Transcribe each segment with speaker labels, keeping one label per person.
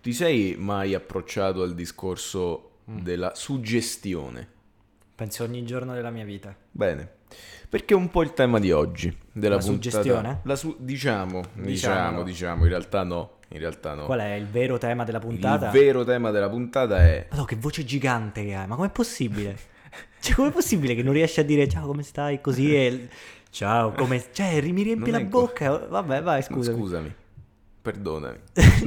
Speaker 1: Ti sei mai approcciato al discorso
Speaker 2: Mm.
Speaker 1: della suggestione?
Speaker 2: Penso ogni giorno della mia vita.
Speaker 1: Bene. Perché è un po' il tema di oggi della
Speaker 2: La
Speaker 1: puntata.
Speaker 2: suggestione?
Speaker 1: La su- diciamo, diciamo,
Speaker 2: Diciamo.
Speaker 1: diciamo, in realtà no, in realtà no.
Speaker 2: Qual è il vero tema della puntata?
Speaker 1: Il vero tema della puntata è
Speaker 2: Madò, che voce gigante che hai, ma com'è possibile? cioè, com'è possibile che non riesci a dire ciao, come stai? Così e... Ciao, come... Cioè, ri- mi riempi
Speaker 1: Non
Speaker 2: la
Speaker 1: è co-
Speaker 2: bocca. Vabbè, vai, Ah, scusami.
Speaker 1: Scusami. Perdonami.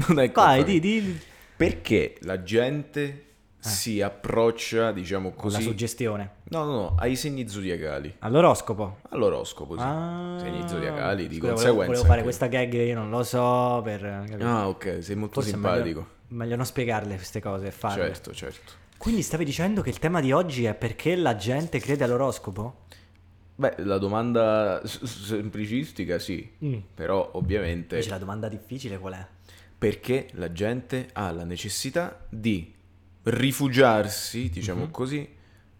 Speaker 1: Non è colpa
Speaker 2: Vai,
Speaker 1: mia.
Speaker 2: di, di...
Speaker 1: Perché la gente si approccia, diciamo
Speaker 2: La
Speaker 1: così,
Speaker 2: suggestione.
Speaker 1: no, no, no, ai segni zodiacali,
Speaker 2: All'oroscopo.
Speaker 1: all'oroscopo, sì.
Speaker 2: Ah.
Speaker 1: segni zodiacali di
Speaker 2: Scusa, volevo-
Speaker 1: conseguenza.
Speaker 2: Volevo fare
Speaker 1: anche-
Speaker 2: questa gag, io non lo so, per... capito?
Speaker 1: Ah, ok, sei molto
Speaker 2: Forse è
Speaker 1: simpatico.
Speaker 2: Meglio, meglio non spiegarle queste cose e farle.
Speaker 1: Certo, certo.
Speaker 2: Quindi stavi dicendo che il tema di oggi è perché la gente crede all'oroscopo?
Speaker 1: Beh, la domanda s- s- semplicistica sì,
Speaker 2: Mm.
Speaker 1: però ovviamente
Speaker 2: Invece la domanda difficile qual è?
Speaker 1: perché la gente ha la necessità di rifugiarsi, diciamo
Speaker 2: Mhm.
Speaker 1: così,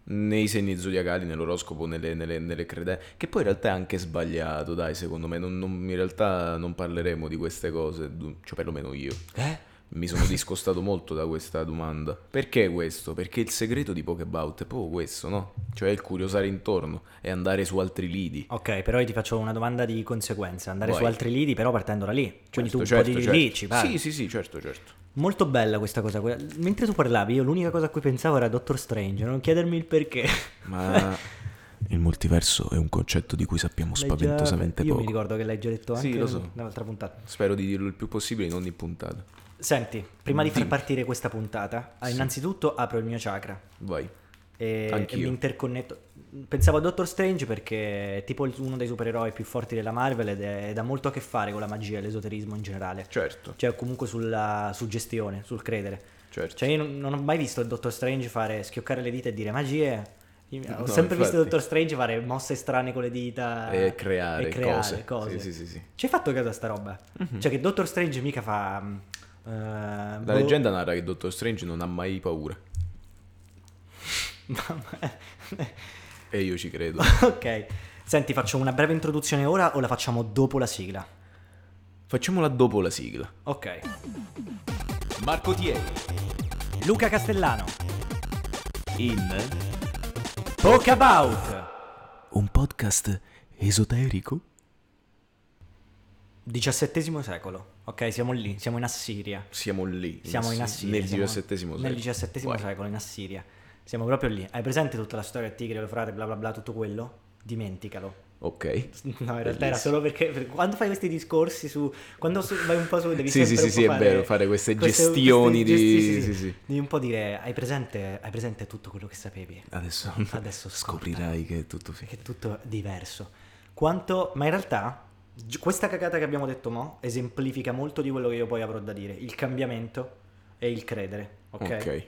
Speaker 1: nei segni zodiacali, nell'oroscopo, nelle, nelle, nelle credenze, che poi in realtà è anche sbagliato, dai, secondo me, non, non- in realtà non parleremo di queste cose, du- cioè perlomeno io.
Speaker 2: Eh?
Speaker 1: Mi sono discostato molto da questa domanda. Perché questo? Perché il segreto di Pokebaut è proprio questo, no? Cioè il curiosare intorno e andare su altri lidi.
Speaker 2: Ok, però io ti faccio una domanda di conseguenza, andare
Speaker 1: Vai.
Speaker 2: su altri lidi però partendo da lì. Quindi tu un
Speaker 1: Certo,
Speaker 2: po' di
Speaker 1: certo,
Speaker 2: lì
Speaker 1: certo.
Speaker 2: ci parli.
Speaker 1: Sì, sì, sì, certo, certo.
Speaker 2: Molto bella questa cosa. que- Mentre tu parlavi io l'unica cosa a cui pensavo era Doctor Strange, non chiedermi il perché.
Speaker 1: Ma il multiverso è un concetto di cui sappiamo
Speaker 2: L'hai già-
Speaker 1: spaventosamente
Speaker 2: Io mi
Speaker 1: poco.
Speaker 2: ricordo che l'hai già detto
Speaker 1: Sì,
Speaker 2: anche
Speaker 1: lo so.
Speaker 2: nell'altra puntata.
Speaker 1: Spero di dirlo il più possibile in ogni puntata.
Speaker 2: Senti, prima di far
Speaker 1: Dimmi.
Speaker 2: partire questa puntata, ah, innanzitutto apro il mio chakra.
Speaker 1: Vai.
Speaker 2: E, e
Speaker 1: Anch'io.
Speaker 2: mi interconnetto. Pensavo a Doctor Strange perché è tipo il- uno dei supereroi più forti della Marvel ed, è, ed ha molto a che fare con la magia e l'esoterismo in generale.
Speaker 1: Certo,
Speaker 2: Cioè, comunque sulla suggestione, sul credere.
Speaker 1: certo.
Speaker 2: Cioè, io non, non ho mai visto il Doctor Strange fare schioccare le dita e dire magie. Io- Ho
Speaker 1: No,
Speaker 2: sempre visto
Speaker 1: infatti.
Speaker 2: il Doctor Strange fare mosse strane con le dita
Speaker 1: e creare,
Speaker 2: eh, e creare
Speaker 1: cose.
Speaker 2: cose.
Speaker 1: Sì, sì, sì, sì.
Speaker 2: Ci hai fatto caso a sta roba? Cioè, che Doctor Strange mica fa. mm, eh,
Speaker 1: La
Speaker 2: boh-
Speaker 1: leggenda narra che Dottor Strange non ha mai paura. E io ci credo.
Speaker 2: ok. Senti, faccio una breve introduzione ora o la facciamo dopo la sigla?
Speaker 1: Facciamola dopo la sigla.
Speaker 2: Ok.
Speaker 1: Marco Tieri
Speaker 2: Luca Castellano,
Speaker 1: in
Speaker 2: Talk About!
Speaker 1: un podcast esoterico.
Speaker 2: XVII secolo. Ok, siamo lì, siamo in Assiria.
Speaker 1: Siamo lì.
Speaker 2: Siamo in
Speaker 1: Assi-
Speaker 2: Assiria.
Speaker 1: Nel
Speaker 2: siamo-
Speaker 1: XVII secolo.
Speaker 2: Nel XVII
Speaker 1: Vai.
Speaker 2: secolo, in Assiria. Siamo proprio lì. Hai presente tutta la storia del Tigre, l'Eufrate, bla bla bla, tutto quello? Dimenticalo.
Speaker 1: Ok.
Speaker 2: No, in realtà
Speaker 1: Bellissimo.
Speaker 2: era solo perché, per- quando fai questi discorsi su quando su- vai un po' su devi
Speaker 1: Sì,
Speaker 2: sempre
Speaker 1: sì,
Speaker 2: un
Speaker 1: sì,
Speaker 2: po'
Speaker 1: sì, è vero, fare queste gestioni
Speaker 2: queste
Speaker 1: di-
Speaker 2: gesti-
Speaker 1: sì, sì.
Speaker 2: Devi un po' dire hai presente, hai presente tutto quello che sapevi,
Speaker 1: Adesso,
Speaker 2: Adesso
Speaker 1: scoprirai che è tutto
Speaker 2: che
Speaker 1: finito.
Speaker 2: è tutto diverso. Quanto ma in realtà gi- questa cagata che abbiamo detto mo esemplifica molto di quello che io poi avrò da dire, il cambiamento e il credere, ok?
Speaker 1: Ok.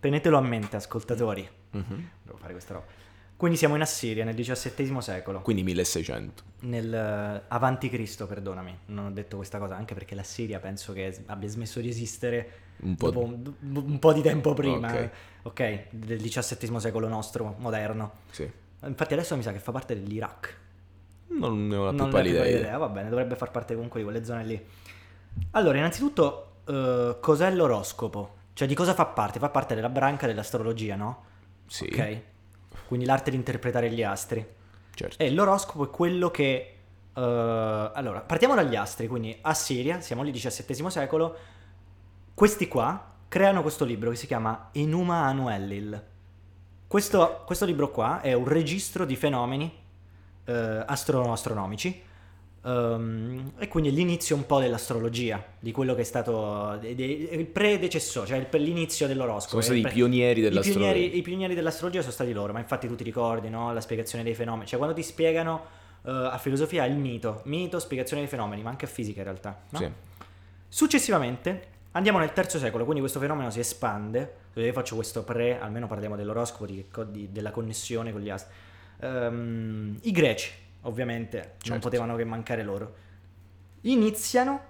Speaker 2: Tenetelo a mente, ascoltatori.
Speaker 1: Mhm.
Speaker 2: Mm. Devo fare questa roba. Quindi siamo in Assiria nel XVII secolo.
Speaker 1: Quindi 1600.
Speaker 2: nel eh, avanti Cristo, perdonami, non ho detto questa cosa, anche perché la Siria penso che s- abbia smesso di esistere
Speaker 1: Un po'
Speaker 2: dopo un, un po' di tempo prima, eh.
Speaker 1: Ok.
Speaker 2: ok, del XVII secolo nostro, moderno.
Speaker 1: Sì.
Speaker 2: Infatti adesso mi sa che fa parte dell'Iraq.
Speaker 1: Non ne ho la
Speaker 2: Non
Speaker 1: più
Speaker 2: ho la più
Speaker 1: pallida
Speaker 2: pallida
Speaker 1: idea.
Speaker 2: idea, va bene, dovrebbe far parte comunque di quelle zone lì. Allora, innanzitutto, eh, cos'è l'oroscopo? Cioè di cosa fa parte? Fa parte della branca dell'astrologia, no?
Speaker 1: Sì.
Speaker 2: Ok. Quindi l'arte di interpretare gli astri.
Speaker 1: Certo.
Speaker 2: E l'oroscopo è quello che... eh, allora, partiamo dagli astri, quindi a Siria, siamo lì XVII secolo, questi qua creano questo libro che si chiama Enuma Annuellil. Questo, questo libro qua è un registro di fenomeni eh, astro- astronomici ehm, e quindi è l'inizio un po' dell'astrologia, di quello che è stato de- de- il predecessore, cioè il pre- l'inizio dell'oroscopo.
Speaker 1: Sono stati
Speaker 2: il
Speaker 1: i
Speaker 2: pre-
Speaker 1: pionieri
Speaker 2: i
Speaker 1: dell'astrologia.
Speaker 2: pionieri, i pionieri dell'astrologia sono stati loro, ma infatti tu ti ricordi no? la spiegazione dei fenomeni, cioè quando ti spiegano eh, a filosofia il mito, mito, spiegazione dei fenomeni, ma anche a fisica in realtà. no?
Speaker 1: Sì.
Speaker 2: Successivamente andiamo nel terzo secolo, quindi questo fenomeno si espande, io faccio questo pre, almeno parliamo dell'oroscopo, di che co- di- della connessione con gli astri. Ehm, I greci, ovviamente, non
Speaker 1: Certo.
Speaker 2: potevano che mancare loro, iniziano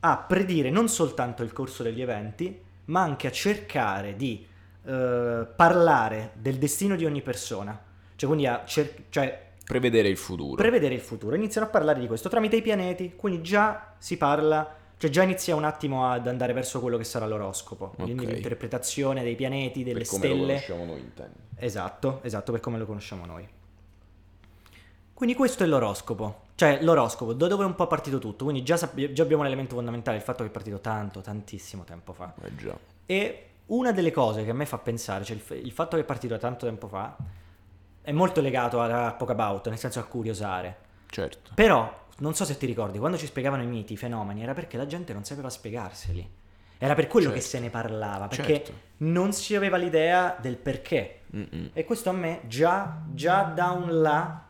Speaker 2: a predire non soltanto il corso degli eventi, ma anche a cercare di eh, parlare del destino di ogni persona, cioè quindi a cer- cioè
Speaker 1: Prevedere il futuro.
Speaker 2: prevedere il futuro. Iniziano a parlare di questo tramite i pianeti, quindi già si parla Cioè già inizia un attimo ad andare verso quello che sarà l'oroscopo, quindi
Speaker 1: Ok.
Speaker 2: l'interpretazione dei pianeti, delle
Speaker 1: per come lo
Speaker 2: stelle.
Speaker 1: conosciamo noi intendi.
Speaker 2: Esatto, esatto, per come lo conosciamo noi. Quindi questo è l'oroscopo. Cioè, l'oroscopo, da dove è un po' partito tutto. Quindi già, sapp- già abbiamo un elemento fondamentale, il fatto che è partito tanto, tantissimo tempo fa.
Speaker 1: Eh già.
Speaker 2: E una delle cose che a me fa pensare, cioè il, f- il fatto che è partito tanto tempo fa, è molto legato a Poke About, nel senso a curiosare.
Speaker 1: Certo.
Speaker 2: Però, non so se ti ricordi, quando ci spiegavano i miti, i fenomeni, era perché la gente non sapeva spiegarseli. Era per quello che
Speaker 1: Certo.
Speaker 2: se ne parlava, perché
Speaker 1: Certo.
Speaker 2: non si aveva l'idea del perché.
Speaker 1: Mm-mm.
Speaker 2: E questo a me già, già dà un là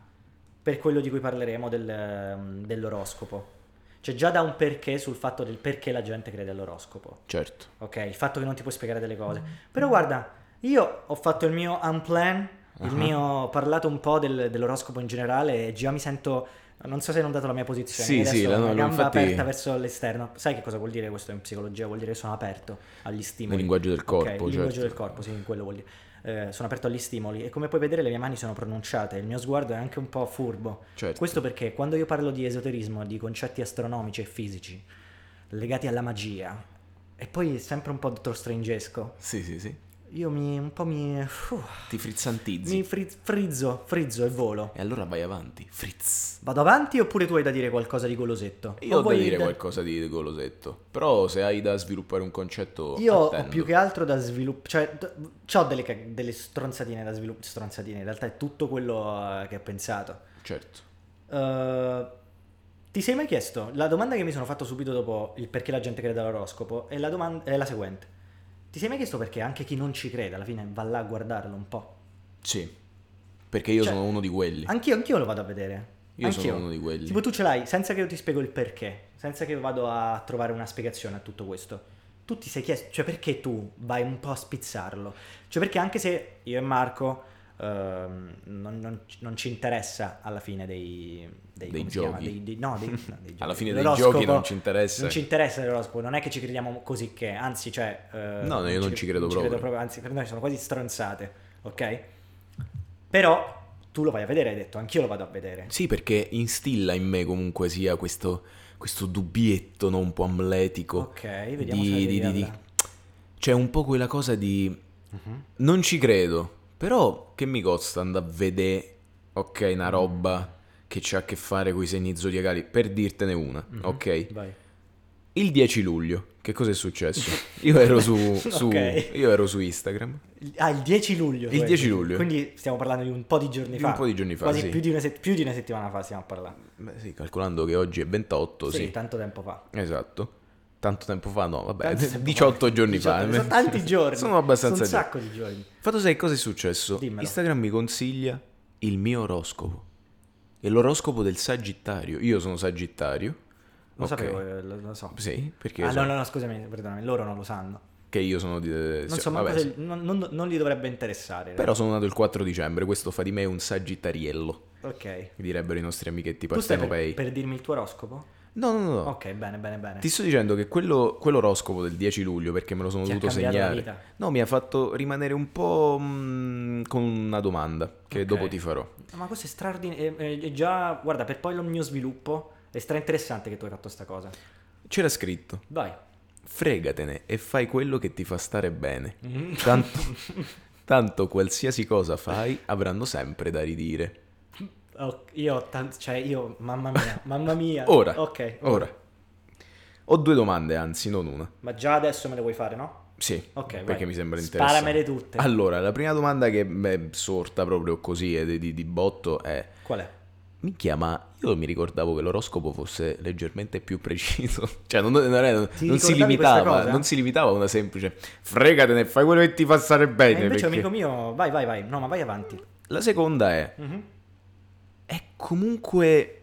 Speaker 2: per quello di cui parleremo del, ehm, dell'oroscopo. Cioè già dà un perché sul fatto del perché la gente crede all'oroscopo.
Speaker 1: Certo.
Speaker 2: Ok, il fatto che non ti puoi spiegare delle cose. Però guarda, io ho fatto il mio unplan, il
Speaker 1: Ah.
Speaker 2: mio ho parlato un po' del- dell'oroscopo in generale e già mi sento non so se hai notato la mia posizione,
Speaker 1: Sì,
Speaker 2: io
Speaker 1: sì,
Speaker 2: adesso
Speaker 1: la-
Speaker 2: ho
Speaker 1: no,
Speaker 2: una
Speaker 1: no,
Speaker 2: gamba
Speaker 1: infatti-
Speaker 2: aperta verso l'esterno. Sai che cosa vuol dire questo in psicologia? Vuol dire che sono aperto agli
Speaker 1: Nel
Speaker 2: stimoli.
Speaker 1: linguaggio del corpo,
Speaker 2: Ok, il linguaggio
Speaker 1: certo.
Speaker 2: del corpo, sì, quello vuol dire. Eh, sono aperto agli stimoli e come puoi vedere le mie mani sono pronunciate, il mio sguardo è anche un po' furbo.
Speaker 1: Certo.
Speaker 2: Questo perché quando io parlo di esoterismo, di concetti astronomici e fisici legati alla magia, e poi sempre un po' dottor strangesco,
Speaker 1: Sì, sì, sì.
Speaker 2: io mi un po' mi, uff,
Speaker 1: Ti frizzantizzi.
Speaker 2: mi fri- frizzo, frizzo e volo.
Speaker 1: E allora vai avanti. Fritz.
Speaker 2: Vado avanti oppure tu hai da dire qualcosa di golosetto?
Speaker 1: Io
Speaker 2: O
Speaker 1: ho da
Speaker 2: vuoi
Speaker 1: dire
Speaker 2: da-
Speaker 1: qualcosa di golosetto. Però se hai da sviluppare un concetto.
Speaker 2: Io ho
Speaker 1: attendo.
Speaker 2: più che altro da sviluppare, cioè ho delle, ca- delle stronzatine da sviluppare, stronzatine, in realtà è tutto quello eh, che ho pensato.
Speaker 1: Certo.
Speaker 2: Eh, ti sei mai chiesto, la domanda che mi sono fatto subito dopo il perché la gente crede all'oroscopo è la, domanda- è la seguente. Ti sei mai chiesto perché anche chi non ci crede alla fine va là a guardarlo un po'?
Speaker 1: Sì. Perché io
Speaker 2: Cioè,
Speaker 1: sono uno di quelli.
Speaker 2: Anch'io, anch'io lo vado a vedere.
Speaker 1: Io sono
Speaker 2: Anch'io.
Speaker 1: uno di quelli.
Speaker 2: Tipo tu ce l'hai senza che io ti spiego il perché, senza che vado a trovare una spiegazione a tutto questo. Tu ti sei chiesto, cioè perché tu vai un po' a spizzarlo? Cioè perché anche se io e Marco ehm, non, non- non ci interessa alla fine dei, dei,
Speaker 1: Dei
Speaker 2: come si chiama?
Speaker 1: giochi.
Speaker 2: Dei- dei- no, dei, no, dei giochi.
Speaker 1: Alla fine dei
Speaker 2: L'oroscopo-
Speaker 1: giochi non ci interessa.
Speaker 2: Non ci interessa l'oroscopo, non è che ci crediamo così che, anzi cioè... eh,
Speaker 1: No, no, io non ci credo proprio.
Speaker 2: Anzi, per noi sono quasi stronzate, ok? Però tu lo vai a vedere, hai detto, anch'io lo vado a vedere.
Speaker 1: Sì, perché instilla in me comunque sia questo, questo dubbietto no, un po' amletico.
Speaker 2: Ok, vediamo se
Speaker 1: di-
Speaker 2: la
Speaker 1: di- di-
Speaker 2: devi
Speaker 1: di-
Speaker 2: alla-
Speaker 1: C'è un po' quella cosa di
Speaker 2: Mhm.
Speaker 1: non ci credo, però che mi costa andare a vedere, ok,
Speaker 2: Mm.
Speaker 1: una roba che c'ha a che fare con i segni zodiacali, per dirtene una,
Speaker 2: Mhm.
Speaker 1: ok?
Speaker 2: Vai.
Speaker 1: Il 10 luglio, che cosa è successo? Io ero su, su-
Speaker 2: Ok.
Speaker 1: io ero su Instagram,
Speaker 2: Il- Ah, il 10 luglio.
Speaker 1: Il
Speaker 2: tu hai
Speaker 1: 10
Speaker 2: detto.
Speaker 1: luglio.
Speaker 2: Quindi stiamo parlando di un po' di giorni
Speaker 1: Di
Speaker 2: fa.
Speaker 1: un po' di giorni fa,
Speaker 2: Quasi
Speaker 1: sì.
Speaker 2: più, di una set- più di una settimana fa stiamo parlando.
Speaker 1: Beh, sì, calcolando che oggi è 28, sì,
Speaker 2: Sì, tanto tempo fa.
Speaker 1: esatto. Tanto tempo fa, no, vabbè,
Speaker 2: Tanto tempo
Speaker 1: 18
Speaker 2: fa.
Speaker 1: giorni
Speaker 2: 18,
Speaker 1: fa.
Speaker 2: Sono tanti giorni.
Speaker 1: Sono abbastanza
Speaker 2: Sono un sacco di giorni.
Speaker 1: Fatto sai cosa è successo?
Speaker 2: Dimmelo.
Speaker 1: Instagram mi consiglia il mio oroscopo. E l'oroscopo del Sagittario. Io sono Sagittario.
Speaker 2: Lo
Speaker 1: Ok.
Speaker 2: sapevo, eh, lo, lo so.
Speaker 1: Sì, perché
Speaker 2: Ah,
Speaker 1: so
Speaker 2: no, no, no, scusami, perdonami, loro non lo sanno.
Speaker 1: che io sono di... eh,
Speaker 2: Non
Speaker 1: sì,
Speaker 2: so, manco
Speaker 1: vabbè,
Speaker 2: se- non, non- non li dovrebbe interessare. in
Speaker 1: Però sono nato il 4 dicembre, questo fa di me un Sagittariello,
Speaker 2: realtà. Ok.
Speaker 1: mi direbbero i nostri amichetti
Speaker 2: Tu stai per,
Speaker 1: partenopei.
Speaker 2: per dirmi il tuo oroscopo?
Speaker 1: No, no, no. no.
Speaker 2: Ok, bene, bene, bene.
Speaker 1: Ti sto dicendo che quello, quell'oroscopo del 10 luglio, perché me lo sono
Speaker 2: Ti ha
Speaker 1: dovuto
Speaker 2: cambiato la
Speaker 1: segnare,
Speaker 2: vita.
Speaker 1: no, mi ha fatto rimanere un po' mh, con una domanda che
Speaker 2: Ok.
Speaker 1: dopo ti farò.
Speaker 2: Ma questo è straordinario. È, è già, guarda, per poi il mio sviluppo è stra interessante che tu hai fatto sta cosa.
Speaker 1: C'era scritto:
Speaker 2: Vai.
Speaker 1: fregatene e fai quello che ti fa stare bene.
Speaker 2: Mm-hmm.
Speaker 1: Tanto, tanto qualsiasi cosa fai avranno sempre da ridire.
Speaker 2: Oh, io, ho tan- cioè, io, mamma mia, mamma mia.
Speaker 1: Ora,
Speaker 2: Ok.
Speaker 1: ora. Ho due domande, anzi, non una.
Speaker 2: Ma già adesso me le vuoi fare, no?
Speaker 1: Sì,
Speaker 2: Ok, vai.
Speaker 1: perché mi sembra interessante.
Speaker 2: Sparamele tutte.
Speaker 1: Allora, la prima domanda che mi è sorta proprio così eh, di, di- di botto è:
Speaker 2: Qual è?
Speaker 1: Minchia, ma io mi ricordavo che l'oroscopo fosse leggermente più preciso. Cioè, non, non era- non
Speaker 2: ricordavi
Speaker 1: si
Speaker 2: questa
Speaker 1: limitava,
Speaker 2: cosa?
Speaker 1: non si limitava a una semplice fregatene e fai quello che ti fa stare
Speaker 2: Eh,
Speaker 1: bene.
Speaker 2: invece,
Speaker 1: perché-
Speaker 2: amico mio, vai, vai, vai. No, ma vai avanti.
Speaker 1: La seconda è.
Speaker 2: Mhm.
Speaker 1: è comunque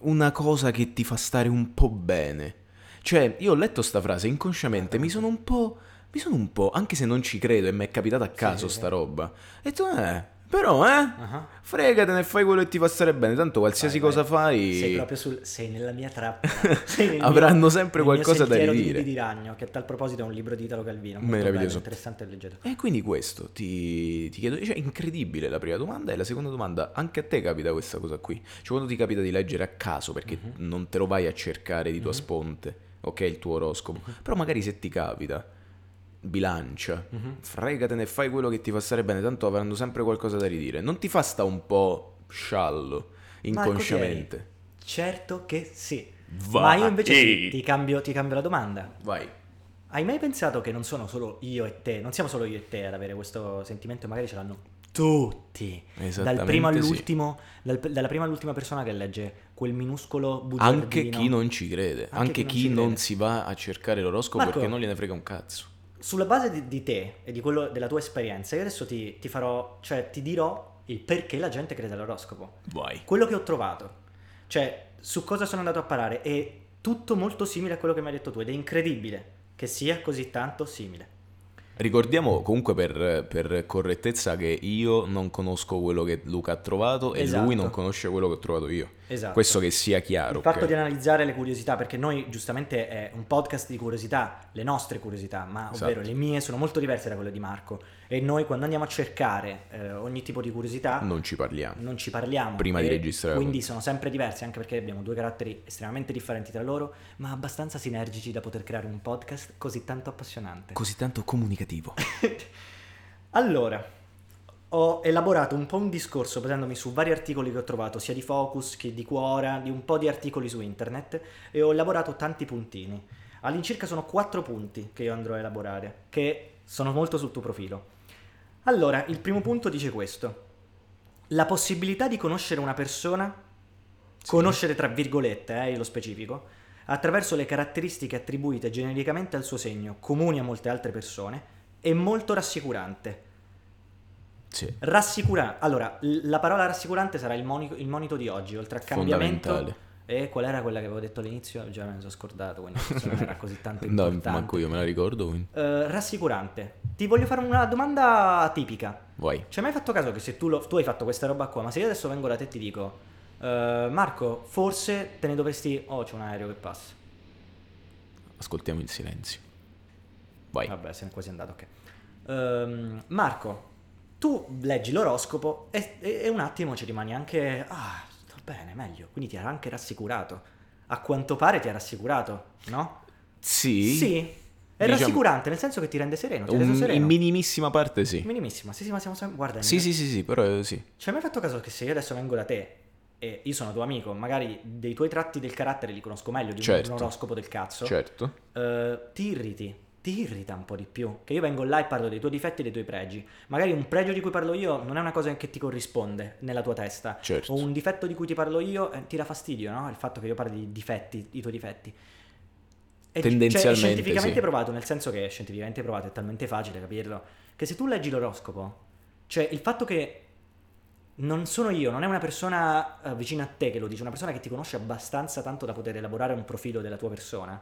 Speaker 1: una cosa che ti fa stare un po' bene. Cioè, io ho letto sta frase inconsciamente, mi sono un po'. Mi sono un po', anche se non ci credo e mi è capitata a caso
Speaker 2: sì,
Speaker 1: sta roba. E tu, eh, però, eh,
Speaker 2: Ah.
Speaker 1: fregatene e fai quello che ti fa stare bene. Tanto qualsiasi
Speaker 2: Vai,
Speaker 1: cosa fai.
Speaker 2: Sei proprio sul. Sei nella mia trappola. Sei nel mio-
Speaker 1: Avranno sempre
Speaker 2: nel mio
Speaker 1: qualcosa da
Speaker 2: sentiero
Speaker 1: ridire.
Speaker 2: Di, Bibi di ragno, che a tal proposito è un libro di Italo Calvino. molto
Speaker 1: Meraviglioso.
Speaker 2: bello, interessante e leggero.
Speaker 1: E quindi questo ti, ti chiedo, cioè incredibile la prima domanda e la seconda domanda, anche a te capita
Speaker 2: Mhm.
Speaker 1: questa cosa qui, cioè quando ti capita di leggere a caso perché non te lo vai a cercare di tua sponte, ok il tuo oroscopo, però magari se ti capita, bilancia,
Speaker 2: Mhm.
Speaker 1: fregatene e fai quello che ti fa stare bene, tanto avranno sempre qualcosa da ridire. Non ti fa sta un po'
Speaker 2: ecco
Speaker 1: sciallo, inconsciamente.
Speaker 2: Certo che sì.
Speaker 1: Vai.
Speaker 2: Ma io invece ti, ti cambio, ti cambio la domanda.
Speaker 1: Vai.
Speaker 2: Hai mai pensato che non sono solo io e te, non siamo solo io e te ad avere questo sentimento, magari ce l'hanno tutti, dal primo
Speaker 1: Esattamente sì.
Speaker 2: all'ultimo, dal- dalla prima all'ultima persona che legge quel minuscolo bugiardino.
Speaker 1: Anche chi non ci crede, anche, chi,
Speaker 2: ci
Speaker 1: non,
Speaker 2: crede.
Speaker 1: si va a cercare l'oroscopo
Speaker 2: Marco.
Speaker 1: perché non gliene frega un cazzo.
Speaker 2: Sulla base di, di te e di quello della tua esperienza, io adesso ti, ti farò, cioè ti dirò il perché la gente crede all'oroscopo.
Speaker 1: Vai.
Speaker 2: Quello che ho trovato, cioè su cosa sono andato a parare, è tutto molto simile a quello che mi hai detto tu ed è incredibile che sia così tanto simile.
Speaker 1: Ricordiamo comunque per, per correttezza che io non conosco quello che Luca ha trovato e
Speaker 2: Esatto.
Speaker 1: lui non conosce quello che ho trovato io.
Speaker 2: Esatto.
Speaker 1: Questo che sia chiaro.
Speaker 2: Il fatto
Speaker 1: Ah, ok?
Speaker 2: di analizzare le curiosità, perché noi giustamente è un podcast di curiosità, le nostre curiosità, ma
Speaker 1: Esatto.
Speaker 2: ovvero le mie sono molto diverse da quelle di Marco e noi quando andiamo a cercare eh, ogni tipo di curiosità
Speaker 1: Non ci parliamo.
Speaker 2: non ci parliamo.
Speaker 1: Prima di
Speaker 2: e
Speaker 1: registrare.
Speaker 2: Quindi sono sempre diversi, anche perché abbiamo due caratteri estremamente differenti tra loro, ma abbastanza sinergici da poter creare un podcast così tanto appassionante.
Speaker 1: Così tanto comunicativo.
Speaker 2: Allora, ho elaborato un po' un discorso basandomi su vari articoli che ho trovato, sia di Focus che di Quora, di un po' di articoli su internet, e ho elaborato tanti puntini. All'incirca sono quattro punti che io andrò a elaborare, che sono molto sul tuo profilo. Allora, il primo punto dice questo. La possibilità di conoscere una persona, conoscere tra virgolette, eh, lo specifico, attraverso le caratteristiche attribuite genericamente al suo segno, comuni a molte altre persone, è molto rassicurante.
Speaker 1: Sì.
Speaker 2: Rassicurante. Allora, l- la parola rassicurante sarà il, monico- il monito di oggi, oltre a cambiamento.
Speaker 1: Fondamentale.
Speaker 2: E qual era quella che avevo detto all'inizio? Già me ne sono scordato, quindi forse non era così tanto
Speaker 1: No,
Speaker 2: importante.
Speaker 1: manco io me la ricordo. quindi.
Speaker 2: Eh, rassicurante. Ti voglio fare una domanda atipica.
Speaker 1: Vai.
Speaker 2: Ci hai mai fatto caso che se tu, lo- tu hai fatto questa roba qua, ma se io adesso vengo da te e ti dico, eh, Marco, forse te ne dovresti... Oh, c'è un aereo che passa.
Speaker 1: Ascoltiamo il silenzio. Vai.
Speaker 2: Vabbè, se n'è quasi andato, ok. Ehm, Marco, tu leggi l'oroscopo e, e- e un attimo ci rimani anche... Ah, sto bene, meglio. Quindi ti ha anche rassicurato. A quanto pare ti ha rassicurato, no?
Speaker 1: Sì.
Speaker 2: È
Speaker 1: Diciamo-
Speaker 2: rassicurante, nel senso che ti rende sereno, ti ha reso
Speaker 1: Un- in
Speaker 2: sereno.
Speaker 1: minimissima parte sì.
Speaker 2: Minimissima, sì, sì, ma siamo sempre... Guarda,
Speaker 1: Sì, sì, sì, sì, però eh, sì.
Speaker 2: Ci hai mai fatto caso che se io adesso vengo da te e io sono tuo amico, magari dei tuoi tratti del carattere li conosco meglio di un-
Speaker 1: Certo.
Speaker 2: un oroscopo del cazzo,
Speaker 1: Certo.
Speaker 2: eh, ti irriti, ti irrita un po' di più. Che io vengo là e parlo dei tuoi difetti e dei tuoi pregi. Magari un pregio di cui parlo io non è una cosa che ti corrisponde nella tua testa.
Speaker 1: Certo.
Speaker 2: O un difetto di cui ti parlo io eh, ti dà fastidio, no? Il fatto che io parli di difetti, i tuoi difetti. E c- cioè,
Speaker 1: Tendenzialmente,
Speaker 2: è scientificamente
Speaker 1: sì.
Speaker 2: provato, nel senso che è scientificamente provato, è talmente facile capirlo, che se tu leggi l'oroscopo, cioè il fatto che non sono io, non è una persona eh, vicina a te che lo dice, una persona che ti conosce abbastanza tanto da poter elaborare un profilo della tua persona,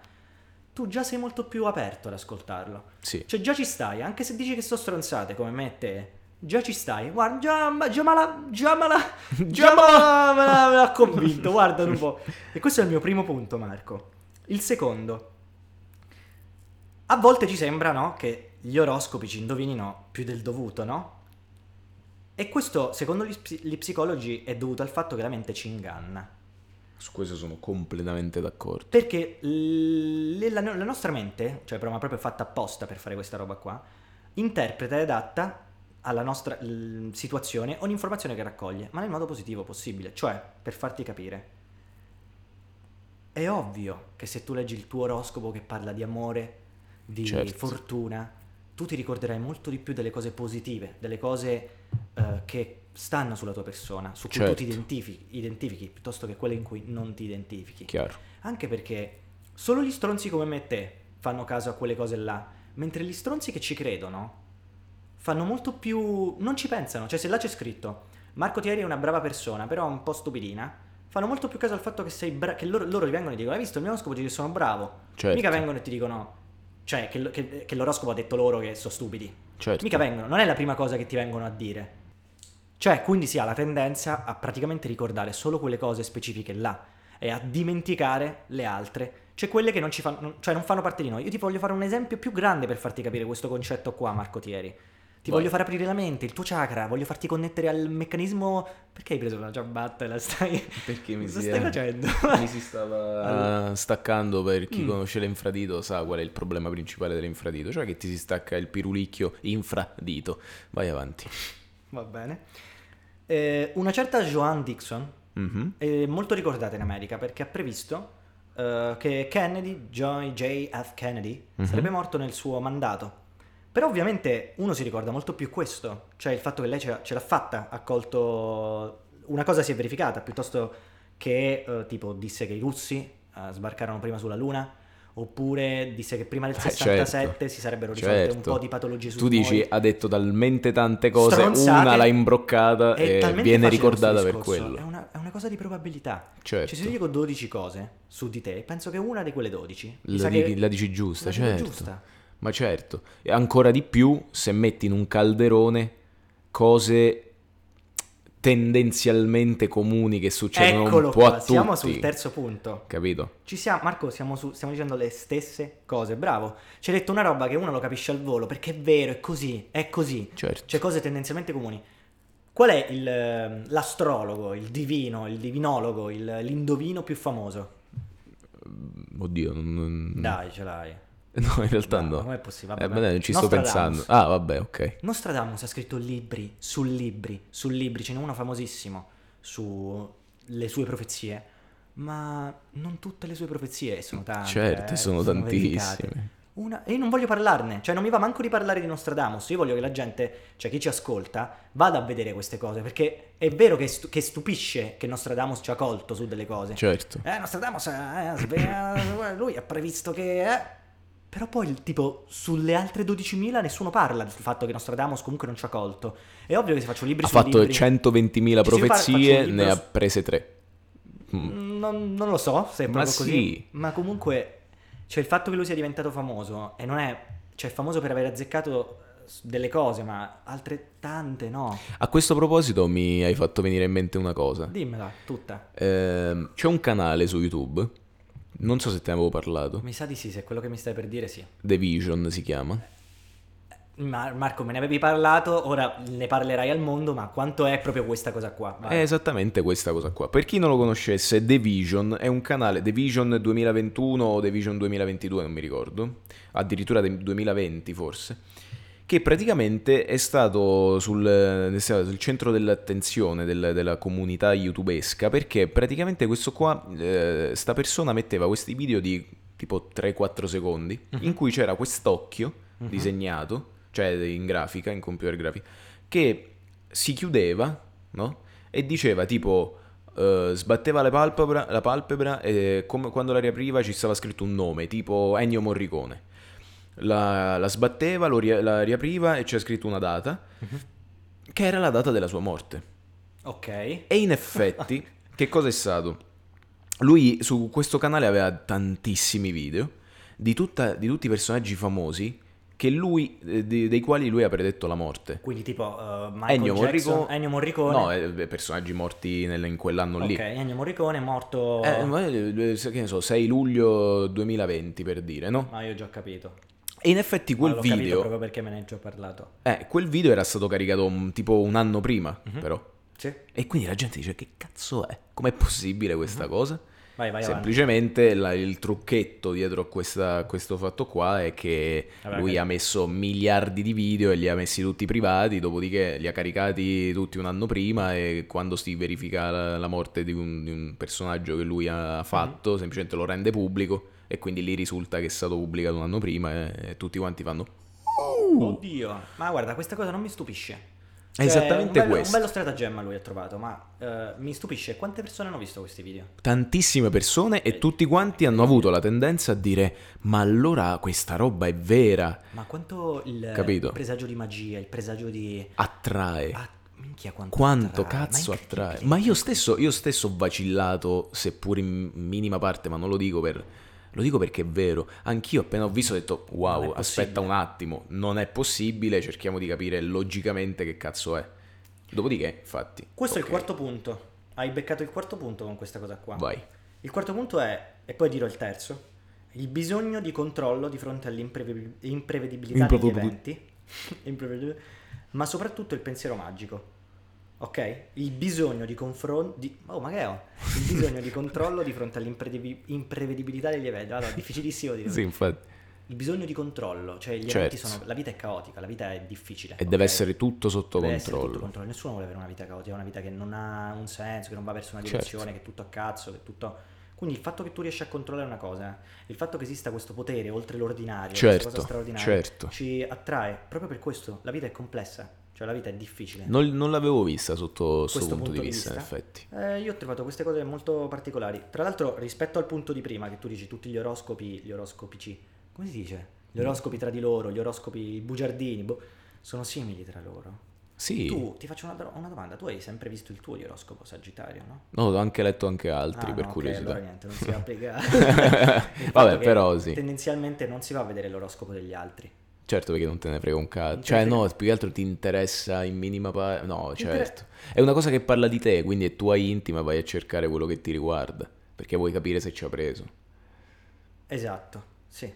Speaker 2: tu già sei molto più aperto ad ascoltarlo.
Speaker 1: Sì.
Speaker 2: Cioè già ci stai, anche se dici che sto stronzate come me e te, già ci stai, guarda, già, ma- già me la, già me la, già me la, me la- me l'ha convinto, guarda un po'. E questo è il mio primo punto, Marco. Il secondo, a volte ci sembra, no, che gli oroscopi ci indovinino più del dovuto, no? E questo, secondo gli, ps- gli psicologi, è dovuto al fatto che la mente ci inganna.
Speaker 1: Su questo sono completamente d'accordo.
Speaker 2: Perché l- la, la nostra mente, cioè però, ma proprio fatta apposta per fare questa roba qua, interpreta e adatta alla nostra l- situazione ogni informazione che raccoglie, ma nel modo positivo possibile. Cioè, per farti capire, è ovvio che se tu leggi il tuo oroscopo che parla di amore, di
Speaker 1: Certo.
Speaker 2: fortuna, tu ti ricorderai molto di più delle cose positive, delle cose eh, che stanno sulla tua persona, su cui tu ti
Speaker 1: Certo.
Speaker 2: identifichi, identifichi, piuttosto che quelle in cui non ti identifichi.
Speaker 1: Chiaro.
Speaker 2: Anche perché solo gli stronzi come me e te fanno caso a quelle cose là, mentre gli stronzi che ci credono fanno molto più... non ci pensano, cioè se là c'è scritto Marco Thierry è una brava persona, però un po' stupidina, fanno molto più caso al fatto che sei bra- che loro, loro vengono e dicono hai visto il mio oroscopo dice che sono bravo,
Speaker 1: Certo.
Speaker 2: mica vengono e ti dicono... Cioè, che, lo- che- che l'oroscopo ha detto loro che sono stupidi.
Speaker 1: Certo.
Speaker 2: Mica vengono, non è la prima cosa che ti vengono a dire. Cioè, quindi si ha la tendenza a praticamente ricordare solo quelle cose specifiche là e a dimenticare le altre, cioè quelle che non ci fanno, non- cioè non fanno parte di noi. Io ti voglio fare un esempio più grande per farti capire questo concetto qua, Marco Tieri. Ti
Speaker 1: Vai.
Speaker 2: voglio far aprire la mente, il tuo chakra, voglio farti connettere al meccanismo. Perché hai preso la ciabatta e la stai.
Speaker 1: Perché mi
Speaker 2: Cosa
Speaker 1: si
Speaker 2: stai
Speaker 1: è-
Speaker 2: facendo?
Speaker 1: Mi si stava Ah, staccando per
Speaker 2: Mm.
Speaker 1: chi conosce l'infradito sa qual è il problema principale dell'infradito, cioè che ti si stacca il pirulicchio infradito. Vai avanti.
Speaker 2: Va bene. Eh, una certa Joan Dixon
Speaker 1: Mhm.
Speaker 2: è eh, molto ricordata in America perché ha previsto eh, che Kennedy, John J.F. Kennedy,
Speaker 1: Mhm.
Speaker 2: sarebbe morto nel suo mandato. Però ovviamente uno si ricorda molto più questo, cioè il fatto che lei ce l'ha, ce l'ha fatta, ha colto... Una cosa si è verificata, piuttosto che eh, tipo disse che i russi eh, sbarcarono prima sulla Luna, oppure disse che prima del
Speaker 1: Eh,
Speaker 2: 67
Speaker 1: certo.
Speaker 2: si sarebbero risolte un
Speaker 1: Certo.
Speaker 2: po' di patologie sul
Speaker 1: Tu dici eh,
Speaker 2: cuore.
Speaker 1: ha detto talmente tante cose,
Speaker 2: Stronzate.
Speaker 1: una l'ha imbroccata
Speaker 2: È
Speaker 1: e
Speaker 2: talmente
Speaker 1: eh, viene
Speaker 2: facile
Speaker 1: ricordata
Speaker 2: questo
Speaker 1: per
Speaker 2: discorso, È
Speaker 1: quello.
Speaker 2: una, è una cosa di probabilità.
Speaker 1: Certo.
Speaker 2: Ci Cioè, se io dico 12 cose su di te, penso che una di quelle 12 mi
Speaker 1: La,
Speaker 2: sa
Speaker 1: dici-
Speaker 2: che-
Speaker 1: la dici giusta,
Speaker 2: la dico
Speaker 1: certo.
Speaker 2: giusta.
Speaker 1: Ma certo, e ancora di più se metti in un calderone cose tendenzialmente comuni che succedono
Speaker 2: Eccolo
Speaker 1: un po'
Speaker 2: qua,
Speaker 1: Cioè, a tutti.
Speaker 2: siamo sul terzo punto.
Speaker 1: Capito?
Speaker 2: Ci siamo, Marco, siamo su- stiamo dicendo le stesse cose, bravo. Ci hai detto una roba che uno lo capisce al volo, perché è vero, è così, è così.
Speaker 1: Certo.
Speaker 2: Cioè cose tendenzialmente comuni. Qual è il, ehm, l'astrologo, il divino, il divinologo, il- l'indovino più famoso?
Speaker 1: Cioè, Oddio, non- non...
Speaker 2: Dai, ce l'hai.
Speaker 1: No, in realtà no.
Speaker 2: Com'è possibile?
Speaker 1: Mm. Eh,
Speaker 2: Vabbè,
Speaker 1: ma dai, non ci sto
Speaker 2: Nostradamus.
Speaker 1: pensando. Ah, vabbè, ok.
Speaker 2: Nostradamus ha scritto libri su libri su libri, ce n'è uno famosissimo sulle sue profezie, ma non tutte le sue profezie sono tante.
Speaker 1: certo,
Speaker 2: eh,
Speaker 1: sono,
Speaker 2: verificate.
Speaker 1: tantissime.
Speaker 2: Una- E io non voglio parlarne, cioè non mi va manco di parlare di Nostradamus, io voglio che la gente, cioè chi ci ascolta, vada a vedere queste cose, perché è vero che, stu- che stupisce che Nostradamus ci ha colto su delle cose.
Speaker 1: Certo.
Speaker 2: Eh, Nostradamus, eh, sve- lui ha previsto che... eh. Però poi, il tipo, sulle altre 12.000 nessuno parla del fatto che Nostradamus comunque non ci ha colto. È ovvio che se faccio libri
Speaker 1: Ha
Speaker 2: su
Speaker 1: fatto
Speaker 2: libri...
Speaker 1: 120.000
Speaker 2: Ci si fa-
Speaker 1: profezie,
Speaker 2: faccio un libro
Speaker 1: ne ha
Speaker 2: su-
Speaker 1: prese tre. Mm.
Speaker 2: Non, non lo so se è
Speaker 1: Ma
Speaker 2: proprio
Speaker 1: sì.
Speaker 2: così. Ma comunque, cioè il fatto che lui sia diventato famoso, e non è... Cioè è famoso per aver azzeccato eh, delle cose, ma altrettante no.
Speaker 1: A questo proposito mi hai fatto venire in mente una cosa.
Speaker 2: Dimmela, tutta.
Speaker 1: Ehm, c'è un canale su YouTube, non so se te ne avevo parlato,
Speaker 2: Mi sa di sì, se è quello che mi stai per dire sì.
Speaker 1: The Vision si chiama.
Speaker 2: Ma- Marco, me ne avevi parlato, ora ne parlerai al mondo, ma quanto è proprio questa cosa qua? Vai.
Speaker 1: È esattamente questa cosa qua. Per chi non lo conoscesse, The Vision è un canale, The Vision 2021 o The Vision 2022, non mi ricordo, addirittura del 2020 forse, che praticamente è stato sul, è stato sul centro dell'attenzione del- della comunità youtubesca, perché praticamente questo qua, eh, sta persona metteva questi video di tipo 3-4 secondi, in cui c'era quest'occhio
Speaker 2: Mhm.
Speaker 1: disegnato, cioè in grafica, in computer grafica, che si chiudeva, no? E diceva tipo, eh, sbatteva le palpebra, la palpebra e come- quando la riapriva ci stava scritto un nome, tipo Ennio Morricone. La, la sbatteva, lo ria- la riapriva e c'era scritto una data, che era la data della sua morte.
Speaker 2: Ok.
Speaker 1: E in effetti, che cosa è stato? Lui su questo canale aveva tantissimi video di, tutta- di tutti i personaggi famosi che lui- eh, di- dei quali lui ha predetto la morte.
Speaker 2: Quindi tipo eh, Michael
Speaker 1: Ennio,
Speaker 2: Jackson,
Speaker 1: Morricone,
Speaker 2: Ennio Morricone.
Speaker 1: No, eh, personaggi morti nel- in quell'anno
Speaker 2: ok, oh.
Speaker 1: lì.
Speaker 2: Ennio Morricone è morto...
Speaker 1: Eh, ma, eh, se- che ne so, 6 luglio 2020 per dire, no?
Speaker 2: Ma io già ho capito.
Speaker 1: E in effetti
Speaker 2: Ma
Speaker 1: quel
Speaker 2: l'ho capito
Speaker 1: video,
Speaker 2: proprio perché me ne hai già parlato.
Speaker 1: eh, quel video era stato caricato mm, tipo un anno prima,
Speaker 2: Mhm.
Speaker 1: però.
Speaker 2: Sì?
Speaker 1: E quindi la gente dice: Che cazzo è? Com'è possibile questa
Speaker 2: Mhm.
Speaker 1: cosa?
Speaker 2: Vai, vai avanti.
Speaker 1: Semplicemente la- il trucchetto dietro a questa- questo fatto qua è che
Speaker 2: Vabbè,
Speaker 1: lui
Speaker 2: ok.
Speaker 1: ha messo miliardi di video e li ha messi tutti privati, dopodiché li ha caricati tutti un anno prima e quando si verifica la, la morte di un, di un personaggio che lui
Speaker 2: Mhm.
Speaker 1: ha fatto, semplicemente lo rende pubblico e quindi lì risulta che è stato pubblicato un anno prima e, e tutti quanti fanno... "Uh!"
Speaker 2: Oddio. Ma guarda, questa cosa non mi stupisce. Cioè,
Speaker 1: È esattamente
Speaker 2: un bello,
Speaker 1: questo.
Speaker 2: Un bello stratagemma lui ha trovato, ma eh, mi stupisce quante persone hanno visto questi video.
Speaker 1: Tantissime persone e tutti quanti hanno avuto la tendenza a dire ma allora questa roba è vera,
Speaker 2: Ma quanto il,
Speaker 1: Capito.
Speaker 2: il presagio di magia, il presagio di...
Speaker 1: attrae.
Speaker 2: Ah, minchia quanto,
Speaker 1: Quanto
Speaker 2: attrae, Ah, ma
Speaker 1: cazzo
Speaker 2: incredibile.
Speaker 1: attrae? Ma io stesso, io stesso ho vacillato, seppur in minima parte, ma non lo dico per... Lo dico perché è vero. Anch'io appena ho visto ho detto, wow,
Speaker 2: Non è possibile."
Speaker 1: aspetta un attimo, non è possibile, cerchiamo di capire logicamente che cazzo è. Dopodiché, infatti...
Speaker 2: Questo
Speaker 1: ok,
Speaker 2: è il quarto punto. Hai beccato il quarto punto con questa cosa qua.
Speaker 1: Vai.
Speaker 2: Il quarto punto è, e poi dirò il terzo, il bisogno di controllo di fronte all'imprevedibilità degli
Speaker 1: Imprevedibili-
Speaker 2: eventi. Imprevedibili- ma soprattutto il pensiero magico. Ok? Il bisogno di confronto. Di... Oh, Magheo! Il bisogno di controllo di fronte all'imprevedibilità degli eventi. Allora, difficilissimo dire.
Speaker 1: Sì, infatti.
Speaker 2: Il bisogno di controllo, cioè gli
Speaker 1: Certo.
Speaker 2: eventi sono. La vita è caotica, la vita è difficile.
Speaker 1: E deve
Speaker 2: ok?
Speaker 1: essere tutto sotto
Speaker 2: Deve essere
Speaker 1: controllo.
Speaker 2: tutto controllo. Nessuno vuole avere una vita caotica, una vita che non ha un senso, che non va verso una
Speaker 1: Certo.
Speaker 2: direzione, che è tutto a cazzo, che è tutto. Quindi il fatto che tu riesci a controllare una cosa, eh, il fatto che esista questo potere oltre l'ordinario, questa cosa
Speaker 1: Certo,
Speaker 2: straordinaria,
Speaker 1: certo.
Speaker 2: ci attrae. Proprio per questo la vita è complessa, cioè la vita è difficile.
Speaker 1: Non, non l'avevo vista sotto questo punto,
Speaker 2: Questo punto
Speaker 1: di
Speaker 2: di
Speaker 1: vista,
Speaker 2: vista.
Speaker 1: in effetti.
Speaker 2: Eh, io ho trovato queste cose molto particolari. Tra l'altro, rispetto al punto di prima, che tu dici tutti gli oroscopi, gli oroscopi C, come si dice? Gli oroscopi tra di loro, gli oroscopi i bugiardini, boh, sono simili tra loro.
Speaker 1: Sì,
Speaker 2: Tu, ti faccio una, do- una domanda, tu hai sempre visto il tuo di oroscopo sagittario, no?
Speaker 1: no, ho anche letto anche altri
Speaker 2: Ah,
Speaker 1: per
Speaker 2: no, ok,
Speaker 1: curiosità.
Speaker 2: allora niente, non si applica. Il fatto
Speaker 1: Vabbè,
Speaker 2: che
Speaker 1: però sì.
Speaker 2: Tendenzialmente non si va a vedere l'oroscopo degli altri.
Speaker 1: Certo, perché non te ne frega un
Speaker 2: Non
Speaker 1: cazzo.
Speaker 2: te
Speaker 1: Cioè,
Speaker 2: ne frega.
Speaker 1: no, più che altro ti interessa in minima parte. No,
Speaker 2: Ti inter-
Speaker 1: certo. È una cosa che parla di te, quindi è tua intima, vai a cercare quello che ti riguarda. Perché vuoi capire se ci ha preso.
Speaker 2: Esatto, sì.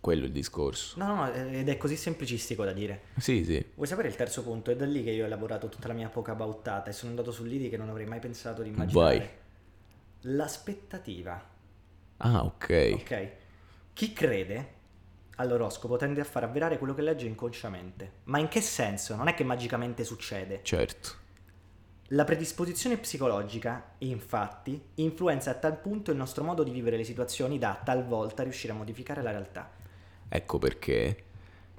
Speaker 1: Quello è il discorso.
Speaker 2: No, no, no, ed è così semplicistico da dire.
Speaker 1: Sì, sì.
Speaker 2: Vuoi sapere il terzo punto? È da lì che io ho elaborato tutta la mia poca bauttata e sono andato su lidi che non avrei mai pensato di immaginare.
Speaker 1: Vai.
Speaker 2: L'aspettativa.
Speaker 1: Ah, ok.
Speaker 2: Ok. Chi crede all'oroscopo tende a far avverare quello che legge inconsciamente. Ma in che senso? Non è che magicamente succede.
Speaker 1: Certo.
Speaker 2: La predisposizione psicologica, infatti, influenza a tal punto il nostro modo di vivere le situazioni da talvolta riuscire a modificare la realtà.
Speaker 1: Ecco perché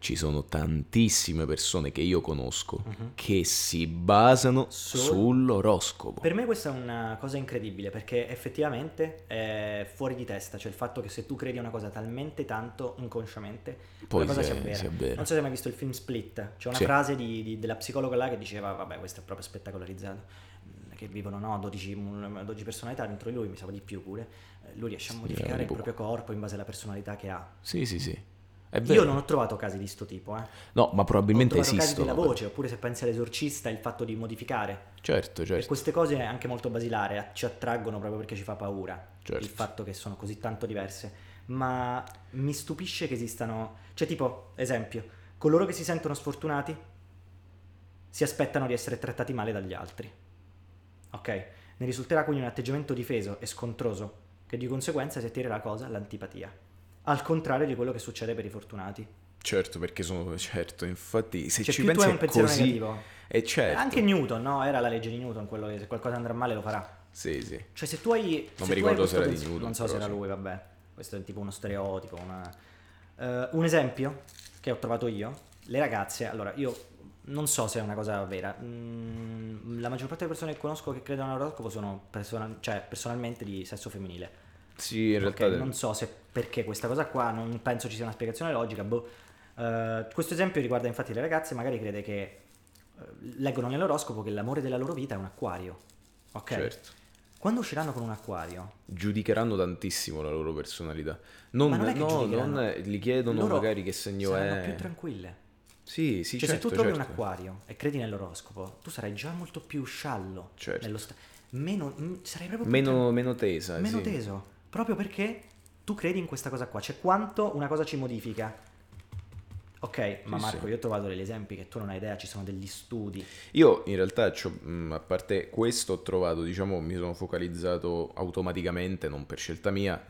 Speaker 1: ci sono tantissime persone che io conosco
Speaker 2: Mhm.
Speaker 1: che si basano
Speaker 2: Sol-
Speaker 1: sull'oroscopo.
Speaker 2: Per me questa è una cosa incredibile perché effettivamente è fuori di testa, cioè il fatto che se tu credi a una cosa talmente tanto inconsciamente,
Speaker 1: Poi
Speaker 2: quella cosa
Speaker 1: si
Speaker 2: si
Speaker 1: è-
Speaker 2: avvera.
Speaker 1: si avvera.
Speaker 2: Non so se hai mai visto il film Split, c'è una
Speaker 1: Sì.
Speaker 2: frase di- di- della psicologa là che diceva, vabbè questo è proprio spettacolarizzato, mm, che vivono no, 12, mm, 12 personalità dentro di lui, mi sa di più pure, Eh, lui riesce a
Speaker 1: Sì,
Speaker 2: modificare il
Speaker 1: tipo-
Speaker 2: proprio corpo in base alla personalità che ha.
Speaker 1: Sì, sì, sì. È
Speaker 2: Io
Speaker 1: vero.
Speaker 2: non ho trovato casi di sto tipo, eh. Ho
Speaker 1: No, ma probabilmente
Speaker 2: trovato casi
Speaker 1: esistono.
Speaker 2: della voce, oppure se pensi all'esorcista, il fatto di modificare.
Speaker 1: Certo,
Speaker 2: E
Speaker 1: certo.
Speaker 2: queste cose anche molto basilari a- ci attraggono proprio perché ci fa paura
Speaker 1: Certo.
Speaker 2: il fatto che sono così tanto diverse. Ma mi stupisce che esistano. Cioè, tipo, esempio, coloro che si sentono sfortunati si aspettano di essere trattati male dagli altri. Ok? Ne risulterà quindi un atteggiamento difeso e scontroso, che di conseguenza si attirerà cosa? L'antipatia. Al contrario di quello che succede per i fortunati.
Speaker 1: Certo, perché sono... Certo, infatti, se
Speaker 2: Cioè,
Speaker 1: ci
Speaker 2: più tu
Speaker 1: pensi
Speaker 2: hai
Speaker 1: è
Speaker 2: un pensiero
Speaker 1: così...
Speaker 2: negativo.
Speaker 1: E certo.
Speaker 2: Anche Newton, no? Era la legge di Newton, quello che se qualcosa andrà male lo farà.
Speaker 1: Sì, sì.
Speaker 2: Cioè, se tu hai. se tu hai
Speaker 1: ricordo
Speaker 2: questo
Speaker 1: se era di
Speaker 2: pensiero-
Speaker 1: Newton,
Speaker 2: Non so
Speaker 1: però
Speaker 2: se era
Speaker 1: sì.
Speaker 2: lui, vabbè. Questo è tipo uno stereotipo. una- Eh, un esempio che ho trovato io: le ragazze. Allora, io non so se è una cosa vera. mm, la maggior parte delle persone che conosco che credono all'oroscopo sono persona- cioè, personalmente di sesso femminile.
Speaker 1: Sì, in
Speaker 2: Ok,
Speaker 1: realtà...
Speaker 2: Non so se perché questa cosa qua, non penso ci sia una spiegazione logica. boh. Eh, questo esempio riguarda infatti le ragazze, magari crede che eh, leggono nell'oroscopo che l'amore della loro vita è un acquario. Ok?
Speaker 1: Certo.
Speaker 2: Quando usciranno con un acquario,
Speaker 1: Giudicheranno tantissimo la loro personalità. Non,
Speaker 2: Ma non è che
Speaker 1: no,
Speaker 2: giudicheranno.
Speaker 1: non gli chiedono
Speaker 2: Loro
Speaker 1: magari che segno
Speaker 2: saranno
Speaker 1: è.
Speaker 2: più tranquille.
Speaker 1: Sì, sì,
Speaker 2: cioè,
Speaker 1: certo,
Speaker 2: se tu trovi
Speaker 1: certo.
Speaker 2: un acquario e credi nell'oroscopo, tu sarai già molto più sciallo.
Speaker 1: Certo.
Speaker 2: Nello sta- meno, m- sarai proprio più
Speaker 1: Meno, meno tesa.
Speaker 2: meno
Speaker 1: Eh, sì.
Speaker 2: teso, proprio perché tu credi in questa cosa qua, cioè quanto una cosa ci modifica. Ok, ma
Speaker 1: Sì,
Speaker 2: Marco,
Speaker 1: sì.
Speaker 2: io ho trovato degli esempi che tu non hai idea, ci sono degli studi.
Speaker 1: Io in realtà, c'ho- mh, a parte questo, ho trovato, diciamo, mi sono focalizzato automaticamente, non per scelta mia,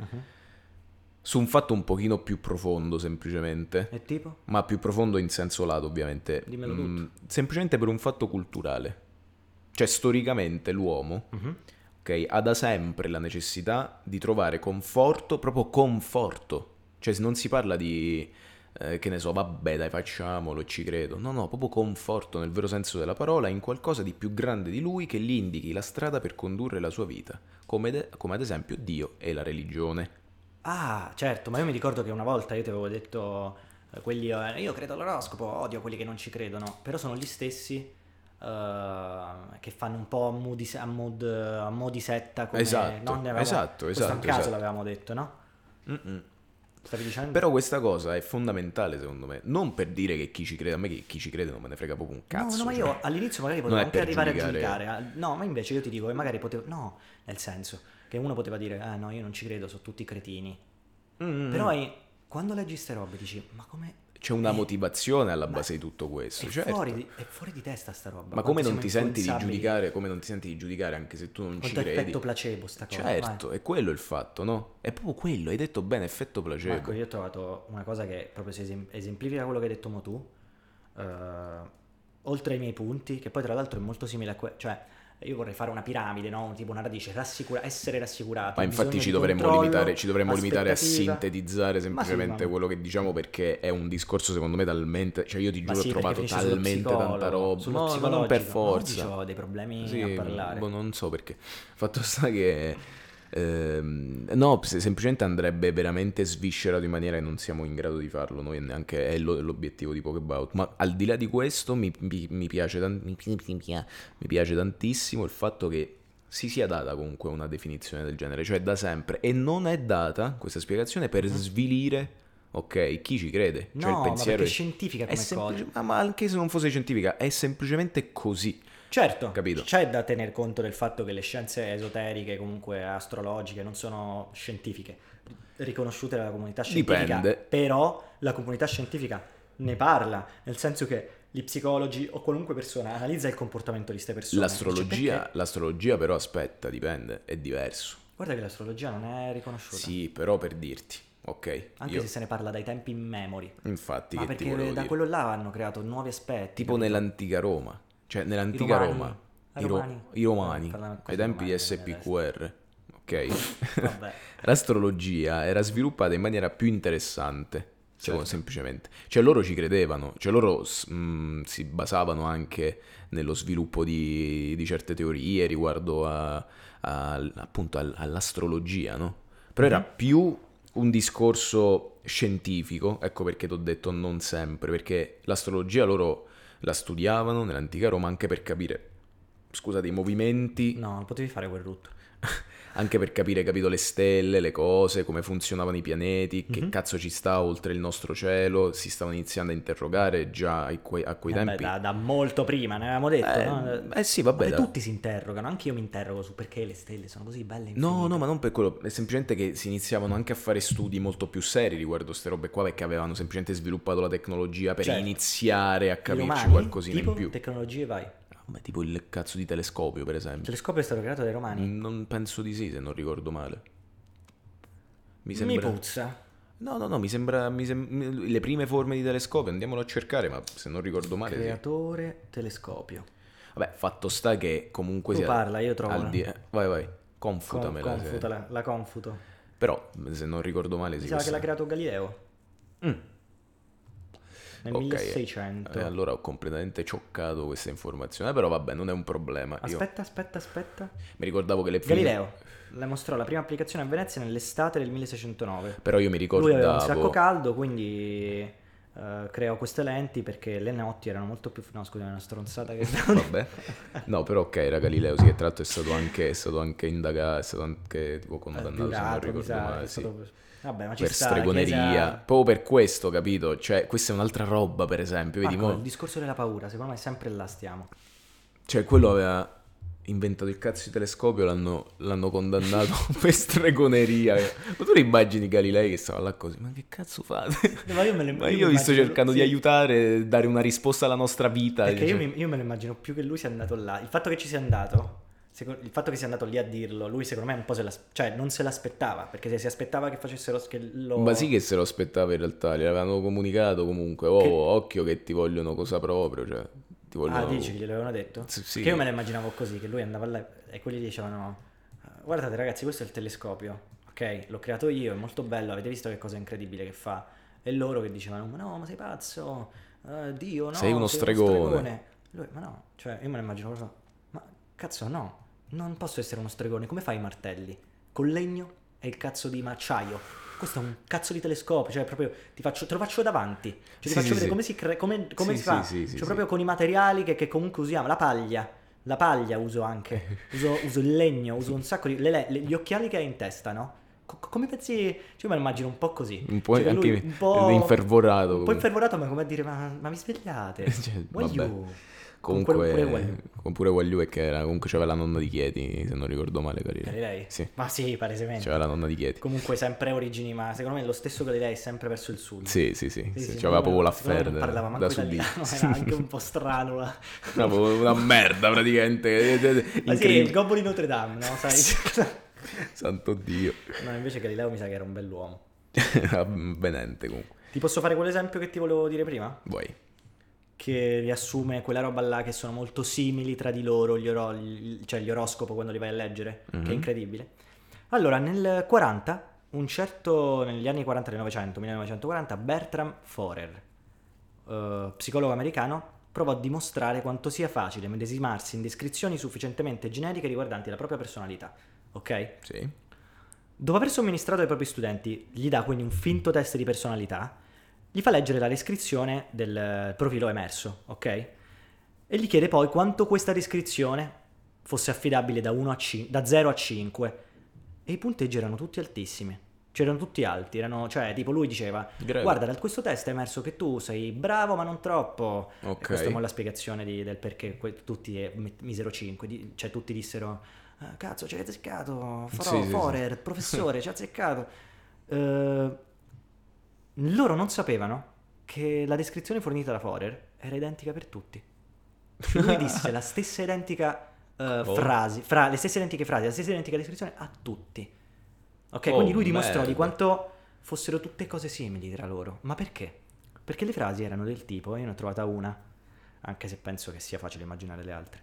Speaker 1: su un fatto un pochino più profondo semplicemente.
Speaker 2: E tipo?
Speaker 1: Ma più profondo in senso lato, ovviamente. Mm,
Speaker 2: Dimmelo
Speaker 1: semplicemente per un fatto culturale. Cioè, storicamente l'uomo ok, ha da sempre la necessità di trovare conforto, proprio conforto. Cioè, non si parla di eh, che ne so, vabbè, dai, facciamolo, ci credo. No, no, proprio conforto nel vero senso della parola in qualcosa di più grande di lui che gli indichi la strada per condurre la sua vita, come, de- come ad esempio Dio e la religione.
Speaker 2: Ah, certo, ma io mi ricordo che una volta io ti avevo detto, eh, quelli, eh, io credo all'oroscopo, odio quelli che non ci credono, però sono gli stessi eh, che fanno un po' a mo' di, a mod- a mo' di setta come...
Speaker 1: Esatto,
Speaker 2: no, ne avevamo-
Speaker 1: esatto,
Speaker 2: questo a
Speaker 1: esatto,
Speaker 2: caso
Speaker 1: esatto.
Speaker 2: l'avevamo detto, no?
Speaker 1: Mm-mm.
Speaker 2: Stavi dicendo?
Speaker 1: Però questa cosa è fondamentale secondo me, non per dire che chi ci crede, a me che chi ci crede non me ne frega proprio un cazzo.
Speaker 2: no, no, ma io
Speaker 1: cioè.
Speaker 2: all'inizio magari
Speaker 1: non
Speaker 2: potevo
Speaker 1: è
Speaker 2: anche
Speaker 1: per
Speaker 2: arrivare
Speaker 1: giudicare.
Speaker 2: a giudicare. ah, No, ma invece io ti dico, e magari potevo. No, nel senso che uno poteva dire, ah no, io non ci credo, sono tutti cretini.
Speaker 1: Mm, mm,
Speaker 2: Però
Speaker 1: mm.
Speaker 2: è- quando leggi ste robe dici, ma come.
Speaker 1: c'è una
Speaker 2: Eh,
Speaker 1: motivazione alla
Speaker 2: ma
Speaker 1: base di tutto questo.
Speaker 2: È,
Speaker 1: certo.
Speaker 2: fuori di, è fuori di testa sta roba.
Speaker 1: Ma come
Speaker 2: quanto
Speaker 1: non
Speaker 2: siamo
Speaker 1: ti senti di
Speaker 2: influenzabili,
Speaker 1: giudicare, come non ti senti di giudicare anche se tu non ci
Speaker 2: Quanto è
Speaker 1: credi?
Speaker 2: effetto placebo sta cosa.
Speaker 1: Certo, è quello il fatto, no? È proprio quello, hai detto bene, effetto
Speaker 2: Vai. Marco,
Speaker 1: placebo.
Speaker 2: io ho trovato una cosa che proprio si esem- esemplifica quello che hai detto mo tu. eh, oltre ai miei punti, che poi tra l'altro è molto simile a quello. Cioè, io vorrei fare una piramide, no? Tipo una radice, rassicura- essere rassicurati.
Speaker 1: Ma infatti ci dovremmo, limitare, ci dovremmo limitare a sintetizzare semplicemente quello che diciamo perché è un discorso secondo me talmente... Cioè io ti
Speaker 2: Ma
Speaker 1: giuro
Speaker 2: sì,
Speaker 1: ho
Speaker 2: perché
Speaker 1: trovato
Speaker 2: finisce sullo
Speaker 1: talmente
Speaker 2: psicologo,
Speaker 1: tanta roba.
Speaker 2: sullo
Speaker 1: No, ma non per
Speaker 2: psicologico. Ma oggi
Speaker 1: forza.
Speaker 2: c'ho dei problemi
Speaker 1: Sì,
Speaker 2: a parlare.
Speaker 1: boh, non so perché. Fatto sta che... ehm, no, se- semplicemente andrebbe veramente sviscerato in maniera che non siamo in grado di farlo noi, e neanche è lo- l'obiettivo di Pokebaut. Ma al di là di questo mi, mi- mi piace tan- mi- mi- mi- mi piace tantissimo il fatto che si sia data comunque una definizione del genere, cioè da sempre, e non è data questa spiegazione per svilire, ok, chi ci crede, cioè
Speaker 2: Mm-hmm. No,
Speaker 1: il
Speaker 2: ma
Speaker 1: pensiero
Speaker 2: perché è
Speaker 1: è,
Speaker 2: scientifica
Speaker 1: è
Speaker 2: come
Speaker 1: semplice-
Speaker 2: cosa.
Speaker 1: ma- ma anche se non fosse scientifica, è semplicemente così.
Speaker 2: Certo,
Speaker 1: Capito.
Speaker 2: c'è da tener conto del fatto che le scienze esoteriche, comunque astrologiche, non sono scientifiche, riconosciute dalla comunità scientifica.
Speaker 1: Dipende.
Speaker 2: Però la comunità scientifica ne parla, nel senso che gli psicologi o qualunque persona analizza il comportamento di queste persone. Dice,
Speaker 1: L'astrologia,
Speaker 2: "Perché?"
Speaker 1: l'astrologia però aspetta, dipende, è diverso.
Speaker 2: Guarda che l'astrologia non è riconosciuta,
Speaker 1: Sì, però per dirti, ok,
Speaker 2: anche
Speaker 1: io-
Speaker 2: se se ne parla dai tempi immemori.
Speaker 1: infatti
Speaker 2: Ma
Speaker 1: che ti volevo
Speaker 2: perché da
Speaker 1: dire?
Speaker 2: quello là hanno creato nuovi aspetti.
Speaker 1: Tipo
Speaker 2: capito?
Speaker 1: nell'antica Roma, cioè nell'antica
Speaker 2: romani,
Speaker 1: Roma,
Speaker 2: i
Speaker 1: i, ro-
Speaker 2: romani.
Speaker 1: i romani,
Speaker 2: Parlavano così
Speaker 1: ai tempi di
Speaker 2: romani, quindi
Speaker 1: SPQR, ok?
Speaker 2: Vabbè.
Speaker 1: L'astrologia era sviluppata in maniera più interessante, secondo-
Speaker 2: Certo.
Speaker 1: semplicemente. Cioè loro ci credevano, cioè loro s- mh, si basavano anche nello sviluppo di, di certe teorie riguardo a- a- appunto al- all'astrologia, no? Però era più un discorso scientifico, ecco perché ti ho detto non sempre, perché l'astrologia loro la studiavano nell'antica Roma anche per capire, scusa, dei movimenti
Speaker 2: No, non potevi fare quel rutto.
Speaker 1: anche per capire, capito, le stelle, le cose, come funzionavano i pianeti, che
Speaker 2: Mhm.
Speaker 1: cazzo ci sta oltre il nostro cielo, si stavano iniziando a interrogare già ai que- a quei
Speaker 2: Eh beh,
Speaker 1: tempi.
Speaker 2: da, da molto prima, ne avevamo detto,
Speaker 1: Eh,
Speaker 2: no?
Speaker 1: eh sì, vabbè,
Speaker 2: Vabbè,
Speaker 1: da-
Speaker 2: tutti si interrogano, anche io mi interrogo su perché le stelle sono così belle in
Speaker 1: No, no, ma non per quello, è semplicemente che si iniziavano anche a fare studi molto più seri riguardo queste robe qua, perché avevano semplicemente sviluppato la tecnologia per
Speaker 2: Certo.
Speaker 1: iniziare a capirci qualcosina
Speaker 2: tipo
Speaker 1: in più.
Speaker 2: tecnologie vai. Il
Speaker 1: Ah, ma tipo il cazzo di telescopio, per esempio.
Speaker 2: telescopio è stato creato dai romani.
Speaker 1: Non penso di sì, se non ricordo male. Mi
Speaker 2: Mi,
Speaker 1: sembra...
Speaker 2: puzza.
Speaker 1: No, no, no, mi sembra, mi sem- le prime forme di telescopio, andiamolo a cercare, ma se non ricordo male sì.
Speaker 2: Creatore telescopio.
Speaker 1: Vabbè, fatto sta che comunque
Speaker 2: Tu
Speaker 1: sia...
Speaker 2: parla, io trovo.
Speaker 1: al di-
Speaker 2: Con-
Speaker 1: eh, Vai, vai, confutamela. se-
Speaker 2: confutala, la confuto.
Speaker 1: Però, se non ricordo male, sì.
Speaker 2: Mi sa che l'ha
Speaker 1: questa-
Speaker 2: creato Galileo Mm. nel
Speaker 1: Ok.
Speaker 2: 1600.
Speaker 1: Eh, allora ho completamente cioccato questa informazione, però vabbè, non è un problema. Io
Speaker 2: Aspetta, aspetta, aspetta.
Speaker 1: mi ricordavo che le...
Speaker 2: Galileo le mostrò la prima applicazione a Venezia nell'estate del 1609.
Speaker 1: Però io mi
Speaker 2: Lui aveva un
Speaker 1: ricordavo...
Speaker 2: sacco caldo, quindi eh, creò queste lenti perché le notti erano molto più... No, scusa, è una stronzata che...
Speaker 1: Vabbè. No, però ok, era Galileo, sì, che tra l'altro è stato anche, è stato anche indagato, è stato anche tipo condannato, se non
Speaker 2: Giurato, mi
Speaker 1: ricordo
Speaker 2: sa,
Speaker 1: male,
Speaker 2: è
Speaker 1: sì.
Speaker 2: stato- Vabbè, ma ci
Speaker 1: per
Speaker 2: sta, esatto.
Speaker 1: stregoneria.
Speaker 2: la chiesa-
Speaker 1: Proprio per questo, capito? Cioè, questa è un'altra roba, per esempio. Vedi,
Speaker 2: Marco,
Speaker 1: mo-
Speaker 2: il discorso della paura, secondo me sempre là stiamo.
Speaker 1: Cioè, quello aveva inventato il cazzo di telescopio, l'hanno, l'hanno condannato per stregoneria. Ma tu le immagini Galilei che stava là così? Ma che cazzo fate?
Speaker 2: Ma io me le-
Speaker 1: Ma
Speaker 2: io
Speaker 1: io vi sto
Speaker 2: immagino-
Speaker 1: cercando di
Speaker 2: sì.
Speaker 1: aiutare, dare una risposta alla nostra vita.
Speaker 2: Perché io,
Speaker 1: cioè-
Speaker 2: mi- io me lo immagino più che lui sia andato là. Il fatto che ci sia andato, seco- il fatto che sia andato lì a dirlo, lui secondo me un po' se l'as- cioè, non se l'aspettava, perché se si aspettava che facessero... Che lo...
Speaker 1: Ma sì che se lo aspettava in realtà, gliel'avevano comunicato comunque. Oh,
Speaker 2: Che-
Speaker 1: occhio che ti vogliono cosa proprio, cioè... Ti vogliono...
Speaker 2: Ah, dici che gliel'avevano detto?
Speaker 1: Sì, sì.
Speaker 2: Che io me la immaginavo così, che lui andava là e quelli dicevano guardate ragazzi questo è il telescopio, ok? L'ho creato io, è molto bello, avete visto che cosa incredibile che fa? E loro che dicevano ma no, ma sei pazzo, Eh, Dio no,
Speaker 1: Sei uno stregone."
Speaker 2: Lui, ma no, cioè io me la immagino proprio, ma cazzo no, non posso essere uno stregone, come fai i martelli? Col legno e il cazzo di macciaio. Questo è un cazzo di telescopio, cioè proprio ti faccio, te lo faccio davanti, cioè, ti
Speaker 1: Sì,
Speaker 2: faccio
Speaker 1: sì,
Speaker 2: vedere
Speaker 1: sì.
Speaker 2: come si, crea come, come
Speaker 1: Sì,
Speaker 2: si fa,
Speaker 1: sì, sì, sì,
Speaker 2: cioè
Speaker 1: sì.
Speaker 2: proprio con i materiali che, che comunque usiamo, la paglia, la paglia uso anche, uso, uso il legno, uso un sacco di... le le- le- gli occhiali che hai in testa, no? Co- come pensi... Cioè, io me lo immagino un po' così.
Speaker 1: Un po'
Speaker 2: Cioè, che
Speaker 1: anche
Speaker 2: lui un po'...
Speaker 1: infervorato.
Speaker 2: Un po'
Speaker 1: comunque.
Speaker 2: infervorato, ma come a dire, ma, ma mi svegliate?
Speaker 1: Cioè,
Speaker 2: Why
Speaker 1: vabbè.
Speaker 2: you?
Speaker 1: Comunque,
Speaker 2: quello- pure
Speaker 1: pure
Speaker 2: quello.
Speaker 1: con pure Guagliù che era, comunque c'aveva la nonna di Chieti, se non ricordo male, Galilei.
Speaker 2: Galilei?
Speaker 1: Sì. Cioè,
Speaker 2: Ma sì, palesemente.
Speaker 1: C'aveva la nonna di Chieti.
Speaker 2: Comunque sempre origini, ma secondo me lo stesso Galilei è sempre verso il sud.
Speaker 1: Sì, sì, sì,
Speaker 2: Sì,
Speaker 1: sì,
Speaker 2: sì,
Speaker 1: c'aveva
Speaker 2: secondo
Speaker 1: proprio
Speaker 2: me-
Speaker 1: l'affare
Speaker 2: secondo me non parlava manco
Speaker 1: da
Speaker 2: italiano,
Speaker 1: subire.
Speaker 2: era anche un po' strano. la-
Speaker 1: Proprio una merda praticamente.
Speaker 2: Ma sì,
Speaker 1: Incredibile.
Speaker 2: il gobbo di Notre Dame,
Speaker 1: Sì.
Speaker 2: no? Sai?
Speaker 1: Santo Dio.
Speaker 2: no, invece Galileo mi sa che era un bell'uomo.
Speaker 1: Benente comunque.
Speaker 2: Ti posso fare quell'esempio che ti volevo dire prima?
Speaker 1: Vuoi?
Speaker 2: Che riassume quella roba là che sono molto simili tra di loro, gli oro- il- cioè gli oroscopo quando li vai a leggere,
Speaker 1: Mhm.
Speaker 2: che è incredibile. Allora, nel 40, un certo, negli anni 40 del Novecento, 1940, Bertram Forer, eh, psicologo americano, provò a dimostrare quanto sia facile medesimarsi in descrizioni sufficientemente generiche riguardanti la propria personalità, ok?
Speaker 1: Sì.
Speaker 2: Dopo aver somministrato ai propri studenti, gli dà quindi un finto test di personalità, gli fa leggere la descrizione del eh, profilo emerso, ok? E gli chiede poi quanto questa descrizione fosse affidabile da, 1 a cin- da 0 a 5. E i punteggi erano tutti altissimi. C'erano tutti alti, erano, cioè, tipo lui diceva:
Speaker 1: Gredo.
Speaker 2: Guarda, da questo test è emerso che tu sei bravo, ma non troppo. E
Speaker 1: Ok.
Speaker 2: questa è mo la spiegazione di- del perché que- tutti eh, mi- misero 5, cioè tutti dissero "Ah, cazzo ci hai azzeccato, farò
Speaker 1: Sì, sì,
Speaker 2: Forer, professore ci ha azzeccato. Eh, loro non sapevano che la descrizione fornita da Forer era identica per tutti. Cioè, Lui disse la stessa identica eh,
Speaker 1: Oh.
Speaker 2: frasi, fra, le stesse identiche frasi, la stessa identica descrizione a tutti. Ok,
Speaker 1: Oh,
Speaker 2: quindi lui dimostrò
Speaker 1: merda.
Speaker 2: di quanto fossero tutte cose simili tra loro. Ma perché? Perché le frasi erano del tipo, io ne ho trovata una, anche se penso che sia facile immaginare le altre.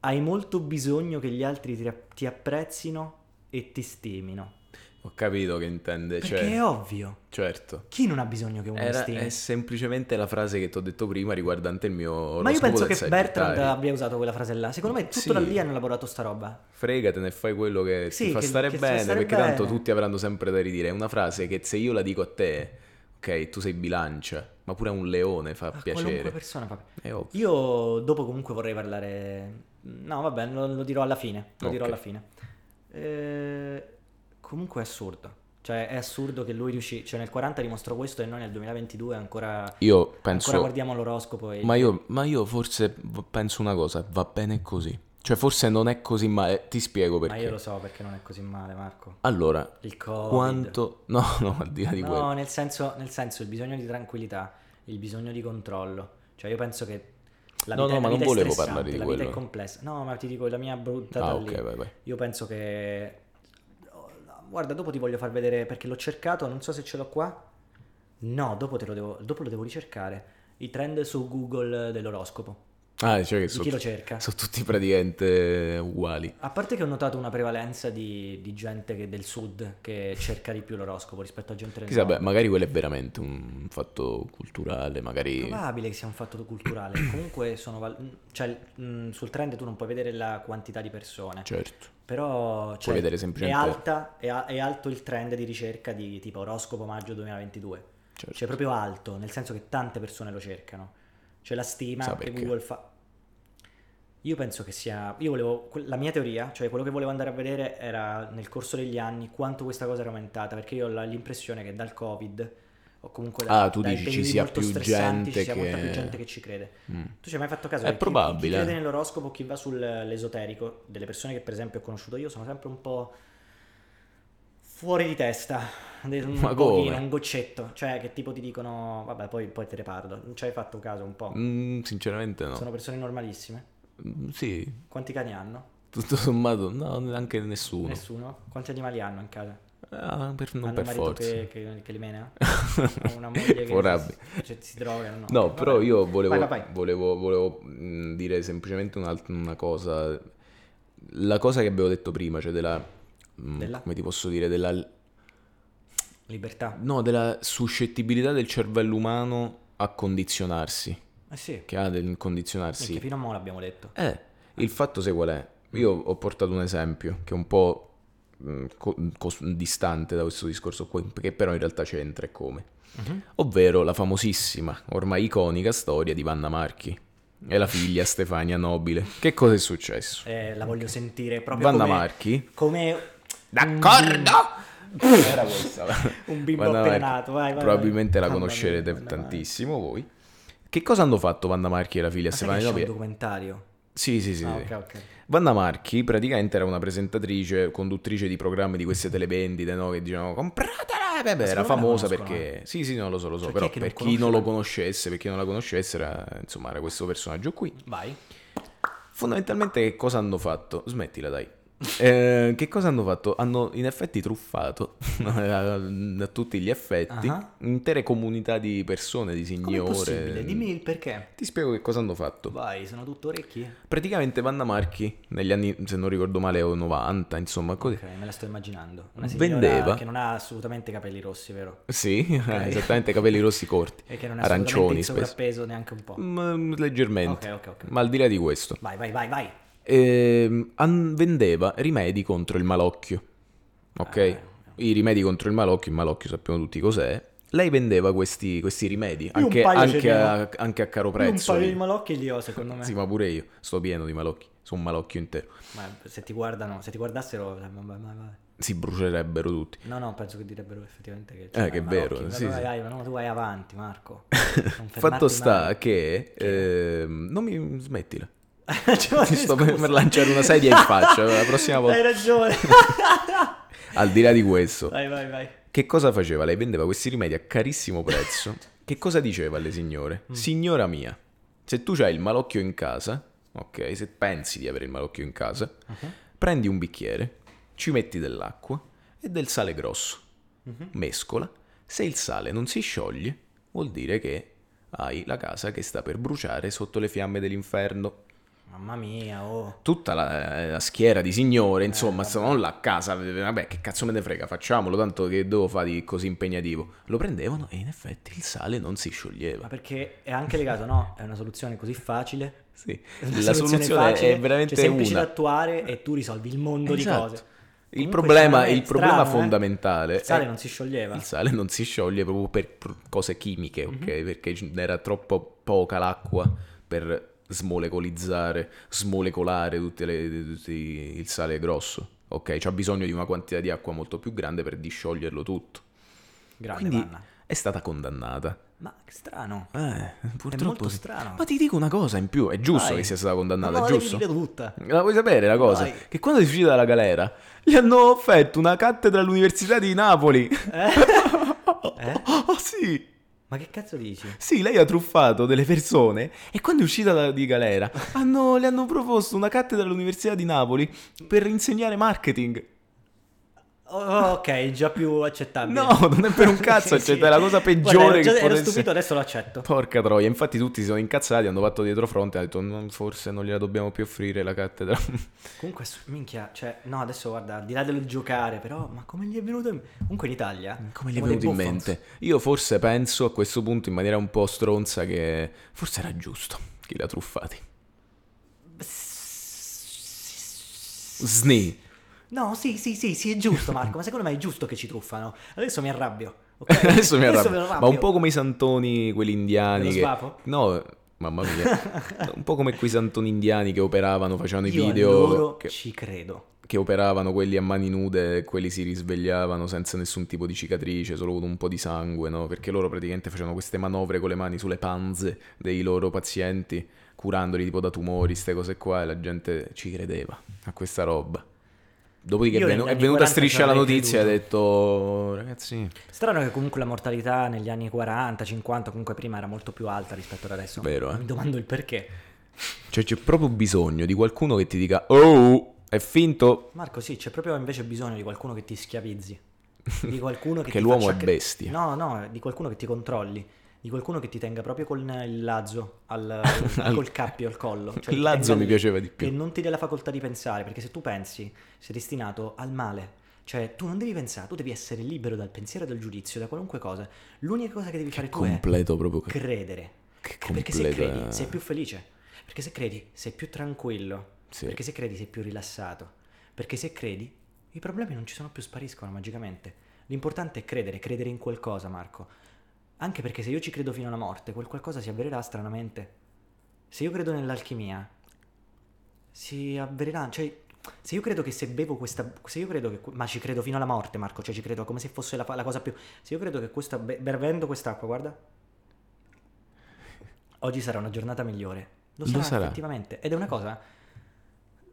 Speaker 2: Hai molto bisogno che gli altri ti, ti apprezzino e ti stimino.
Speaker 1: Ho capito che intende,
Speaker 2: Perché
Speaker 1: cioè...
Speaker 2: è ovvio.
Speaker 1: Certo.
Speaker 2: Chi non ha bisogno che uno lo
Speaker 1: Era, eh
Speaker 2: stimi?
Speaker 1: è semplicemente la frase che ti ho detto prima riguardante il mio
Speaker 2: Ma io
Speaker 1: oroscopo
Speaker 2: penso
Speaker 1: del
Speaker 2: che Bertrand
Speaker 1: Sagittario.
Speaker 2: abbia usato quella frase là. Secondo me tutto
Speaker 1: Sì.
Speaker 2: da lì hanno elaborato sta roba.
Speaker 1: Fregatene e fai quello che
Speaker 2: Sì,
Speaker 1: ti fa
Speaker 2: che-
Speaker 1: stare
Speaker 2: che ti fa
Speaker 1: bene,
Speaker 2: stare
Speaker 1: perché tanto
Speaker 2: bene.
Speaker 1: tutti avranno sempre da ridire. È una frase che se io la dico a te, ok, tu sei bilancia, ma pure a un leone fa
Speaker 2: A Ah, qualunque
Speaker 1: piacere.
Speaker 2: persona fa.
Speaker 1: È ovvio.
Speaker 2: Io dopo comunque vorrei parlare. No, vabbè, lo, lo dirò alla fine. Lo dirò
Speaker 1: Ok.
Speaker 2: alla fine. Eh, comunque è assurdo. Cioè, è assurdo che lui riuscì. Cioè, nel 40 dimostrò questo e noi nel 2022 ancora.
Speaker 1: Io
Speaker 2: Ancora
Speaker 1: penso...
Speaker 2: guardiamo l'oroscopo e.
Speaker 1: Ma io, ma io forse v- penso una cosa, va bene così. Cioè forse non è così male, ti spiego
Speaker 2: ma
Speaker 1: perché.
Speaker 2: io lo so perché non è così male, Marco.
Speaker 1: Allora,
Speaker 2: Il COVID.
Speaker 1: quanto... No, no, al di là di quello.
Speaker 2: No, nel senso, nel senso, il bisogno di tranquillità, il bisogno di controllo. Cioè, io penso che. La
Speaker 1: No,
Speaker 2: vita,
Speaker 1: no,
Speaker 2: la
Speaker 1: ma non
Speaker 2: vita è
Speaker 1: volevo
Speaker 2: stressante,
Speaker 1: parlare di
Speaker 2: la vita è
Speaker 1: quello.
Speaker 2: complessa. No, ma ti dico la mia brutta
Speaker 1: Ah,
Speaker 2: da
Speaker 1: ok,
Speaker 2: lì.
Speaker 1: vai, vai.
Speaker 2: Io penso che. Guarda, dopo ti voglio far vedere perché l'ho cercato, non so se ce l'ho qua. No, dopo, te lo, devo, dopo lo devo ricercare. I trend su Google dell'oroscopo.
Speaker 1: Ah, cioè che
Speaker 2: Di
Speaker 1: sono,
Speaker 2: chi lo cerca?
Speaker 1: sono tutti praticamente uguali.
Speaker 2: A parte che ho notato una prevalenza di, di gente che del sud che cerca di più l'oroscopo rispetto a gente del
Speaker 1: Chissà,
Speaker 2: nord.
Speaker 1: beh, magari quello è veramente un fatto culturale, magari...
Speaker 2: Probabile che sia un fatto culturale. Comunque sono val- cioè, mh, sul trend tu non puoi vedere la quantità di persone.
Speaker 1: Certo.
Speaker 2: Però cioè,
Speaker 1: vedere
Speaker 2: è,
Speaker 1: semplicemente-
Speaker 2: alta, è, a- è alto il trend di ricerca di tipo oroscopo maggio 2022.
Speaker 1: certo.
Speaker 2: Cioè, è proprio alto, nel senso che tante persone lo cercano. C'è la stima
Speaker 1: Sa
Speaker 2: che
Speaker 1: perché.
Speaker 2: Google fa. Io penso che sia. Io volevo. que- La mia teoria, cioè quello che volevo andare a vedere era nel corso degli anni quanto questa cosa era aumentata. Perché io ho la- l'impressione che dal Covid. O comunque da,
Speaker 1: Ah, tu
Speaker 2: dai
Speaker 1: dici ci
Speaker 2: periodi
Speaker 1: sia
Speaker 2: molto
Speaker 1: più
Speaker 2: stressanti,
Speaker 1: gente
Speaker 2: ci sia molta
Speaker 1: che-
Speaker 2: più gente che ci crede.
Speaker 1: Mm.
Speaker 2: Tu ci hai mai fatto caso?
Speaker 1: È
Speaker 2: che chi- Chi,
Speaker 1: probabile,
Speaker 2: crede
Speaker 1: eh.
Speaker 2: nell'oroscopo, chi va sull'esoterico, delle persone che per esempio ho conosciuto io, sono sempre un po' fuori di testa, del- un
Speaker 1: Ma
Speaker 2: pochino,
Speaker 1: come?
Speaker 2: un goccetto, cioè che tipo ti dicono, vabbè poi, poi te ne parlo, non ci hai fatto caso un po',
Speaker 1: Mm, sinceramente no.
Speaker 2: sono persone normalissime,
Speaker 1: Mm, Sì,
Speaker 2: quanti cani hanno?
Speaker 1: tutto sommato, no, neanche nessuno.
Speaker 2: Nessuno? Quanti animali hanno in casa?
Speaker 1: Ah, per- non
Speaker 2: hanno
Speaker 1: per
Speaker 2: un marito
Speaker 1: forza.
Speaker 2: che, che- che li mena? Hanno una moglie che
Speaker 1: Vorrabbe.
Speaker 2: si, cioè, si drogano? No,
Speaker 1: No,
Speaker 2: Vabbè.
Speaker 1: però io volevo,
Speaker 2: Vai, vai, vai.
Speaker 1: volevo, volevo, mh, dire semplicemente un'alt- una cosa. La cosa che avevo detto prima, cioè della, mh,
Speaker 2: Della?
Speaker 1: come ti posso dire, della,
Speaker 2: Libertà.
Speaker 1: no, della suscettibilità del cervello umano a condizionarsi,
Speaker 2: Eh sì,
Speaker 1: che ha del
Speaker 2: Minchia,
Speaker 1: condizionarsi.
Speaker 2: fino a mo' l'abbiamo detto.
Speaker 1: Eh, il fatto sai qual è? Io ho portato un esempio che è un po' mh, co- cos- distante da questo discorso qui, che però in realtà c'entra e come.
Speaker 2: Mhm.
Speaker 1: ovvero la famosissima, ormai iconica storia di Vanna Marchi e la figlia Stefania Nobile. Che cosa è successo?
Speaker 2: Eh, la voglio sentire proprio
Speaker 1: Vanna
Speaker 2: come,
Speaker 1: Marchi?
Speaker 2: come
Speaker 1: D'accordo! Era questa.
Speaker 2: un bimbo
Speaker 1: Vanna
Speaker 2: appena
Speaker 1: Marchi.
Speaker 2: nato, vai, vai, vai.
Speaker 1: Probabilmente la
Speaker 2: Mamma mia,
Speaker 1: conoscerete
Speaker 2: Vanna Marchi.
Speaker 1: tantissimo voi. Che cosa hanno fatto Vanna Marchi e la figlia
Speaker 2: Ma sai che
Speaker 1: Stefania
Speaker 2: c'è un
Speaker 1: Novi?
Speaker 2: documentario.
Speaker 1: Sì, sì, sì.
Speaker 2: Ah,
Speaker 1: sì.
Speaker 2: ok, ok.
Speaker 1: Vanna Marchi praticamente era una presentatrice, conduttrice di programmi di queste televendite, no? Che dicevano compratela! Beh, beh, era
Speaker 2: secondo me la
Speaker 1: famosa
Speaker 2: conoscono,
Speaker 1: perché... Sì, sì, no, lo so, lo so,
Speaker 2: Cioè, chi
Speaker 1: però
Speaker 2: è che non
Speaker 1: per chi non
Speaker 2: conosce?
Speaker 1: lo conoscesse, per chi non la conoscesse, era, insomma, era questo personaggio qui.
Speaker 2: Vai.
Speaker 1: Fondamentalmente che cosa hanno fatto? Smettila dai. Eh, che cosa hanno fatto? Hanno in effetti truffato a, a tutti gli effetti
Speaker 2: Ah.
Speaker 1: intere comunità di persone, di
Speaker 2: Com'è
Speaker 1: signore.
Speaker 2: possibile? Dimmi il perché.
Speaker 1: Ti spiego che cosa hanno fatto.
Speaker 2: Vai, sono tutto orecchie.
Speaker 1: Praticamente Vanna Marchi, negli anni, se non ricordo male, o 90, insomma, così.
Speaker 2: Ok, me la sto immaginando. Una signora
Speaker 1: Vendeva.
Speaker 2: che non ha assolutamente capelli rossi, vero?
Speaker 1: Sì, esattamente, capelli rossi corti,
Speaker 2: E che non è assolutamente
Speaker 1: arancioni
Speaker 2: in
Speaker 1: spesso.
Speaker 2: sovrappeso neanche un po'.
Speaker 1: Mm, leggermente.
Speaker 2: Ok, ok, ok.
Speaker 1: Ma al di là di questo,
Speaker 2: Vai, vai, vai, vai.
Speaker 1: Ehm, an- vendeva rimedi contro il malocchio. Ok?
Speaker 2: Ah, eh.
Speaker 1: I rimedi contro il malocchio, il malocchio sappiamo tutti cos'è. Lei vendeva questi, questi rimedi
Speaker 2: un
Speaker 1: anche,
Speaker 2: paio ce
Speaker 1: anche
Speaker 2: li ho.
Speaker 1: a, anche a caro prezzo.
Speaker 2: Un paio
Speaker 1: lì.
Speaker 2: di malocchi li ho, secondo me.
Speaker 1: Sì, ma pure io sto pieno di malocchi. Sono un malocchio intero.
Speaker 2: Ma se ti guardano, se ti guardassero... eh, ma- ma- ma- ma-
Speaker 1: Si brucerebbero tutti.
Speaker 2: No, no, penso che direbbero effettivamente che...
Speaker 1: Eh, che è vero, sì,
Speaker 2: ma
Speaker 1: sì.
Speaker 2: Dai, ma no, tu vai avanti, Marco.
Speaker 1: Fatto sta che. ehm, non mi smettila. Ti
Speaker 2: Ti
Speaker 1: sto per- per lanciare una sedia in faccia, la prossima volta.
Speaker 2: Cioè, Hai ragione.
Speaker 1: Al di là di questo,
Speaker 2: vai, vai, vai.
Speaker 1: Che cosa faceva? Lei vendeva questi rimedi a carissimo prezzo. che cosa diceva alle signore? Signora mia, se tu hai il malocchio in casa, ok, se pensi di avere il malocchio in casa, prendi un bicchiere, ci metti dell'acqua e del sale grosso,
Speaker 2: Mhm.
Speaker 1: mescola. Se il sale non si scioglie, vuol dire che hai la casa che sta per bruciare sotto le fiamme dell'inferno.
Speaker 2: Mamma mia, oh.
Speaker 1: Tutta la, la schiera di
Speaker 2: Eh,
Speaker 1: signore, insomma, se non la casa, vabbè, che cazzo me ne frega, facciamolo, tanto che devo fare di così impegnativo. Lo prendevano e in effetti il sale non si
Speaker 2: Ma
Speaker 1: scioglieva.
Speaker 2: perché è anche legato, no? È una soluzione così facile.
Speaker 1: Sì.
Speaker 2: Una
Speaker 1: La soluzione
Speaker 2: facile,
Speaker 1: è veramente
Speaker 2: cioè, semplice
Speaker 1: una.
Speaker 2: da attuare e tu risolvi il mondo
Speaker 1: Esatto.
Speaker 2: di cose.
Speaker 1: Il
Speaker 2: Comunque,
Speaker 1: problema,
Speaker 2: secondo me
Speaker 1: il
Speaker 2: è
Speaker 1: problema
Speaker 2: strano, eh?
Speaker 1: fondamentale
Speaker 2: Il sale
Speaker 1: è-
Speaker 2: non si scioglieva.
Speaker 1: il sale non si scioglie proprio per pr- cose chimiche, ok?
Speaker 2: Mhm.
Speaker 1: Perché c- era troppo poca l'acqua per smolecolizzare, smolecolare tutte le- tutti- il sale grosso, ok? C'ha bisogno di una quantità di acqua molto più grande per discioglierlo tutto.
Speaker 2: Grande
Speaker 1: Quindi
Speaker 2: panna.
Speaker 1: è stata condannata.
Speaker 2: Ma che strano.
Speaker 1: Eh, purtroppo.
Speaker 2: molto
Speaker 1: sì.
Speaker 2: strano.
Speaker 1: Ma ti dico una cosa in più, è giusto
Speaker 2: Vai.
Speaker 1: che sia stata condannata,
Speaker 2: Ma
Speaker 1: è
Speaker 2: la devi
Speaker 1: giusto?
Speaker 2: dire tutta.
Speaker 1: La vuoi sapere la cosa?
Speaker 2: Vai.
Speaker 1: Che quando è uscita dalla galera gli hanno offerto una cattedra all'Università di Napoli.
Speaker 2: Eh?
Speaker 1: Oh sì,
Speaker 2: Ma che cazzo dici?
Speaker 1: sì, lei ha truffato delle persone e quando è uscita da- di galera hanno- le hanno proposto una cattedra all'Università di Napoli per insegnare marketing.
Speaker 2: Oh, ok, già più accettabile.
Speaker 1: No, non è per un cazzo,
Speaker 2: Sì, sì.
Speaker 1: accetta, è la cosa peggiore
Speaker 2: Guarda, ero
Speaker 1: che
Speaker 2: già- Ero
Speaker 1: potesse-
Speaker 2: stupito, adesso lo accetto.
Speaker 1: Porca troia, infatti tutti si sono incazzati, hanno fatto dietro fronte, hanno detto "No, forse non gliela dobbiamo più offrire la cattedra.
Speaker 2: Comunque, su- minchia, cioè, no, adesso guarda, al di là del giocare, però, ma come gli è venuto in... Comunque in Italia...
Speaker 1: Come gli è
Speaker 2: siamo dei
Speaker 1: venuto in
Speaker 2: buffons.
Speaker 1: mente? Io forse penso a questo punto in maniera un po' stronza che forse era giusto che li ha truffati. Sni.
Speaker 2: No, sì, sì, sì, sì, è giusto Marco, ma secondo me è giusto che ci truffano. Adesso mi arrabbio. ok?
Speaker 1: Eh, Adesso mi
Speaker 2: me
Speaker 1: arrabbio. Ma
Speaker 2: arrabbio.
Speaker 1: un po' come i santoni, quelli indiani
Speaker 2: Dello
Speaker 1: che...
Speaker 2: svapo?
Speaker 1: No, mamma mia. un po' come quei santoni indiani che operavano, facevano i
Speaker 2: Io a
Speaker 1: video...
Speaker 2: loro
Speaker 1: che-
Speaker 2: ci credo.
Speaker 1: che operavano quelli a mani nude, quelli si risvegliavano senza nessun tipo di cicatrice, solo con un po' di sangue, no? Perché loro praticamente facevano queste manovre con le mani sulle panze dei loro pazienti, curandoli tipo da tumori, queste cose qua, e la gente ci credeva a questa roba. Dopodiché
Speaker 2: Io
Speaker 1: è,
Speaker 2: negli
Speaker 1: venu- è
Speaker 2: anni
Speaker 1: venuta
Speaker 2: 40 ci
Speaker 1: striscia la
Speaker 2: avrei
Speaker 1: notizia e ha
Speaker 2: creduto.
Speaker 1: detto, "Oh, ragazzi,
Speaker 2: Strano che comunque la mortalità negli anni 40, 50, comunque prima era molto più alta rispetto ad adesso.
Speaker 1: Vero, eh?
Speaker 2: Mi domando il perché.
Speaker 1: cioè c'è proprio bisogno di qualcuno che ti dica, oh, è finto,
Speaker 2: Marco, sì, c'è proprio invece bisogno di qualcuno che ti schiavizzi. Di qualcuno che
Speaker 1: Che
Speaker 2: ti
Speaker 1: l'uomo
Speaker 2: faccia
Speaker 1: è
Speaker 2: cre-
Speaker 1: bestia.
Speaker 2: No, no, di qualcuno che ti controlli. Di qualcuno che ti tenga proprio con il lazzo, al,
Speaker 1: Al-
Speaker 2: col cappio, al collo. Cioè,
Speaker 1: il
Speaker 2: ti
Speaker 1: lazzo
Speaker 2: tenga
Speaker 1: mi
Speaker 2: lì.
Speaker 1: piaceva di
Speaker 2: che eh,
Speaker 1: più.
Speaker 2: non ti dà la facoltà di pensare, perché se tu pensi sei destinato al male. Cioè, tu non devi pensare, tu devi essere libero dal pensiero, dal giudizio, da qualunque cosa. L'unica cosa che devi fare tu è
Speaker 1: Completo proprio. che-
Speaker 2: credere.
Speaker 1: Che
Speaker 2: Perché se
Speaker 1: completa-
Speaker 2: credi sei più felice. Perché se credi sei più tranquillo.
Speaker 1: eh, Sì.
Speaker 2: Perché se credi sei più rilassato. Perché se credi i problemi non ci sono più, spariscono magicamente. L'importante è credere, credere in qualcosa, Marco. Anche perché se io ci credo fino alla morte, quel qualcosa si avvererà stranamente. Se io credo nell'alchimia, si avvererà. Cioè, se io credo che se bevo questa. Se io credo che. Ma ci credo fino alla morte, Marco. Cioè, ci credo come se fosse la, fa- la cosa più. Se io credo che questa. be- bevendo quest'acqua, guarda. oggi sarà una giornata migliore. Lo
Speaker 1: Lo
Speaker 2: sarà,
Speaker 1: sarà.
Speaker 2: effettivamente. Ed è una cosa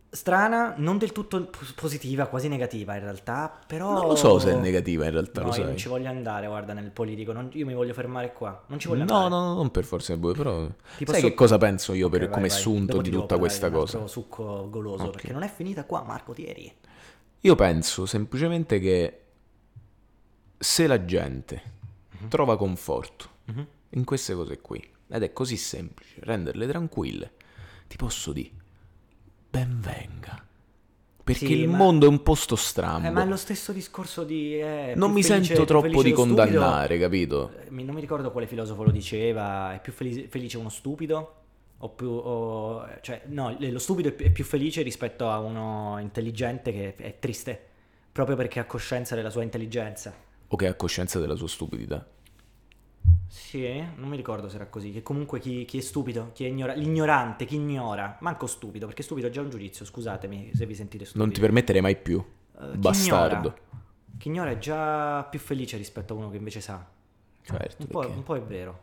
Speaker 2: strana, non del tutto p- positiva, quasi negativa in realtà, però...
Speaker 1: Non lo so se è negativa in realtà,
Speaker 2: No,
Speaker 1: lo
Speaker 2: io
Speaker 1: sai.
Speaker 2: non ci voglio andare, guarda, nel politico, non- io mi voglio fermare qua. Non ci voglio
Speaker 1: No,
Speaker 2: andare.
Speaker 1: no, non per forza del buio, però...
Speaker 2: Tipo
Speaker 1: sai
Speaker 2: su-
Speaker 1: che cosa penso io per
Speaker 2: Ok, vai,
Speaker 1: come
Speaker 2: vai.
Speaker 1: sunto
Speaker 2: Dopo
Speaker 1: di
Speaker 2: ti devo
Speaker 1: tutta
Speaker 2: parlare
Speaker 1: questa
Speaker 2: di un
Speaker 1: cosa?
Speaker 2: altro succo goloso,
Speaker 1: Ok.
Speaker 2: perché non è finita qua, Marco Tieri.
Speaker 1: Io penso semplicemente che se la gente
Speaker 2: Mhm.
Speaker 1: trova conforto
Speaker 2: Eh,
Speaker 1: in queste cose qui, ed è così semplice renderle tranquille, ti posso dire, benvenga. Perché
Speaker 2: Sì,
Speaker 1: il
Speaker 2: ma-
Speaker 1: mondo è un posto strambo.
Speaker 2: Eh, ma è lo stesso discorso di... eh,
Speaker 1: non
Speaker 2: più
Speaker 1: mi
Speaker 2: felice-
Speaker 1: sento
Speaker 2: più
Speaker 1: troppo
Speaker 2: felice
Speaker 1: di
Speaker 2: lo stupido.
Speaker 1: condannare, capito?
Speaker 2: Eh, mi- Non mi ricordo quale filosofo lo diceva, è più felice, felice uno stupido? O più, o- cioè, no, le- lo stupido è pi- è più felice rispetto a uno intelligente che è triste, proprio perché ha coscienza della sua intelligenza.
Speaker 1: O che ha coscienza della sua stupidità.
Speaker 2: Sì, non mi ricordo se era così, che comunque chi, chi è stupido, chi è ignora- l'ignorante, chi ignora, manco stupido, perché stupido è già un giudizio, scusatemi se vi sentite stupidi.
Speaker 1: Non ti permetterei mai più.
Speaker 2: Eh, chi
Speaker 1: Bastardo.
Speaker 2: ignora- Chi ignora è già più felice rispetto a uno che invece sa.
Speaker 1: Certo,
Speaker 2: Un po',
Speaker 1: perché-
Speaker 2: un po' è vero.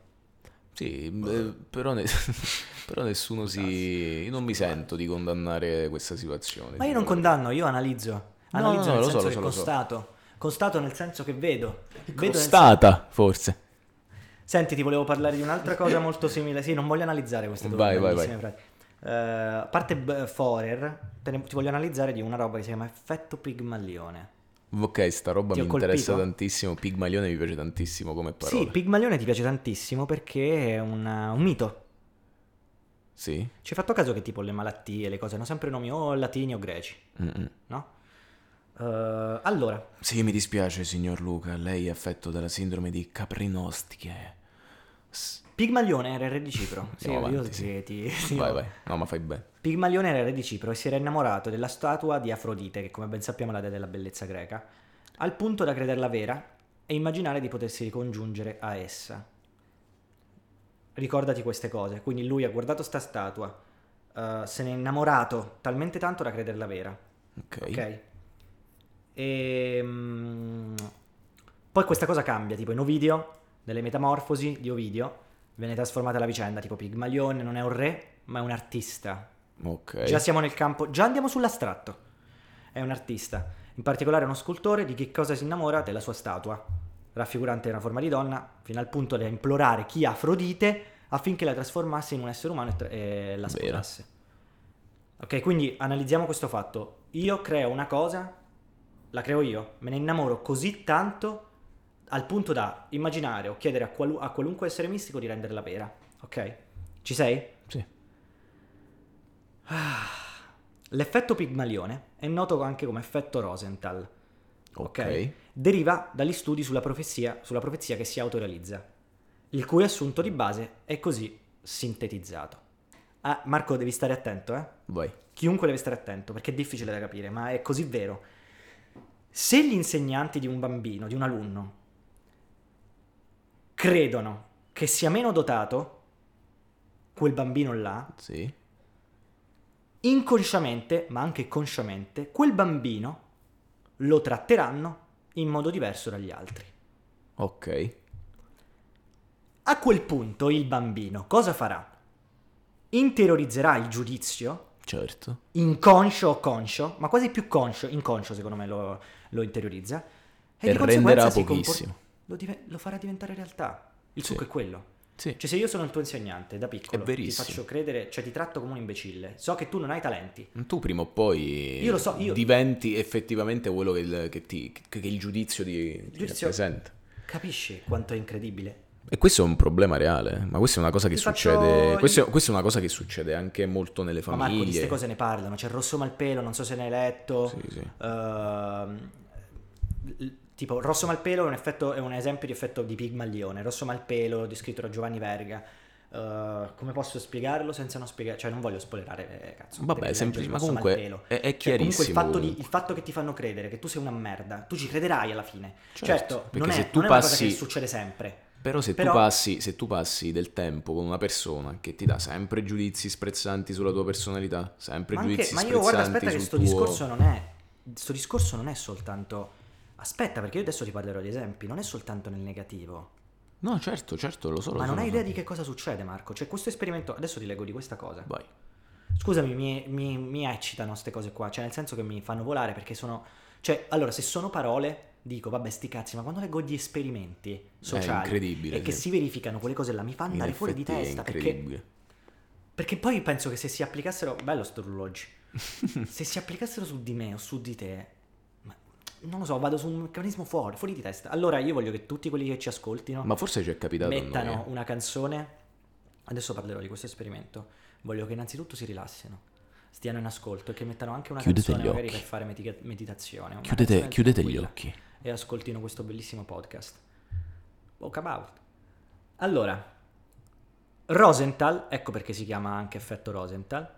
Speaker 1: Sì, eh, però, ne- però nessuno si... Io non mi sento di condannare questa situazione.
Speaker 2: Ma io non
Speaker 1: tipo.
Speaker 2: condanno, io analizzo.
Speaker 1: No,
Speaker 2: Analizzo
Speaker 1: no,
Speaker 2: nel
Speaker 1: lo so,
Speaker 2: senso
Speaker 1: lo
Speaker 2: che
Speaker 1: so, lo so.
Speaker 2: constato. Constato nel senso che vedo. Vedo nel
Speaker 1: Costata, forse.
Speaker 2: sen- Senti, ti volevo parlare di un'altra cosa molto simile. Sì, non voglio analizzare queste due
Speaker 1: Vai, vai,
Speaker 2: bellissime frasi. Eh, a parte b- Forer, te ne- ti voglio analizzare di una roba che si chiama effetto Pigmalione.
Speaker 1: Ok, sta roba
Speaker 2: Ti
Speaker 1: mi
Speaker 2: ho
Speaker 1: interessa
Speaker 2: colpito?
Speaker 1: tantissimo. Pigmalione mi piace tantissimo come parola.
Speaker 2: Sì, Pigmalione ti piace tantissimo perché è una- un mito.
Speaker 1: Sì?
Speaker 2: Ci hai fatto caso che tipo le malattie, le cose hanno sempre nomi o latini o greci,
Speaker 1: Mm-mm.
Speaker 2: no? Eh, allora,
Speaker 1: Sì, mi dispiace, signor Luca. Lei è affetto dalla sindrome di caprinostiche. S-
Speaker 2: Pigmalione era il re di Cipro. sì,
Speaker 1: Andiamo
Speaker 2: io
Speaker 1: avanti, sì.
Speaker 2: ti- ti-
Speaker 1: Vai, vai. No, ma fai bene.
Speaker 2: Pigmalione era re di Cipro e si era innamorato della statua di Afrodite, che come ben sappiamo è la dea della bellezza greca, al punto da crederla vera e immaginare di potersi ricongiungere a essa. Ricordati queste cose, quindi lui ha guardato sta statua, eh, se n'è innamorato talmente tanto da crederla vera,
Speaker 1: Ok.
Speaker 2: ok? E, mm, poi questa cosa cambia, tipo in Ovidio, nelle metamorfosi di Ovidio, viene trasformata la vicenda, tipo Pigmalione non è un re, ma è un artista,
Speaker 1: Ok.
Speaker 2: Già siamo nel campo, già andiamo sull'astratto. È un artista, in particolare uno scultore di che cosa si innamora della sua statua, raffigurante una forma di donna, fino al punto da implorare chi Afrodite affinché la trasformasse in un essere umano e, tra- e la
Speaker 1: Vero.
Speaker 2: sposasse. Ok, quindi analizziamo questo fatto. Io creo una cosa, la creo io, me ne innamoro così tanto al punto da immaginare o chiedere a, qualu- a qualunque essere mistico di renderla vera. Ok? Ci sei?
Speaker 1: Sì.
Speaker 2: Ah, L'effetto Pigmalione è noto anche come effetto Rosenthal.
Speaker 1: Ok.
Speaker 2: Deriva dagli studi sulla profezia, sulla profezia che si autorealizza, il cui assunto di base è così sintetizzato. Ah, Marco, devi stare attento, eh?
Speaker 1: Vai.
Speaker 2: Chiunque deve stare attento, perché è difficile da capire, ma è così vero. Se gli insegnanti di un bambino, di un alunno, credono che sia meno dotato quel bambino là,
Speaker 1: Sì.
Speaker 2: inconsciamente, ma anche consciamente, quel bambino lo tratteranno in modo diverso dagli altri.
Speaker 1: Ok.
Speaker 2: A quel punto il bambino cosa farà? Interiorizzerà il giudizio,
Speaker 1: Certo.
Speaker 2: inconscio o conscio, ma quasi più conscio, inconscio secondo me lo, lo interiorizza,
Speaker 1: E
Speaker 2: di
Speaker 1: renderà
Speaker 2: conseguenza si compor-
Speaker 1: pochissimo.
Speaker 2: lo, diven- lo farà diventare realtà. Il
Speaker 1: Sì.
Speaker 2: succo è quello.
Speaker 1: Sì.
Speaker 2: Cioè se io sono il tuo insegnante da piccolo, ti
Speaker 1: verissimo.
Speaker 2: faccio credere, cioè ti tratto come un imbecille, so che tu non hai talenti,
Speaker 1: Mm, Tu prima o poi
Speaker 2: Io lo so, io-
Speaker 1: diventi effettivamente quello che il, che ti- che- che il giudizio di ti
Speaker 2: Giudizio-
Speaker 1: rappresenta.
Speaker 2: capisci quanto è incredibile?
Speaker 1: E questo è un problema reale, eh. ma questa è una cosa che
Speaker 2: Ti faccio-
Speaker 1: succede. Questa, è, questa è una cosa che succede anche molto nelle
Speaker 2: Ma Marco, di queste
Speaker 1: famiglie.
Speaker 2: cose ne parlano. C'è Rosso Malpelo, non so se ne hai letto.
Speaker 1: Sì, sì.
Speaker 2: Ehm, l- tipo, Rosso Malpelo è un, effetto- è un esempio di effetto di Pigmalione. Rosso Malpelo, descritto da Giovanni Verga. Eh, come posso spiegarlo senza non spiegare? Cioè, non voglio spoilerare, eh, cazzo.
Speaker 1: Vabbè,
Speaker 2: devi
Speaker 1: è
Speaker 2: leggere
Speaker 1: semplice, ma
Speaker 2: Rosso
Speaker 1: comunque
Speaker 2: Malpelo.
Speaker 1: è- è
Speaker 2: Cioè, comunque il
Speaker 1: chiarissimo
Speaker 2: fatto, di-
Speaker 1: comunque.
Speaker 2: il fatto che ti fanno credere che tu sei una merda, tu ci crederai alla fine.
Speaker 1: Certo,
Speaker 2: Certo,
Speaker 1: perché
Speaker 2: non, è,
Speaker 1: se tu
Speaker 2: non è una cosa
Speaker 1: passi-
Speaker 2: che succede sempre.
Speaker 1: Però, se,
Speaker 2: Però-
Speaker 1: Tu passi, se tu passi del tempo con una persona che ti dà sempre giudizi sprezzanti sulla tua personalità, sempre
Speaker 2: Ma, anche-
Speaker 1: giudizi
Speaker 2: ma io
Speaker 1: sprezzanti
Speaker 2: guarda, aspetta che
Speaker 1: sul
Speaker 2: sto
Speaker 1: tuo...
Speaker 2: discorso non è. Sto discorso non è soltanto. Aspetta, perché io adesso ti parlerò di esempi, non è soltanto nel negativo.
Speaker 1: No, certo, certo, lo so. lo
Speaker 2: Ma
Speaker 1: so,
Speaker 2: non
Speaker 1: lo
Speaker 2: hai
Speaker 1: so.
Speaker 2: idea di che cosa succede, Marco? Cioè, questo esperimento. Adesso ti leggo di questa cosa.
Speaker 1: Vai.
Speaker 2: Scusami, mi, mi- mi eccitano queste cose qua. Cioè, nel senso che mi fanno volare perché sono. Cioè, allora, se sono parole, dico, vabbè, sti cazzi, ma quando leggo gli esperimenti
Speaker 1: È
Speaker 2: sociali
Speaker 1: incredibile.
Speaker 2: e che
Speaker 1: sì.
Speaker 2: si verificano quelle cose là, mi fa
Speaker 1: In
Speaker 2: andare fuori di
Speaker 1: effetti è
Speaker 2: testa. Perché,
Speaker 1: incredibile.
Speaker 2: perché poi penso che se si applicassero. Bello sto rullo oggi. se si applicassero su di me o su di te. ma- Non lo so, vado su un meccanismo fuori, fuori di testa. Allora, io voglio che tutti quelli che ci ascoltino
Speaker 1: Ma forse ci è capitato a noi,
Speaker 2: mettano
Speaker 1: eh.
Speaker 2: una canzone. Adesso parlerò di questo esperimento. Voglio che innanzitutto si rilassino, stiano in ascolto e che mettano anche una
Speaker 1: Chiudete
Speaker 2: canzone
Speaker 1: gli
Speaker 2: magari
Speaker 1: occhi.
Speaker 2: per fare metica- meditazione. una
Speaker 1: Chiudete,
Speaker 2: canzone
Speaker 1: chiudete gli
Speaker 2: tranquilla
Speaker 1: occhi.
Speaker 2: E ascoltino questo bellissimo podcast. Walk about. Allora, Rosenthal, ecco perché si chiama anche effetto Rosenthal,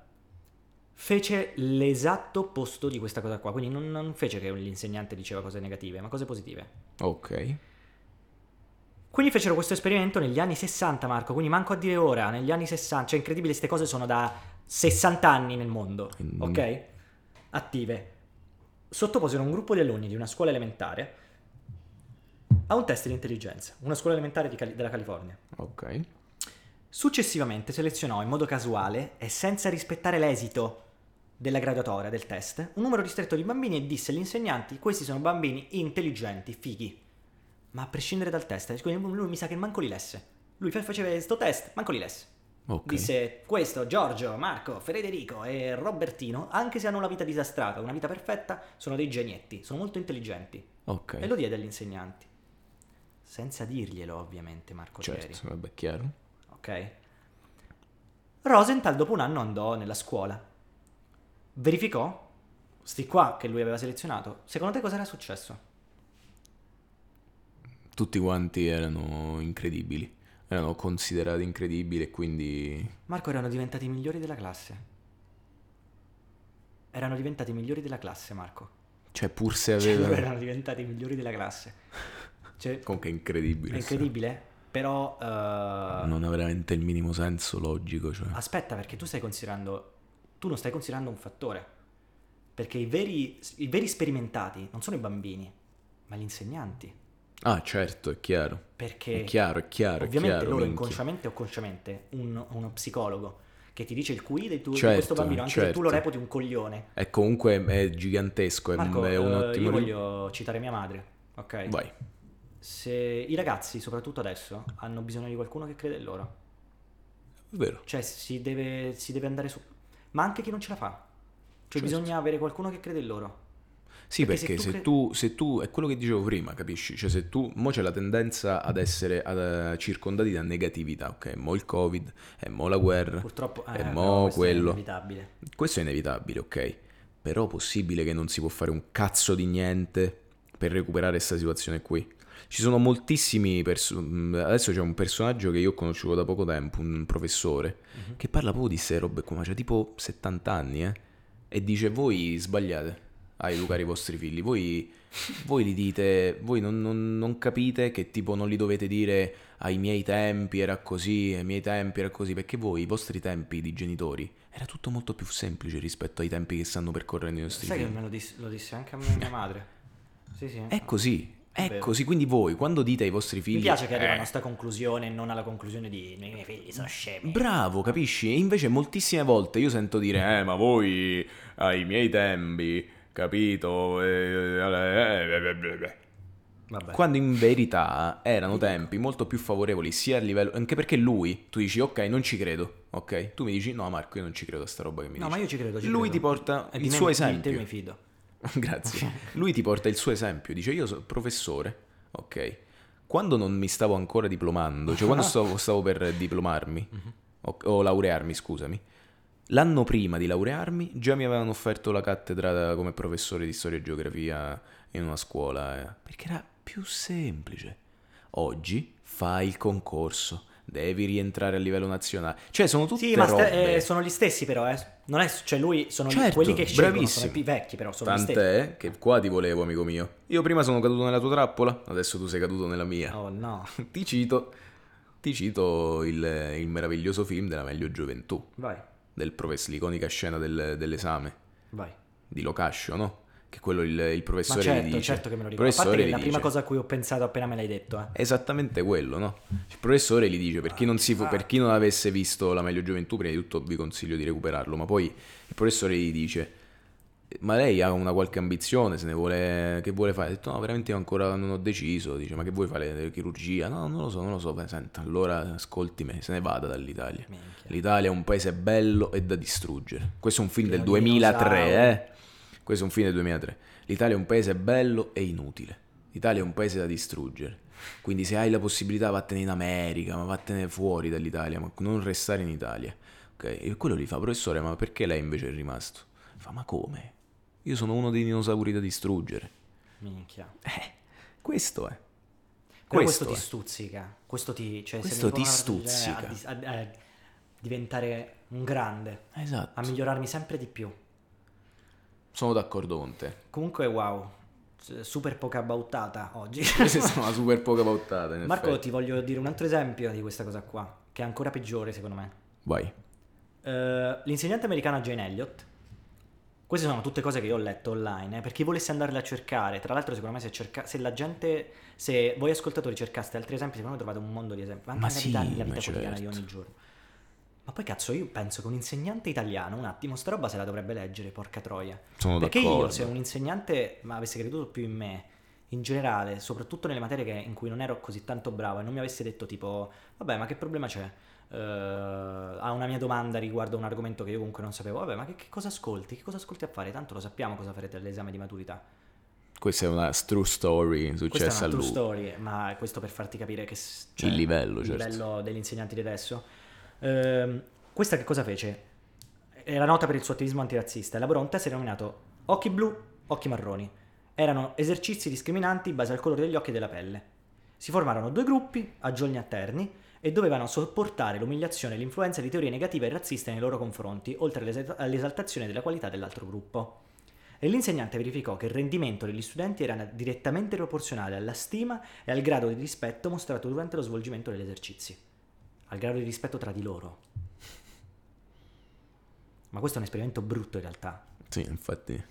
Speaker 2: fece l'esatto opposto di questa cosa qua. Quindi non, non fece che l'insegnante diceva cose negative, ma cose positive.
Speaker 1: Ok.
Speaker 2: Quindi fecero questo esperimento negli anni 60, Marco, quindi manco a dire ora, negli anni 60, cioè incredibile, queste cose sono da 60 anni nel mondo,
Speaker 1: Mm.
Speaker 2: ok? Attive. Sottoposero un gruppo di alunni di una scuola elementare a un test di intelligenza, una scuola elementare di Cali- della California.
Speaker 1: Ok.
Speaker 2: Successivamente selezionò in modo casuale e senza rispettare l'esito della graduatoria del test un numero ristretto di bambini e disse agli insegnanti questi sono bambini intelligenti, fighi. Ma a prescindere dal test, eh, quindi lui mi sa che manco li lesse. Lui fa- faceva sto test, manco li lesse.
Speaker 1: Ok.
Speaker 2: Disse questo Giorgio, Marco, Federico e Robertino, anche se hanno una vita disastrata, una vita perfetta, sono dei genietti, sono molto intelligenti.
Speaker 1: Ok.
Speaker 2: E lo diede agli insegnanti. Senza dirglielo ovviamente Marco Ceri.
Speaker 1: Certo, vabbè, chiaro.
Speaker 2: Ok. Rosenthal dopo un anno andò nella scuola. Verificò, sti qua che lui aveva selezionato. Secondo te cosa era successo?
Speaker 1: Tutti quanti erano incredibili. Erano considerati incredibili e quindi...
Speaker 2: Marco erano diventati i migliori della classe. Erano diventati i migliori della classe, Marco.
Speaker 1: Cioè, pur se
Speaker 2: Cioè,
Speaker 1: avevano...
Speaker 2: loro erano diventati i migliori della classe. Cioè,
Speaker 1: Comunque è
Speaker 2: è
Speaker 1: incredibile. sì.
Speaker 2: incredibile, però... eh,
Speaker 1: Non ha veramente il minimo senso logico, cioè...
Speaker 2: Aspetta, perché tu stai considerando. Tu non stai considerando un fattore. Perché i veri, i veri sperimentati non sono i bambini, ma gli insegnanti.
Speaker 1: Ah, certo, è chiaro.
Speaker 2: Perché
Speaker 1: È chiaro, è chiaro, è
Speaker 2: Eh, ovviamente
Speaker 1: chiaro,
Speaker 2: loro
Speaker 1: minchia.
Speaker 2: inconsciamente o consciamente, un- uno psicologo che ti dice il QI del tuo- di
Speaker 1: Certo,
Speaker 2: questo bambino, anche se tu lo
Speaker 1: certo.
Speaker 2: reputi un coglione.
Speaker 1: E comunque è gigantesco, è,
Speaker 2: Marco,
Speaker 1: è un
Speaker 2: eh,
Speaker 1: ottimo...
Speaker 2: io voglio eh. citare mia madre, ok?
Speaker 1: Vai.
Speaker 2: Se i ragazzi, soprattutto adesso, hanno bisogno di qualcuno che crede in loro.
Speaker 1: Vero.
Speaker 2: Cioè, si deve, si deve andare su. Ma anche chi non ce la fa. Cioè,
Speaker 1: Certo.
Speaker 2: bisogna avere qualcuno che crede in loro.
Speaker 1: Sì,
Speaker 2: Perché
Speaker 1: perché,
Speaker 2: se
Speaker 1: se,
Speaker 2: tu
Speaker 1: tu, se tu, è quello che dicevo prima, capisci? Cioè, se tu, mo c'è la tendenza ad essere eh, circondati da negatività, ok? Mo il Covid, e mo la guerra,
Speaker 2: Purtroppo
Speaker 1: e
Speaker 2: no,
Speaker 1: mo
Speaker 2: questo è
Speaker 1: quello.
Speaker 2: inevitabile.
Speaker 1: Questo è inevitabile, ok? Però possibile che non si può fare un cazzo di niente per recuperare questa situazione qui. Ci sono moltissimi perso- mh, adesso c'è un personaggio che io ho conosciuto da poco tempo, un professore,
Speaker 2: Mhm.
Speaker 1: che parla proprio di queste robe qua, ma c'ha tipo 70 anni, eh? E dice voi sbagliate a educare i vostri figli, voi, voi li dite, voi non, non- non capite che tipo non li dovete dire ai miei tempi era così, ai miei tempi era così, perché voi, i vostri tempi di genitori, era tutto molto più semplice rispetto ai tempi che stanno percorrendo i nostri
Speaker 2: Sai che
Speaker 1: figli.
Speaker 2: me lo, dis- lo disse anche a me mia madre. Sì, sì.
Speaker 1: È così, è
Speaker 2: Vero.
Speaker 1: così, quindi voi quando dite ai vostri Ecco, figli...
Speaker 2: Mi piace che arrivano a
Speaker 1: "Eh,
Speaker 2: sta conclusione e non alla conclusione di i miei figli sono scemi.
Speaker 1: Bravo, capisci? E invece moltissime volte io sento dire, eh, ma voi ai miei tempi, capito? eh, eh, eh, eh, eh".
Speaker 2: Vabbè.
Speaker 1: Quando in verità erano tempi molto più favorevoli sia a livello... Anche perché lui, tu dici, ok, non ci credo, ok? Tu mi dici, no Marco, io non ci credo a sta roba che mi
Speaker 2: no,
Speaker 1: dici.
Speaker 2: ma io ci credo. Ci
Speaker 1: Lui
Speaker 2: credo.
Speaker 1: ti porta
Speaker 2: E di
Speaker 1: il
Speaker 2: me
Speaker 1: suo
Speaker 2: mi- Di te
Speaker 1: esempio.
Speaker 2: mi fido.
Speaker 1: Grazie. Lui ti porta il suo esempio, dice io sono professore, ok? Quando non mi stavo ancora diplomando, cioè quando stavo, stavo per diplomarmi,
Speaker 2: Mhm.
Speaker 1: o, o laurearmi, scusami, l'anno prima di laurearmi già mi avevano offerto la cattedra da- come professore di storia e geografia in una scuola, eh, perché era più semplice. Oggi fai il concorso, devi rientrare a livello nazionale, cioè sono tutte
Speaker 2: Sì, ma sta-
Speaker 1: robe...
Speaker 2: eh, sono gli stessi però, eh. Non è, cioè lui, sono gli-
Speaker 1: Certo,
Speaker 2: quelli che scelgono, sono i
Speaker 1: bravissimo.
Speaker 2: più vecchi però, sono gli stessi.
Speaker 1: Tant'è che qua ti volevo, amico mio. Io prima sono caduto nella tua trappola, adesso tu sei caduto nella mia.
Speaker 2: Oh no,
Speaker 1: Ti cito, ti cito il, il meraviglioso film della meglio gioventù,
Speaker 2: vai,
Speaker 1: del professore, l'iconica scena del- dell'esame
Speaker 2: vai.
Speaker 1: di Locascio, no? Che quello il, il
Speaker 2: Ma
Speaker 1: professore gli
Speaker 2: certo,
Speaker 1: dice.
Speaker 2: certo che me lo
Speaker 1: Il
Speaker 2: ricordo. A parte
Speaker 1: professore
Speaker 2: che
Speaker 1: gli
Speaker 2: la prima
Speaker 1: dice.
Speaker 2: cosa a cui ho pensato appena me l'hai detto, eh.
Speaker 1: È esattamente quello, no? Il professore gli dice, per chi, non si fu- per chi non avesse visto La meglio gioventù, prima di tutto vi consiglio di recuperarlo, ma poi il professore gli dice, ma lei ha una qualche ambizione, se ne vuole, che vuole fare? Ha detto, no, veramente io ancora non ho deciso, dice, ma che vuoi fare, chirurgia? No, non lo so, non lo so, Beh, senta, allora ascolti me, se ne vada dall'Italia.
Speaker 2: Minchia.
Speaker 1: L'Italia è un paese bello e da distruggere. Questo è un film del
Speaker 2: Pieno di
Speaker 1: 2003,
Speaker 2: dinosauri.
Speaker 1: eh? Questo è un film del 2003. L'Italia è un paese bello e inutile. L'Italia è un paese da distruggere. Quindi se hai la possibilità vattene in America, ma vattene fuori dall'Italia, ma non restare in Italia. Ok? E quello gli fa, professore, ma perché lei invece è rimasto? Fa, ma come? Io sono uno dei dinosauri da distruggere.
Speaker 2: Minchia.
Speaker 1: Eh, questo è.
Speaker 2: Però
Speaker 1: Questo
Speaker 2: questo, ti
Speaker 1: è.
Speaker 2: stuzzica. Questo ti, cioè, se
Speaker 1: Questo
Speaker 2: mi
Speaker 1: ti
Speaker 2: ricordo di andare a
Speaker 1: stuzzica.
Speaker 2: dis- a- a diventare un grande,
Speaker 1: Esatto.
Speaker 2: a migliorarmi sempre di più.
Speaker 1: Sono d'accordo con te.
Speaker 2: Comunque, wow, s- super poca bauttata oggi.
Speaker 1: Queste sono super poca pautata. in
Speaker 2: Marco,
Speaker 1: effetti.
Speaker 2: ti voglio dire un altro esempio di questa cosa qua, che è ancora peggiore secondo me.
Speaker 1: Vai.
Speaker 2: Eh, l'insegnante americana Jane Elliott. Queste sono tutte cose che io ho letto online, eh, per chi volesse andarle a cercare. Tra l'altro, secondo me, se, cerca- se la gente, se voi ascoltatori cercaste altri esempi, secondo me trovate un mondo di esempi. Ma anche
Speaker 1: Ma
Speaker 2: nella
Speaker 1: sì,
Speaker 2: vita, nella
Speaker 1: ma
Speaker 2: vita quotidiana di
Speaker 1: certo.
Speaker 2: ogni giorno. Ma poi cazzo, io penso che un insegnante italiano, un attimo, sta roba se la dovrebbe leggere, porca troia.
Speaker 1: Sono
Speaker 2: Perché
Speaker 1: d'accordo.
Speaker 2: io, se un insegnante ma avesse creduto più in me, in generale, soprattutto nelle materie che- in cui non ero così tanto bravo e non mi avesse detto tipo, vabbè, ma che problema c'è? Eh, a una mia domanda riguardo a un argomento che io comunque non sapevo, vabbè, ma che, che cosa ascolti? Che cosa ascolti a fare? Tanto lo sappiamo cosa farete all'esame di maturità.
Speaker 1: Questa è una true story
Speaker 2: Questa
Speaker 1: successa
Speaker 2: è
Speaker 1: a
Speaker 2: una true
Speaker 1: lui.
Speaker 2: story, ma è questo per farti capire che s-
Speaker 1: Il livello,
Speaker 2: Cioè, il
Speaker 1: certo.
Speaker 2: livello degli insegnanti di adesso. Ehm, questa che cosa fece? Era nota per il suo attivismo antirazzista. Elaborò un test denominato occhi blu, occhi marroni. Erano esercizi discriminanti in base al colore degli occhi e della pelle. Si formarono due gruppi a giorni alterni e dovevano sopportare l'umiliazione e l'influenza di teorie negative e razziste nei loro confronti, oltre all'es- all'esaltazione della qualità dell'altro gruppo. E l'insegnante verificò che il rendimento degli studenti era direttamente proporzionale alla stima e al grado di rispetto mostrato durante lo svolgimento degli esercizi, al grado di rispetto tra di loro. Ma questo è un esperimento brutto in realtà.
Speaker 1: Sì, infatti.
Speaker 2: Cioè,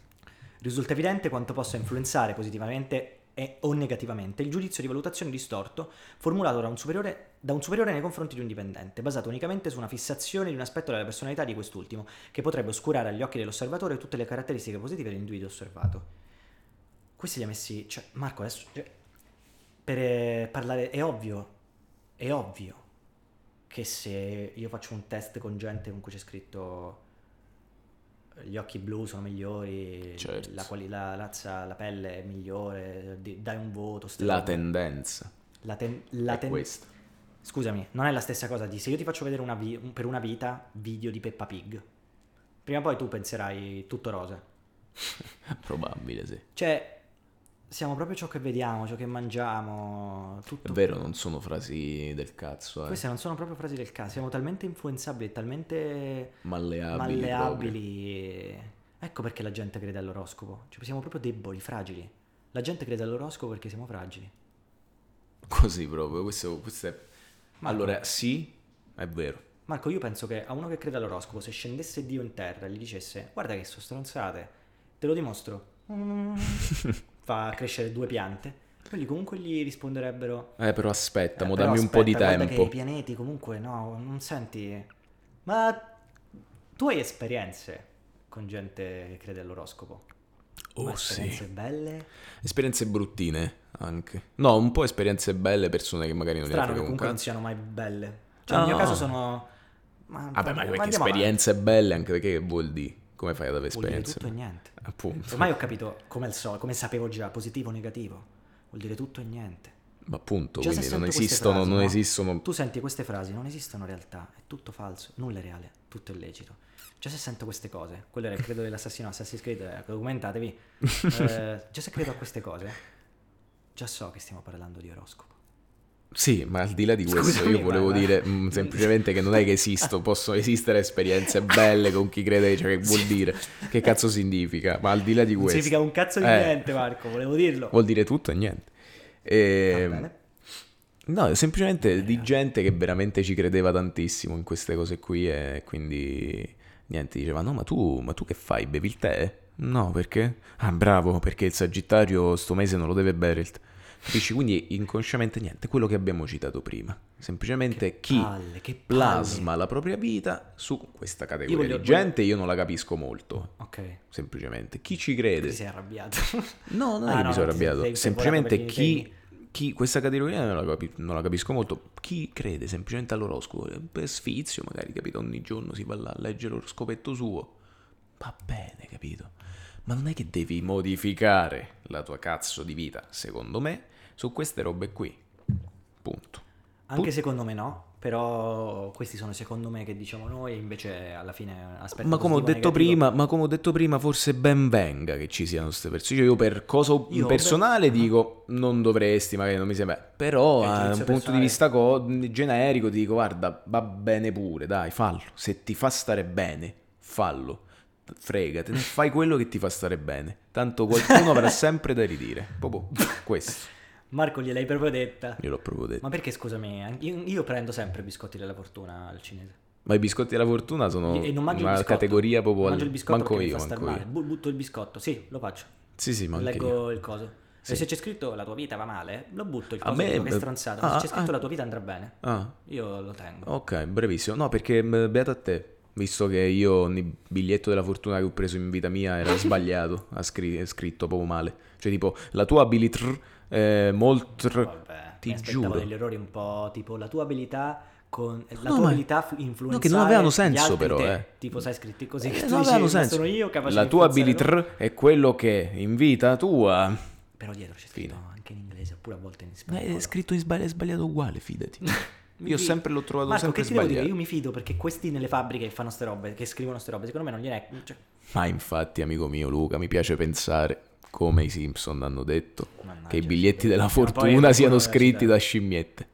Speaker 2: Risulta evidente quanto possa influenzare positivamente e o negativamente il giudizio di valutazione distorto formulato da un, superiore, da un superiore nei confronti di un dipendente, basato unicamente su una fissazione di un aspetto della personalità di quest'ultimo, che potrebbe oscurare agli occhi dell'osservatore tutte le caratteristiche positive dell'individuo osservato. Questi li ha messi... Cioè, Marco, adesso... cioè, per eh, parlare... È ovvio, è ovvio che se io faccio un test con gente con cui c'è scritto gli occhi blu sono migliori,
Speaker 1: Certo.
Speaker 2: la, quali- la razza, la pelle è migliore, di- dai un voto, ste
Speaker 1: La
Speaker 2: robe.
Speaker 1: tendenza
Speaker 2: La, ten- la
Speaker 1: è
Speaker 2: ten-
Speaker 1: questa.
Speaker 2: Scusami, non è la stessa cosa di se io ti faccio vedere una vi- un- per una vita video di Peppa Pig. Prima o poi tu penserai tutto rosa.
Speaker 1: Probabile, sì.
Speaker 2: Cioè, siamo proprio ciò che vediamo, ciò che mangiamo, tutto.
Speaker 1: È vero, non sono frasi del cazzo, eh.
Speaker 2: Queste non sono proprio frasi del caso, siamo talmente influenzabili, e talmente
Speaker 1: Malleabili. proprio.
Speaker 2: malleabili. Ecco perché la gente crede all'oroscopo. Cioè, siamo proprio deboli, fragili. La gente crede all'oroscopo perché siamo fragili.
Speaker 1: Così proprio. Questo, questo è...
Speaker 2: Ma-
Speaker 1: Allora, sì, è vero.
Speaker 2: Marco, io penso che a uno che crede all'oroscopo, se scendesse Dio in terra e gli dicesse guarda che sono stronzate, te lo dimostro, Mm. fa crescere due piante, quelli comunque gli risponderebbero
Speaker 1: Eh, però aspetta,
Speaker 2: "Eh,
Speaker 1: mo
Speaker 2: però
Speaker 1: dammi un po' di
Speaker 2: aspetta, guarda
Speaker 1: tempo.
Speaker 2: che i pianeti comunque no, non senti... Ma tu hai esperienze con gente che crede all'oroscopo? Ma
Speaker 1: Oh
Speaker 2: esperienze
Speaker 1: sì.
Speaker 2: belle?
Speaker 1: Esperienze bruttine, anche. No, un po' esperienze belle, persone che magari non
Speaker 2: Strano
Speaker 1: ne
Speaker 2: che
Speaker 1: frega un
Speaker 2: comunque non
Speaker 1: cazzo.
Speaker 2: siano mai belle. Cioè, nel
Speaker 1: No.
Speaker 2: mio caso sono...
Speaker 1: Vabbè, Ah,
Speaker 2: Ma,
Speaker 1: ma
Speaker 2: andiamo
Speaker 1: perché
Speaker 2: avanti.
Speaker 1: esperienze belle, anche perché che vuol dire? Come fai ad avere
Speaker 2: Vuol dire
Speaker 1: esperienze?
Speaker 2: tutto e niente.
Speaker 1: Appunto.
Speaker 2: Ormai ho capito come al solito, come sapevo già, positivo o negativo. Vuol dire tutto e niente.
Speaker 1: Ma appunto,
Speaker 2: Già se
Speaker 1: quindi non
Speaker 2: sento queste
Speaker 1: esistono,
Speaker 2: frasi,
Speaker 1: non
Speaker 2: no?
Speaker 1: esistono
Speaker 2: Tu senti queste frasi, non esistono realtà, è tutto falso, nulla è reale, tutto è illecito. Già se sento queste cose, quello era il credo dell'assassino Assassin's Creed, eh, documentatevi. Eh, già se credo a queste cose, già so che stiamo parlando di oroscopo.
Speaker 1: Sì, ma al di là di questo,
Speaker 2: Scusami,
Speaker 1: io volevo
Speaker 2: ma- ma-
Speaker 1: dire mm, semplicemente che non è che esisto, possono esistere esperienze belle con chi crede, cioè che vuol
Speaker 2: Sì.
Speaker 1: dire, che cazzo significa, ma al di là di
Speaker 2: Non
Speaker 1: questo...
Speaker 2: significa un cazzo di
Speaker 1: Eh,
Speaker 2: niente, Marco, volevo dirlo.
Speaker 1: Vuol dire tutto e niente. Ehm,
Speaker 2: Va
Speaker 1: E...
Speaker 2: bene.
Speaker 1: No,
Speaker 2: Eh.
Speaker 1: semplicemente di gente che veramente ci credeva tantissimo in queste cose qui e quindi niente, diceva no, ma tu, ma tu che fai? Bevi il tè? No, perché? Ah, bravo, perché il Sagittario sto mese non lo deve bere. il t- Capisci? Quindi inconsciamente niente, quello che abbiamo citato prima. Semplicemente chi
Speaker 2: Palle, che palle.
Speaker 1: plasma la propria vita su questa categoria
Speaker 2: voglio-
Speaker 1: di gente, io non la capisco molto.
Speaker 2: Ok.
Speaker 1: Semplicemente chi ci
Speaker 2: Ti
Speaker 1: crede?
Speaker 2: sei arrabbiato.
Speaker 1: No, non
Speaker 2: Ah,
Speaker 1: è che
Speaker 2: no,
Speaker 1: mi sono
Speaker 2: ti sei-
Speaker 1: arrabbiato.
Speaker 2: sei- sei
Speaker 1: semplicemente
Speaker 2: volato per gli
Speaker 1: chi, chi- questa categoria non la, capi- non la capisco molto. Chi crede semplicemente all'oroscopo? eh, Per sfizio, magari, capito? Ogni giorno si va là a leggere l'oroscopetto suo. Va bene, capito? Ma non è che devi modificare la tua cazzo di vita, secondo me, su queste robe qui. Punto.
Speaker 2: Anche secondo me no. Però questi sono secondo me che diciamo noi, invece alla fine aspetta.
Speaker 1: Ma come, ho detto prima, ma come ho detto prima, forse ben venga che ci siano queste persone. Cioè, Io per cosa
Speaker 2: Io,
Speaker 1: personale
Speaker 2: beh,
Speaker 1: dico non dovresti, magari non mi sembra. Però
Speaker 2: È il
Speaker 1: da un
Speaker 2: Eh, giudizio
Speaker 1: punto di
Speaker 2: personale.
Speaker 1: vista co- generico ti dico guarda, va bene pure, dai, fallo. Se ti fa stare bene, fallo. Fregate, fai quello che ti fa stare bene. Tanto qualcuno avrà sempre da ridire. Proprio questo.
Speaker 2: Marco gliel'hai proprio detta.
Speaker 1: Gliel'ho proprio detto.
Speaker 2: Ma perché scusami, an- io, io prendo sempre biscotti della fortuna al cinese.
Speaker 1: Ma i biscotti alla fortuna sono
Speaker 2: e non mangio il
Speaker 1: una
Speaker 2: biscotto.
Speaker 1: categoria proprio...
Speaker 2: Non
Speaker 1: al-
Speaker 2: mangio il biscotto
Speaker 1: manco
Speaker 2: perché
Speaker 1: io,
Speaker 2: mi fa star
Speaker 1: manco
Speaker 2: male.
Speaker 1: io.
Speaker 2: Bu- butto il biscotto, sì, lo faccio.
Speaker 1: Sì, sì, ma anche
Speaker 2: Leggo
Speaker 1: io.
Speaker 2: il coso.
Speaker 1: Sì.
Speaker 2: E se c'è scritto la tua vita va male, lo butto il
Speaker 1: A
Speaker 2: coso.
Speaker 1: me-
Speaker 2: dico, Che stronzata.
Speaker 1: ah,
Speaker 2: se c'è scritto
Speaker 1: ah.
Speaker 2: la tua vita andrà bene.
Speaker 1: Ah,
Speaker 2: Io lo tengo.
Speaker 1: Ok, brevissimo. No, perché mh, beato a te, visto che io ogni biglietto della fortuna che ho preso in vita mia era sbagliato, ha scri- è scritto proprio male. Cioè tipo, la tua abilitr, eh, moltr...
Speaker 2: Vabbè,
Speaker 1: ti
Speaker 2: mi aspettavo
Speaker 1: giuro.
Speaker 2: degli errori un po' tipo la tua abilità con la
Speaker 1: No,
Speaker 2: tua
Speaker 1: ma-
Speaker 2: abilità flu- influenzare
Speaker 1: no, che non avevano
Speaker 2: gli
Speaker 1: senso,
Speaker 2: altri
Speaker 1: però,
Speaker 2: te.
Speaker 1: eh.
Speaker 2: Tipo sai scritti così
Speaker 1: Eh,
Speaker 2: che tu
Speaker 1: non
Speaker 2: dici,
Speaker 1: avevano
Speaker 2: "Ma
Speaker 1: senso.
Speaker 2: sono io capace
Speaker 1: La
Speaker 2: di
Speaker 1: tua
Speaker 2: influenzare loro".
Speaker 1: abilitr è quello che in vita tua...
Speaker 2: Però dietro c'è scritto
Speaker 1: Fine.
Speaker 2: anche in inglese oppure a volte in
Speaker 1: Ma
Speaker 2: spagnolo.
Speaker 1: Eh, è scritto in sbagli- è sbagliato uguale, fidati.
Speaker 2: Mi
Speaker 1: Io
Speaker 2: fido.
Speaker 1: sempre l'ho trovato
Speaker 2: Marco,
Speaker 1: sempre
Speaker 2: che ti devo dire?
Speaker 1: sbagliato.
Speaker 2: Io mi fido perché questi nelle fabbriche che fanno ste robe, che scrivono ste robe, secondo me non gliene è... Cioè,
Speaker 1: Ma infatti, amico mio Luca, mi piace pensare, come i Simpson hanno detto,
Speaker 2: Mannaggia,
Speaker 1: che i biglietti della
Speaker 2: ma poi
Speaker 1: fortuna siano
Speaker 2: qualcuno
Speaker 1: scritti
Speaker 2: deve
Speaker 1: da scimmiette.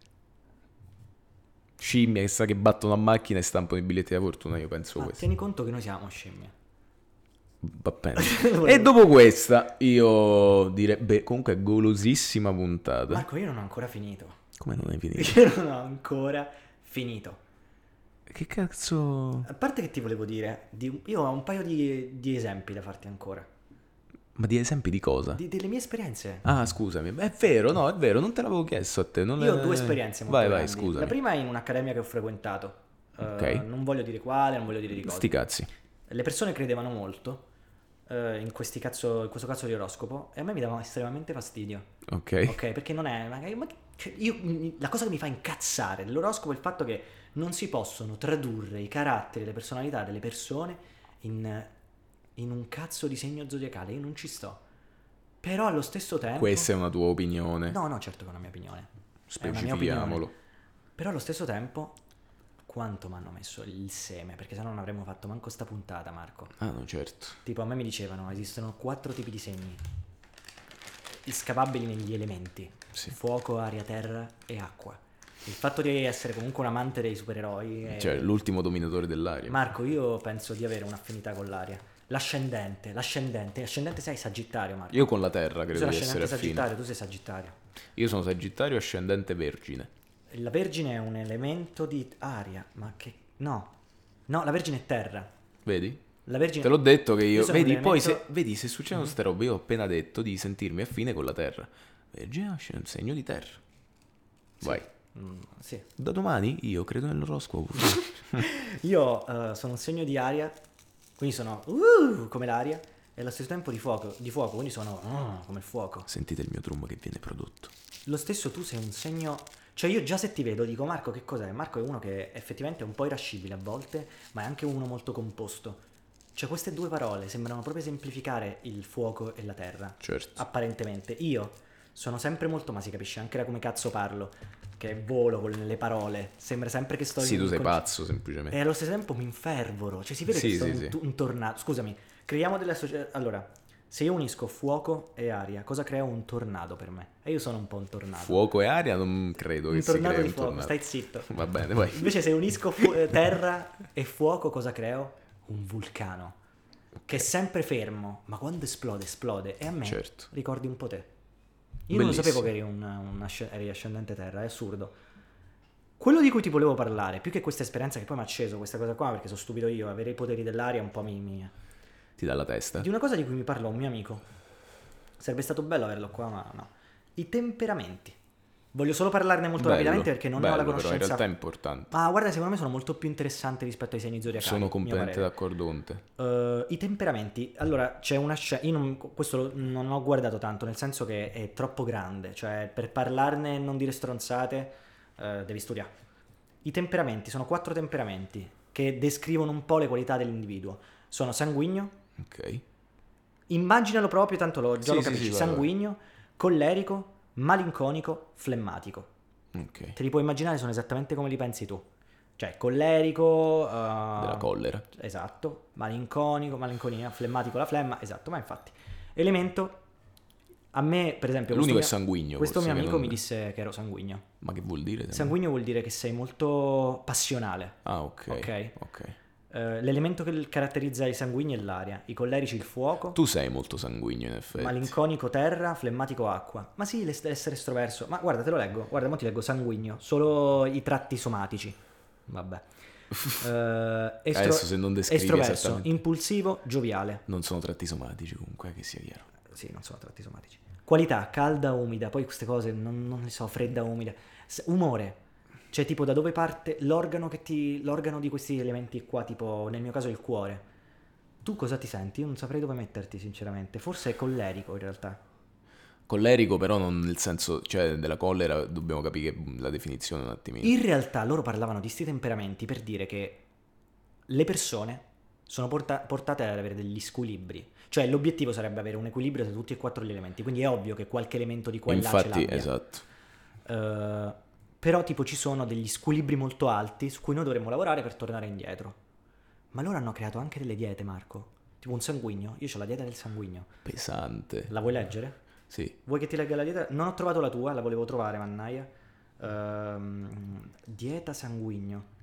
Speaker 1: Scimmie che sa che battono a macchina e stampano i biglietti della fortuna, io penso
Speaker 2: ma
Speaker 1: questo.
Speaker 2: tieni conto che noi siamo scimmie.
Speaker 1: Va bene. e dopo questa, io direi, beh, comunque è golosissima puntata.
Speaker 2: Marco, io non ho ancora finito.
Speaker 1: Come non hai finito?
Speaker 2: Io non ho ancora finito.
Speaker 1: che cazzo...
Speaker 2: A parte che ti volevo dire, di- io ho un paio di, di esempi da farti ancora.
Speaker 1: Ma di esempi di cosa?
Speaker 2: Di- delle mie esperienze.
Speaker 1: Ah, scusami, è vero, no, è vero, non te l'avevo chiesto a te. Non
Speaker 2: Io ho
Speaker 1: è-
Speaker 2: due esperienze molto
Speaker 1: Vai, vai,
Speaker 2: grandi. La
Speaker 1: scusami.
Speaker 2: prima è in un'accademia che ho frequentato. Eh,
Speaker 1: Ok.
Speaker 2: non voglio dire quale, non voglio dire di cosa.
Speaker 1: Sti cazzi.
Speaker 2: Le persone credevano molto eh, in, questi cazzo, in questo cazzo di oroscopo e a me mi dava estremamente fastidio.
Speaker 1: Ok.
Speaker 2: Ok, perché non è. ma- ma- cioè, io- mi- la cosa che mi fa incazzare dell'oroscopo è il fatto che non si possono tradurre i caratteri, le personalità delle persone in, in un cazzo di segno zodiacale. Io non ci sto. Però allo stesso tempo.
Speaker 1: Questa è una tua opinione.
Speaker 2: Eh, No, no, certo che è una mia opinione. È una mia
Speaker 1: Eh.
Speaker 2: opinione.
Speaker 1: Specifichiamolo.
Speaker 2: Però allo stesso tempo, quanto mi hanno messo il seme? Perché sennò non avremmo fatto manco sta puntata, Marco.
Speaker 1: Ah, no, certo.
Speaker 2: Tipo, a me mi dicevano esistono quattro tipi di segni scavabili negli elementi:
Speaker 1: Sì.
Speaker 2: fuoco, aria, terra e acqua. Il fatto di essere comunque un amante dei supereroi. è-
Speaker 1: Cioè, l'ultimo dominatore dell'aria.
Speaker 2: Marco, io penso di avere un'affinità con l'aria. L'ascendente, l'ascendente, l'ascendente sei Sagittario, Marco.
Speaker 1: Io con la Terra
Speaker 2: Tu
Speaker 1: credo
Speaker 2: sei
Speaker 1: di essere
Speaker 2: l'ascendente
Speaker 1: affine.
Speaker 2: Sagittario, tu sei Sagittario.
Speaker 1: Io sono Sagittario ascendente Vergine.
Speaker 2: La Vergine è un elemento di aria, ma che. No, no, la Vergine è terra.
Speaker 1: Vedi?
Speaker 2: La Vergine
Speaker 1: Te l'ho detto che io.
Speaker 2: sono Mm.
Speaker 1: vedi, poi se,
Speaker 2: l'elemento-
Speaker 1: vedi, se succedono queste robe, io ho appena detto di sentirmi affine con la Terra. Vergine asce- è un segno di Terra. Vai.
Speaker 2: Mm, sì.
Speaker 1: Da domani io credo nell'oroscopo.
Speaker 2: Io eh, sono un segno di aria, quindi sono uh, come l'aria, e allo stesso tempo di fuoco, di fuoco quindi sono uh, come il fuoco.
Speaker 1: Sentite il mio drum che viene prodotto.
Speaker 2: Lo stesso tu sei un segno... Cioè io già se ti vedo dico Marco che cos'è? Marco è uno che effettivamente è un po' irascibile a volte, ma è anche uno molto composto. Cioè queste due parole sembrano proprio esemplificare il fuoco e la terra
Speaker 1: Certo.
Speaker 2: apparentemente. Io sono sempre molto, ma si capisce anche da come cazzo parlo, che volo con le parole, sembra sempre che sto...
Speaker 1: sì,
Speaker 2: in Eh,
Speaker 1: tu
Speaker 2: un
Speaker 1: sei
Speaker 2: conce-
Speaker 1: pazzo semplicemente.
Speaker 2: E allo stesso tempo mi infervoro, cioè si vede
Speaker 1: Sì,
Speaker 2: che sono
Speaker 1: sì,
Speaker 2: un,
Speaker 1: sì.
Speaker 2: tu- un tornado. Scusami, creiamo delle associazioni... Allora, se io unisco fuoco e aria, cosa crea un tornado per me? E io sono un po' un tornado.
Speaker 1: Fuoco e aria non credo che
Speaker 2: un
Speaker 1: si
Speaker 2: tornado
Speaker 1: crei
Speaker 2: di
Speaker 1: un
Speaker 2: fuoco,
Speaker 1: tornado.
Speaker 2: stai zitto.
Speaker 1: Va bene, vai.
Speaker 2: Invece se unisco fu- eh, terra e fuoco, cosa creo? Un vulcano, che è sempre fermo, ma quando esplode, esplode. E a me
Speaker 1: Certo.
Speaker 2: ricordi un po' te. Io non lo
Speaker 1: Bellissimo.
Speaker 2: sapevo che eri un, un asce- eri ascendente terra, è assurdo. Quello di cui ti volevo
Speaker 1: Eh.
Speaker 2: parlare, più che questa esperienza che poi mi ha acceso questa cosa qua, perché sono stupido io, avere i poteri dell'aria un po' mi... mi-
Speaker 1: ti dà la testa.
Speaker 2: Di una cosa di cui mi parlò un mio amico. Sarebbe stato bello averlo qua, ma no. I temperamenti. Voglio solo parlarne molto
Speaker 1: Bello,
Speaker 2: rapidamente perché non ne ho la
Speaker 1: bello,
Speaker 2: conoscenza.
Speaker 1: Però in realtà è importante.
Speaker 2: Ma guarda, secondo me sono molto più interessanti rispetto ai segni zodiacali.
Speaker 1: Sono
Speaker 2: mio
Speaker 1: completamente
Speaker 2: parere.
Speaker 1: d'accordo con te.
Speaker 2: Eh, I temperamenti. Allora, c'è una scena. Io non- questo lo- non ho guardato tanto, nel senso che è troppo grande. Cioè, per parlarne e non dire stronzate, eh, devi studiare. I temperamenti sono quattro temperamenti che descrivono un po' le qualità dell'individuo. Sono sanguigno,
Speaker 1: Ok.
Speaker 2: immaginalo proprio, tanto lo, già
Speaker 1: Sì,
Speaker 2: lo
Speaker 1: sì,
Speaker 2: capisci.
Speaker 1: sì, vai, vai.
Speaker 2: sanguigno, collerico, malinconico, flemmatico.
Speaker 1: Ok.
Speaker 2: Te li puoi immaginare, sono esattamente come li pensi tu. Cioè, collerico. eh,
Speaker 1: Della collera.
Speaker 2: Esatto, malinconico, malinconia, flemmatico la flemma, esatto, ma infatti. Elemento, a me per esempio...
Speaker 1: L'unico è
Speaker 2: questo mio-
Speaker 1: sanguigno.
Speaker 2: Questo
Speaker 1: forse,
Speaker 2: mio
Speaker 1: che
Speaker 2: amico
Speaker 1: non-
Speaker 2: mi disse che ero sanguigno.
Speaker 1: Ma che vuol dire?
Speaker 2: Sanguigno vuol dire che sei molto passionale.
Speaker 1: Ah, ok.
Speaker 2: Ok.
Speaker 1: ok.
Speaker 2: Eh, l'elemento che caratterizza i sanguigni è l'aria, i collerici il fuoco,
Speaker 1: Tu sei molto sanguigno, in effetti.
Speaker 2: malinconico terra, flemmatico acqua. Ma sì, l'es- essere estroverso. Ma guarda, te lo leggo, guarda, mo ti leggo sanguigno, solo i tratti somatici. Vabbè. Eh, estro-
Speaker 1: Adesso se non descrivi
Speaker 2: estroverso,
Speaker 1: esattamente-
Speaker 2: impulsivo, gioviale.
Speaker 1: Non sono tratti somatici, comunque, che sia chiaro.
Speaker 2: Sì, non sono tratti somatici. Qualità, calda, umida, poi queste cose non, non le so, fredda, umida. S- umore, cioè tipo da dove parte l'organo, che ti, l'organo di questi elementi qua, tipo nel mio caso il cuore. Tu cosa ti senti? Io non saprei dove metterti sinceramente, forse è collerico in realtà.
Speaker 1: Collerico, però, non nel senso. Cioè, della collera dobbiamo capire la definizione un attimino.
Speaker 2: In realtà loro parlavano di sti temperamenti per dire che le persone sono porta- portate ad avere degli squilibri. Cioè l'obiettivo sarebbe avere un equilibrio tra tutti e quattro gli elementi, quindi è ovvio che qualche elemento di qua e là ce
Speaker 1: Infatti,
Speaker 2: l'abbia.
Speaker 1: esatto.
Speaker 2: Eh, però tipo ci sono degli squilibri molto alti su cui noi dovremmo lavorare per tornare indietro. Ma loro hanno creato anche delle diete, Marco. Tipo un sanguigno, io ho la dieta del sanguigno.
Speaker 1: Pesante.
Speaker 2: La vuoi leggere?
Speaker 1: Sì.
Speaker 2: Vuoi che ti legga la dieta? Non ho trovato la tua, la volevo trovare, mannaia. Ehm, dieta sanguigno.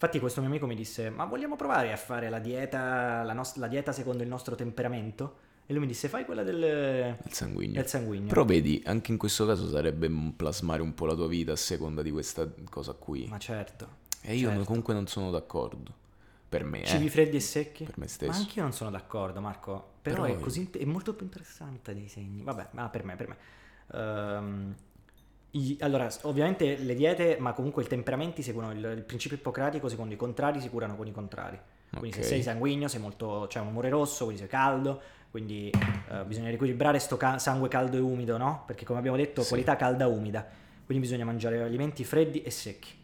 Speaker 2: Infatti questo mio amico mi disse, ma vogliamo provare a fare la dieta, la, nos- la dieta secondo il nostro temperamento? E lui mi disse, fai quella del,
Speaker 1: Il sanguigno.
Speaker 2: del sanguigno.
Speaker 1: Però vedi, anche in questo caso sarebbe un plasmare un po' la tua vita a seconda di questa cosa qui.
Speaker 2: Ma certo.
Speaker 1: e io
Speaker 2: certo.
Speaker 1: comunque non sono d'accordo. Per me,
Speaker 2: Cibi
Speaker 1: eh.
Speaker 2: freddi e secchi?
Speaker 1: Per me stesso.
Speaker 2: Ma anch'io non sono d'accordo, Marco. Però,
Speaker 1: Però
Speaker 2: è,
Speaker 1: io-
Speaker 2: così int- è molto più interessante dei segni. Vabbè, ma per me, per me. Ehm, i- allora, s- ovviamente le diete, ma comunque i temperamenti seguono il, il principio ippocratico, secondo i contrari si curano con i contrari. Quindi
Speaker 1: Ok.
Speaker 2: se sei sanguigno, sei molto, c'è un umore rosso, quindi sei caldo, quindi eh, bisogna riequilibrare sto ca- sangue caldo e umido, no? Perché come abbiamo detto,
Speaker 1: Sì.
Speaker 2: qualità calda e umida. Quindi bisogna mangiare alimenti freddi e secchi.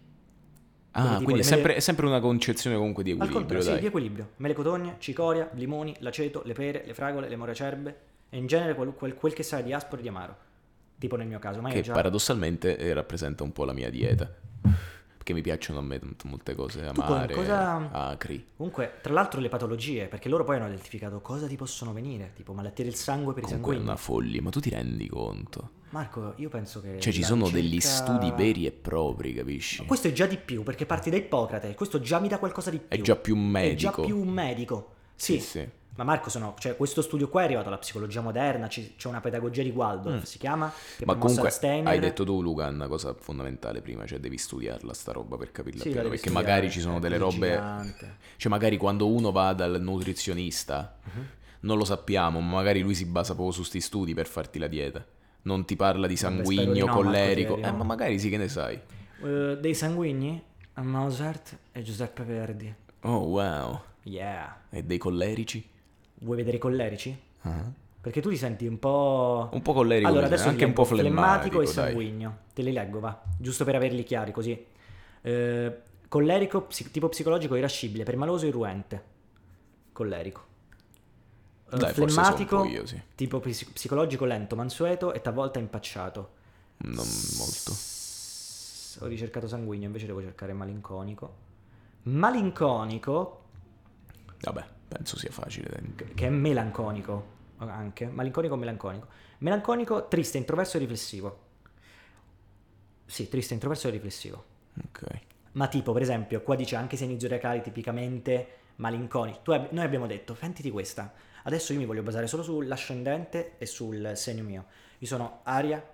Speaker 1: Ah,
Speaker 2: Quindi tipo
Speaker 1: quindi, è,
Speaker 2: le mele-
Speaker 1: sempre, è sempre una concezione comunque di
Speaker 2: Al
Speaker 1: equilibrio,
Speaker 2: contrario, sì,
Speaker 1: dai.
Speaker 2: di equilibrio. Mele cotogne, cicoria, limoni, l'aceto, le pere, le fragole, le moracerbe e in genere quel, quel- quel che sa di aspro e di amaro. Tipo nel mio caso, ma io
Speaker 1: Che
Speaker 2: già...
Speaker 1: paradossalmente eh, rappresenta un po' la mia dieta. Perché mi piacciono a me tante- molte cose
Speaker 2: con
Speaker 1: amare,
Speaker 2: cosa-
Speaker 1: acri.
Speaker 2: Comunque, tra l'altro le patologie, perché loro poi hanno identificato cosa ti possono venire, tipo malattie del sangue per i
Speaker 1: Comunque è
Speaker 2: sanguigni.
Speaker 1: una follia, ma tu ti rendi conto?
Speaker 2: Marco, io penso che...
Speaker 1: Cioè ci
Speaker 2: Eh, la
Speaker 1: sono
Speaker 2: ricerca-
Speaker 1: degli studi veri e propri, capisci?
Speaker 2: Questo è già di più, perché parti da Ippocrate, questo già mi dà qualcosa di più.
Speaker 1: È già più
Speaker 2: È già
Speaker 1: medico.
Speaker 2: più un medico.
Speaker 1: Sì,
Speaker 2: Sì,
Speaker 1: sì.
Speaker 2: Ma Marco, sono, cioè, questo studio qua è arrivato alla psicologia moderna, ci- c'è una pedagogia di
Speaker 1: Mm.
Speaker 2: Waldorf, si chiama, che è
Speaker 1: Ma
Speaker 2: promossa da
Speaker 1: comunque
Speaker 2: Steiner.
Speaker 1: hai detto tu Luca una cosa fondamentale prima, cioè devi studiarla sta roba per capirla
Speaker 2: Sì, la
Speaker 1: bene,
Speaker 2: devi
Speaker 1: perché
Speaker 2: studiare, eh,
Speaker 1: magari ci sono
Speaker 2: è
Speaker 1: delle robe,
Speaker 2: gigante.
Speaker 1: cioè magari quando uno va dal nutrizionista,
Speaker 2: Mhm.
Speaker 1: non lo sappiamo, ma magari lui si basa proprio su sti studi per farti la dieta, non ti parla di
Speaker 2: spero di
Speaker 1: sanguigno,
Speaker 2: no, Marco,
Speaker 1: collerico,
Speaker 2: spero di
Speaker 1: eh
Speaker 2: no.
Speaker 1: ma magari sì che ne sai,
Speaker 2: Eh, dei sanguigni, Mozart e Giuseppe Verdi.
Speaker 1: oh wow,
Speaker 2: Yeah.
Speaker 1: e dei collerici?
Speaker 2: Vuoi vedere i collerici?
Speaker 1: Ah.
Speaker 2: Perché tu ti senti un po'...
Speaker 1: Un po' collerico,
Speaker 2: allora,
Speaker 1: sì,
Speaker 2: adesso
Speaker 1: anche
Speaker 2: ti
Speaker 1: un po'
Speaker 2: leggo
Speaker 1: flemmatico,
Speaker 2: e
Speaker 1: dai.
Speaker 2: sanguigno. Te li leggo, va. Giusto per averli chiari, così. Eh, collerico, psi- tipo psicologico, irascibile, permaloso, irruente. Collerico. Eh,
Speaker 1: Dai, forse sono un po'
Speaker 2: flemmatico,
Speaker 1: io, sì.
Speaker 2: tipo psi- psicologico, lento, mansueto e talvolta impacciato.
Speaker 1: Non molto.
Speaker 2: S- Ho ricercato sanguigno, invece devo cercare malinconico. Malinconico,
Speaker 1: Vabbè, penso sia facile. dai.
Speaker 2: che è melanconico anche, malinconico o melanconico. Melanconico, triste, introverso e riflessivo. Sì, triste, introverso e riflessivo.
Speaker 1: Ok.
Speaker 2: Ma tipo, per esempio, qua dice anche segni zodiacali tipicamente malinconici. Tu ab- noi abbiamo detto, sentiti questa. Adesso io mi voglio basare solo sull'ascendente e sul segno mio. Io sono aria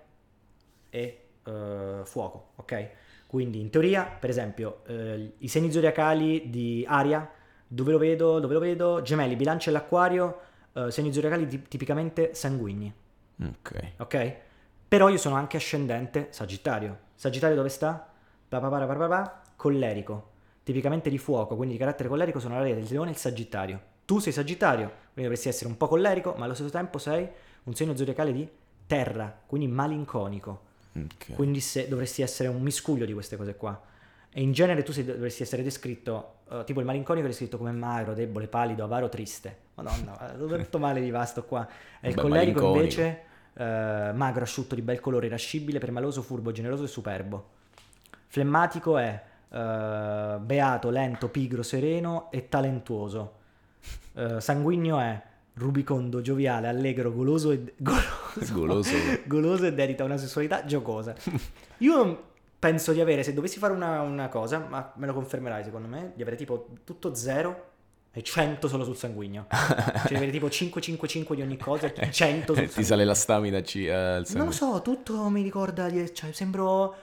Speaker 2: e eh, fuoco, ok? Quindi in teoria, per esempio, eh, i segni zodiacali di aria Dove lo vedo? Dove lo vedo? Gemelli, bilancia e l'acquario, eh, segni zodiacali tip- tipicamente sanguigni,
Speaker 1: Ok.
Speaker 2: ok? Però io sono anche ascendente Sagittario. Sagittario dove sta? Pa pa pa pa pa pa, collerico, tipicamente di fuoco, quindi di carattere collerico sono l'area del leone e il Sagittario. Tu sei Sagittario, quindi dovresti essere un po' collerico, ma allo stesso tempo sei un segno zodiacale di terra, quindi malinconico.
Speaker 1: ok.
Speaker 2: Quindi se dovresti essere un miscuglio di queste cose qua. E in genere tu sei- dovresti essere descritto, eh, tipo il malinconico è descritto come magro, debole, palido, avaro, triste. Madonna, guarda, tutto male di vasto qua. E il
Speaker 1: Beh,
Speaker 2: collerico
Speaker 1: malinconico.
Speaker 2: invece, eh, magro, asciutto, di bel colore, irascibile, permaloso, furbo, generoso e superbo. Flemmatico è eh, beato, lento, pigro, sereno e talentuoso. Eh, sanguigno è rubicondo, gioviale, allegro, goloso e... Goloso
Speaker 1: Goloso.
Speaker 2: goloso ed edita una sessualità giocosa. Io non penso di avere, se dovessi fare una, una cosa, ma me lo confermerai secondo me, di avere tipo tutto zero e 100 solo sul sanguigno. Cioè di avere tipo 5-5-5 di ogni cosa e 100 sul
Speaker 1: Ti
Speaker 2: sanguigno.
Speaker 1: sale la stamina ci, al
Speaker 2: Non lo
Speaker 1: sangue.
Speaker 2: so, tutto mi ricorda, di- cioè sembro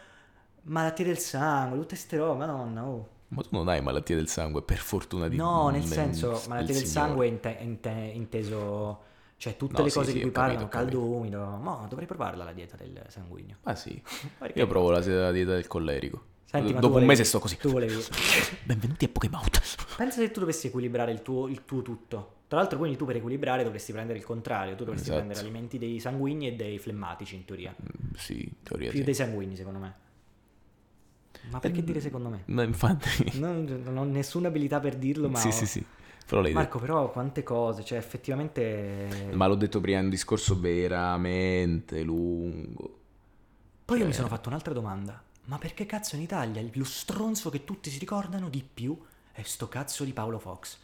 Speaker 2: malattie del sangue, tutte ste robe, madonna, oh.
Speaker 1: Ma tu non hai malattie del sangue, per fortuna di
Speaker 2: No, nel
Speaker 1: del-
Speaker 2: senso,
Speaker 1: del
Speaker 2: malattie del
Speaker 1: Signore.
Speaker 2: sangue è inte- inte- inteso, cioè tutte
Speaker 1: No,
Speaker 2: le
Speaker 1: sì,
Speaker 2: cose
Speaker 1: sì,
Speaker 2: di cui
Speaker 1: ho capito,
Speaker 2: parlano,
Speaker 1: ho capito.
Speaker 2: caldo umido. Ma dovrei provarla la dieta del sanguigno.
Speaker 1: Ma Ah, sì.
Speaker 2: Perché
Speaker 1: Io provo la sera- la dieta del collerico.
Speaker 2: Senti,
Speaker 1: Do-
Speaker 2: ma tu
Speaker 1: Dopo un
Speaker 2: volevi-
Speaker 1: mese sto così.
Speaker 2: tu volevi-
Speaker 1: Benvenuti a Pokémon.
Speaker 2: Pensa se tu dovessi equilibrare il tuo, il tuo tutto. Tra l'altro, quindi tu per equilibrare dovresti prendere il contrario, tu dovresti
Speaker 1: Esatto.
Speaker 2: prendere alimenti dei sanguigni e dei flemmatici, in teoria.
Speaker 1: Sì, in teoria
Speaker 2: Più
Speaker 1: sì.
Speaker 2: dei sanguigni, secondo me. Ma perché
Speaker 1: Mm.
Speaker 2: dire secondo me?
Speaker 1: No, infatti.
Speaker 2: Non, non ho nessuna abilità per dirlo, ma.
Speaker 1: sì,
Speaker 2: ho-
Speaker 1: sì, sì. Però l'hai
Speaker 2: Marco, però, quante cose, cioè, effettivamente.
Speaker 1: detto. Ma l'ho detto prima, è un discorso veramente lungo. Cioè,
Speaker 2: Poi
Speaker 1: eh.
Speaker 2: io mi sono fatto un'altra domanda. Ma perché cazzo in Italia lo stronzo che tutti si ricordano di più è sto cazzo di Paolo Fox?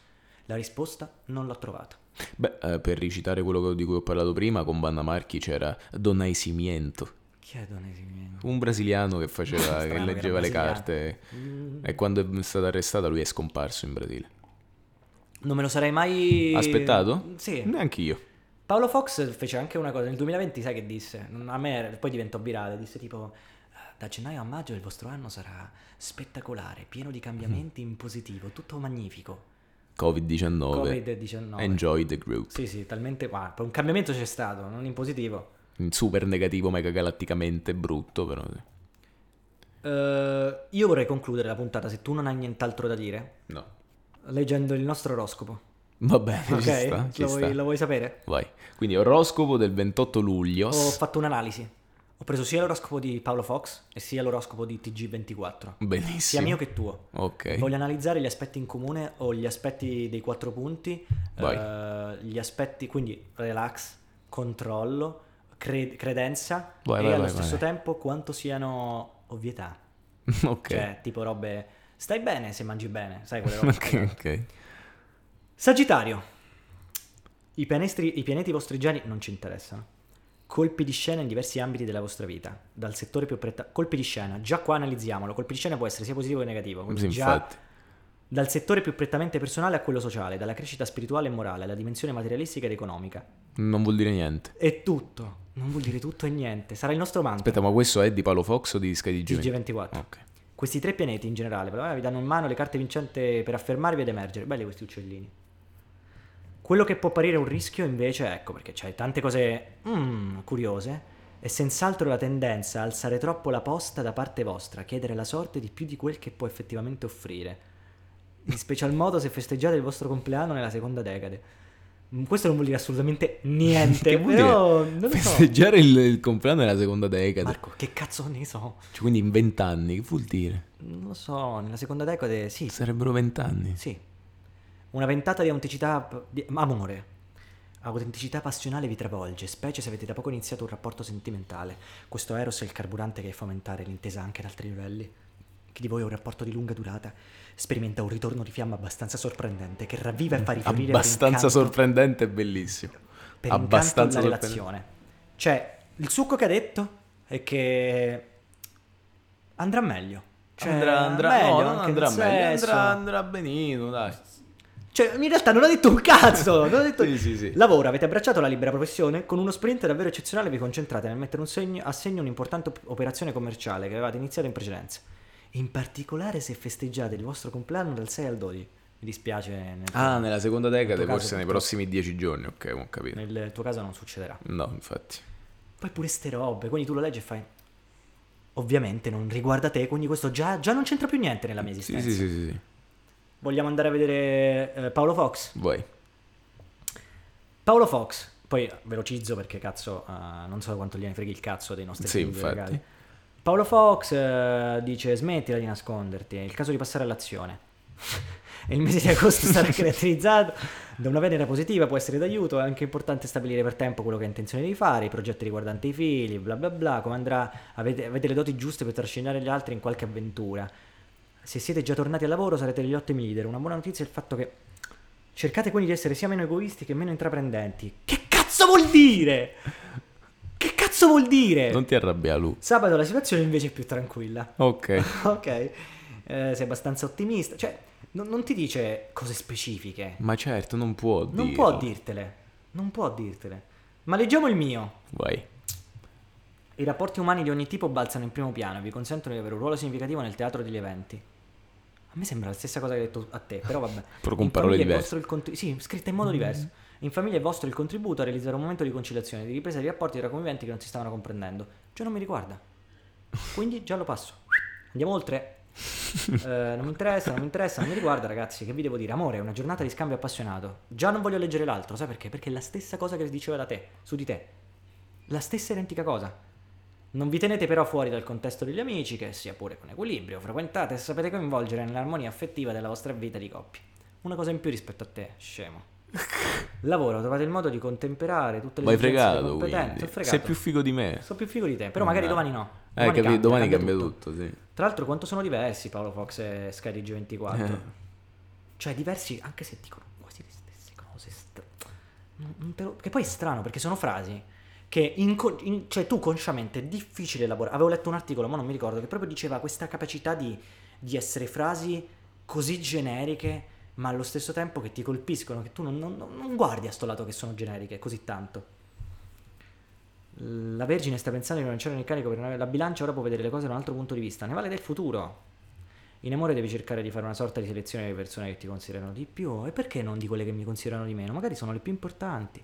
Speaker 2: La risposta non l'ho trovata.
Speaker 1: Beh, eh, per ricitare quello che- di cui ho parlato prima, con Vanna Marchi c'era Donaisimiento,
Speaker 2: Chi è Donesimiento?
Speaker 1: un brasiliano che faceva,
Speaker 2: Strano che
Speaker 1: che
Speaker 2: era
Speaker 1: leggeva le
Speaker 2: brasiliano.
Speaker 1: carte.
Speaker 2: Mm,
Speaker 1: E quando è stata arrestata lui è scomparso in Brasile.
Speaker 2: Non me lo sarei mai
Speaker 1: Aspettato?
Speaker 2: Sì.
Speaker 1: Neanche io.
Speaker 2: Paolo Fox fece anche una cosa nel 2020, sai che disse? Non- A me poi diventò virale, disse tipo "Eh, da gennaio a maggio il vostro anno sarà spettacolare, pieno di cambiamenti in positivo, tutto magnifico.
Speaker 1: Covid-19.
Speaker 2: Covid-19.
Speaker 1: Enjoy the group.
Speaker 2: Sì, sì, talmente qua, un cambiamento c'è stato, non in positivo.
Speaker 1: In Super negativo, mega galatticamente brutto, però. sì.
Speaker 2: Eh, io vorrei concludere la puntata se tu non hai nient'altro da dire,
Speaker 1: No.
Speaker 2: leggendo il nostro oroscopo.
Speaker 1: Va bene,
Speaker 2: Ok?
Speaker 1: ci sta, ci
Speaker 2: lo,
Speaker 1: sta.
Speaker 2: Vuoi, lo vuoi sapere?
Speaker 1: Vai. Quindi oroscopo del 28 luglio.
Speaker 2: Ho fatto un'analisi. Ho preso sia l'oroscopo di Paolo Fox e sia l'oroscopo di TG24.
Speaker 1: Benissimo.
Speaker 2: Sia mio che tuo.
Speaker 1: Ok.
Speaker 2: Voglio analizzare gli aspetti in comune o gli aspetti dei quattro punti. eh, gli aspetti, quindi relax, controllo, cre- credenza
Speaker 1: Vai,
Speaker 2: e
Speaker 1: vai,
Speaker 2: allo
Speaker 1: vai,
Speaker 2: stesso
Speaker 1: vai.
Speaker 2: tempo quanto siano ovvietà.
Speaker 1: ok.
Speaker 2: Cioè, tipo robe. Stai bene se mangi bene, sai quelle robe.
Speaker 1: ok, ok.
Speaker 2: Sagittario. I, pianestri- I pianeti vostrigiani non ci interessano. Colpi di scena in diversi ambiti della vostra vita, dal settore più pretta. Colpi di scena, già qua analizziamolo. Colpi di scena può essere sia positivo che negativo. Quindi
Speaker 1: Sì,
Speaker 2: già
Speaker 1: infatti.
Speaker 2: dal settore più prettamente personale a quello sociale, dalla crescita spirituale e morale, alla dimensione materialistica ed economica.
Speaker 1: Non vuol dire niente.
Speaker 2: È tutto. Non vuol dire tutto e niente. Sarà il nostro mantra.
Speaker 1: Aspetta, ma questo è di Paolo Fox o di Sky di
Speaker 2: di
Speaker 1: Gioventù?
Speaker 2: G24.
Speaker 1: Ok.
Speaker 2: Questi tre pianeti in generale però, eh, vi danno in mano le carte vincenti per affermarvi ed emergere. Belli questi uccellini. Quello che può parere un rischio invece, ecco perché c'hai tante cose mm, curiose, è senz'altro la tendenza a alzare troppo la posta da parte vostra, chiedere la sorte di più di quel che può effettivamente offrire. In special modo se festeggiate il vostro compleanno nella seconda decade. Mm, Questo non vuol dire assolutamente niente,
Speaker 1: Che vuol
Speaker 2: però
Speaker 1: dire?
Speaker 2: non lo so.
Speaker 1: Festeggiare il, il compleanno nella seconda decade.
Speaker 2: Marco, che cazzo ne so?
Speaker 1: Cioè, quindi in vent'anni, che vuol dire?
Speaker 2: Non lo so, nella seconda decade sì,
Speaker 1: Sarebbero vent'anni.
Speaker 2: Sì. Una ventata di autenticità. p- di- ma amore. Autenticità passionale vi travolge, specie se avete da poco iniziato un rapporto sentimentale. Questo Eros è il carburante che fa aumentare l'intesa anche ad altri livelli. Chi di voi ha un rapporto di lunga durata sperimenta un ritorno di fiamma abbastanza sorprendente che ravviva e fa rifiorire per
Speaker 1: Abbastanza
Speaker 2: incanto-
Speaker 1: sorprendente e bellissimo.
Speaker 2: per incanto
Speaker 1: Abbastanza
Speaker 2: la
Speaker 1: sorprendente.
Speaker 2: relazione. Cioè, il succo che ha detto è che andrà meglio. Cioè,
Speaker 1: andrà, andrà,
Speaker 2: meglio
Speaker 1: no, non
Speaker 2: anche
Speaker 1: andrà
Speaker 2: nel
Speaker 1: meglio,
Speaker 2: sesso.
Speaker 1: andrà, andrà benino, dai.
Speaker 2: Cioè, in realtà non ha detto un cazzo. Non ha detto...
Speaker 1: Sì, sì, sì.
Speaker 2: Lavoro, avete abbracciato la libera professione. Con uno sprint davvero eccezionale vi concentrate nel mettere un segno- a segno un'importante op- operazione commerciale che avevate iniziato in precedenza. In particolare se festeggiate il vostro compleanno dal 6 al 12. Mi dispiace. nel-
Speaker 1: Ah, nella seconda decade,
Speaker 2: tuo caso,
Speaker 1: forse nei
Speaker 2: purtroppo.
Speaker 1: prossimi dieci giorni, ok, ho capito.
Speaker 2: nel tuo caso non succederà.
Speaker 1: No, infatti.
Speaker 2: Poi pure ste robe, quindi tu lo leggi e fai... Ovviamente non riguarda te, quindi questo già, già non c'entra più niente nella mia
Speaker 1: Sì,
Speaker 2: esistenza.
Speaker 1: sì, sì, sì, sì.
Speaker 2: Vogliamo andare a vedere eh, Paolo Fox?
Speaker 1: Vuoi?
Speaker 2: Paolo Fox, poi velocizzo perché cazzo, eh, non so quanto gliene freghi il cazzo dei nostri
Speaker 1: Sì,
Speaker 2: figli,
Speaker 1: infatti.
Speaker 2: ragazzi. Paolo Fox eh, dice smettila di nasconderti, è il caso di passare all'azione. Il mese di agosto sarà caratterizzato da una venera positiva, può essere d'aiuto, è anche importante stabilire per tempo quello che hai intenzione di fare, i progetti riguardanti i figli, bla bla bla, come andrà, avete, avete le doti giuste per trascinare gli altri in qualche avventura. Se siete già tornati al lavoro sarete degli ottimi leader, una buona notizia è il fatto che cercate quindi di essere sia meno egoisti che meno intraprendenti. Che cazzo vuol dire? Che cazzo vuol dire?
Speaker 1: Non ti arrabbia, Lu.
Speaker 2: Sabato la situazione invece è più tranquilla.
Speaker 1: Ok.
Speaker 2: ok, eh, sei abbastanza ottimista. Cioè, non- non ti dice cose specifiche.
Speaker 1: Ma certo, non può dirlo.
Speaker 2: Non può dirtele. Non può dirtele. Ma leggiamo il mio.
Speaker 1: Vai.
Speaker 2: I rapporti umani di ogni tipo balzano in primo piano e vi consentono di avere un ruolo significativo nel teatro degli eventi. A me sembra la stessa cosa che hai detto a te, però vabbè.
Speaker 1: Però con
Speaker 2: In
Speaker 1: parole
Speaker 2: famiglia è
Speaker 1: diverse. Mm.
Speaker 2: vostro il contri- sì, scritta in modo diverso. In famiglia è vostro il contributo a realizzare un momento di conciliazione, di ripresa di rapporti tra conviventi che non si stavano comprendendo. Già non mi riguarda. Quindi già lo passo. Andiamo oltre. Eh, non mi interessa, non mi interessa, non mi riguarda ragazzi, che vi devo dire? Amore, è una giornata di scambio appassionato. Già non voglio leggere l'altro, sai perché? Perché è la stessa cosa che diceva da te, su di te. La stessa identica cosa. Non vi tenete però fuori dal contesto degli amici, che sia pure con equilibrio, frequentate e sapete coinvolgere nell'armonia affettiva della vostra vita di coppia. Una cosa in più rispetto a te, scemo. Lavoro, trovate il modo di contemperare tutte le
Speaker 1: Vai
Speaker 2: esigenze e le
Speaker 1: fregato,
Speaker 2: competenze.
Speaker 1: quindi.
Speaker 2: Ho fregato.
Speaker 1: Sei più figo di me.
Speaker 2: Sono più figo di te, però magari
Speaker 1: Eh.
Speaker 2: domani no.
Speaker 1: Eh, capito, domani
Speaker 2: cambia
Speaker 1: cambia tutto, sì.
Speaker 2: Tra l'altro, quanto sono diversi Paolo Fox e Sky di G24?
Speaker 1: Eh.
Speaker 2: Cioè, diversi anche se dicono quasi le stesse cose. str- non- non te lo- Che poi è strano perché sono frasi che inco- in- cioè, tu consciamente è difficile elaborare. Avevo letto un articolo, ma non mi ricordo, che proprio diceva questa capacità di, di essere frasi così generiche, ma allo stesso tempo che ti colpiscono, che tu non, non- non- non guardi a sto lato che sono generiche così tanto. La Vergine sta pensando di rinunciare a un incarico per non avere la bilancia, ora può vedere le cose da un altro punto di vista. Ne vale del futuro. In amore devi cercare di fare una sorta di selezione delle persone che ti considerano di più. E perché non di quelle che mi considerano di meno? Magari sono le più importanti.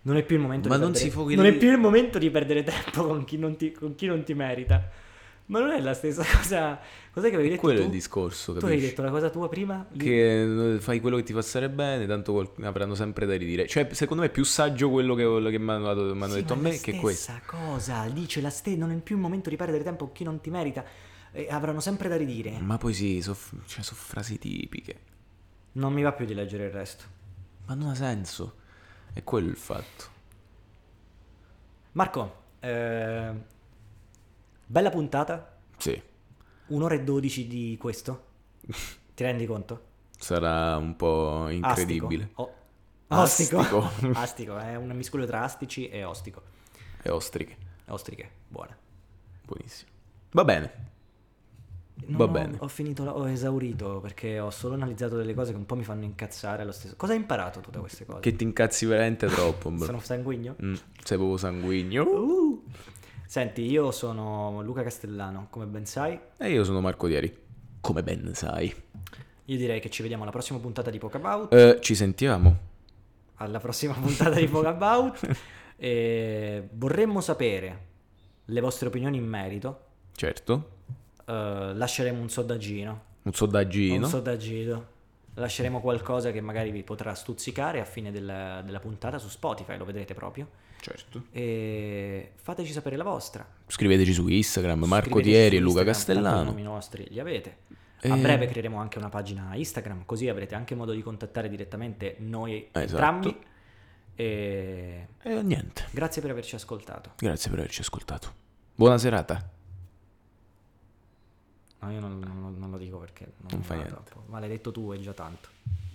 Speaker 2: Non è più il momento
Speaker 1: Ma
Speaker 2: di
Speaker 1: non
Speaker 2: perdere...
Speaker 1: si fuochi-
Speaker 2: Non è più il momento di perdere tempo con chi non ti, con chi non ti merita. Ma non è la stessa cosa. Cos'è che avevi detto?
Speaker 1: Quello è
Speaker 2: tu?
Speaker 1: il discorso,
Speaker 2: Tu hai
Speaker 1: capisci?
Speaker 2: detto la cosa tua prima? Di-
Speaker 1: Che eh, fai quello che ti fa stare bene, tanto qual- avranno sempre da ridire. Cioè, secondo me è più saggio quello che, che mi hanno, mi hanno
Speaker 2: Sì,
Speaker 1: detto a
Speaker 2: ma è
Speaker 1: me che
Speaker 2: la
Speaker 1: questo.
Speaker 2: stessa cosa, dice la stessa, non è più il momento di perdere tempo con chi non ti merita. E avranno sempre da ridire.
Speaker 1: Ma poi sì, cioè, sono frasi tipiche.
Speaker 2: Non mi va più di leggere il resto.
Speaker 1: Ma non ha senso. È quello il fatto.
Speaker 2: Marco, eh, bella puntata,
Speaker 1: Sì,
Speaker 2: un'ora e dodici di questo. Ti rendi conto?
Speaker 1: sarà un po' incredibile.
Speaker 2: Astico. Oh. Ostico.
Speaker 1: Astico.
Speaker 2: Astico, è un miscuglio tra astici e ostico.
Speaker 1: E ostriche.
Speaker 2: Ostriche, buona.
Speaker 1: Buonissimo. Va bene.
Speaker 2: Non
Speaker 1: Va
Speaker 2: ho-
Speaker 1: bene.
Speaker 2: Ho finito, la- ho esaurito perché ho solo analizzato delle cose che un po' mi fanno incazzare allo stesso. Cosa hai imparato tu da queste cose?
Speaker 1: Che ti incazzi veramente troppo. bro.
Speaker 2: Sono sanguigno?
Speaker 1: Mm, sei proprio sanguigno.
Speaker 2: Uh. Senti, io sono Luca Castellano, come ben sai.
Speaker 1: E io sono Marco Dieri. Come ben sai.
Speaker 2: Io direi che ci vediamo alla prossima puntata di Pokeabout.
Speaker 1: Eh, ci sentiamo.
Speaker 2: Alla prossima puntata di Pokeabout. e vorremmo sapere le vostre opinioni in merito.
Speaker 1: Certo.
Speaker 2: Eh, lasceremo un sondaggino.
Speaker 1: Un sondaggino.
Speaker 2: Un sondaggino. Lasceremo qualcosa che magari vi potrà stuzzicare a fine della, della puntata su Spotify, lo vedrete proprio.
Speaker 1: certo.
Speaker 2: E fateci sapere la vostra.
Speaker 1: Scriveteci su Instagram, Marco
Speaker 2: Scriveteci
Speaker 1: Dieri e
Speaker 2: su
Speaker 1: Luca
Speaker 2: Instagram, tanto I
Speaker 1: Castellano.
Speaker 2: nomi nostri li avete.
Speaker 1: E-
Speaker 2: A breve creeremo anche una pagina Instagram, così avrete anche modo di contattare direttamente noi
Speaker 1: Esatto.
Speaker 2: entrambi. E
Speaker 1: E niente.
Speaker 2: grazie per averci ascoltato.
Speaker 1: Grazie per averci ascoltato. Buona serata.
Speaker 2: No, io non, non- non lo dico perché non,
Speaker 1: Non
Speaker 2: mi
Speaker 1: fa
Speaker 2: va
Speaker 1: niente.
Speaker 2: troppo, Ma l'hai detto tu, è già tanto.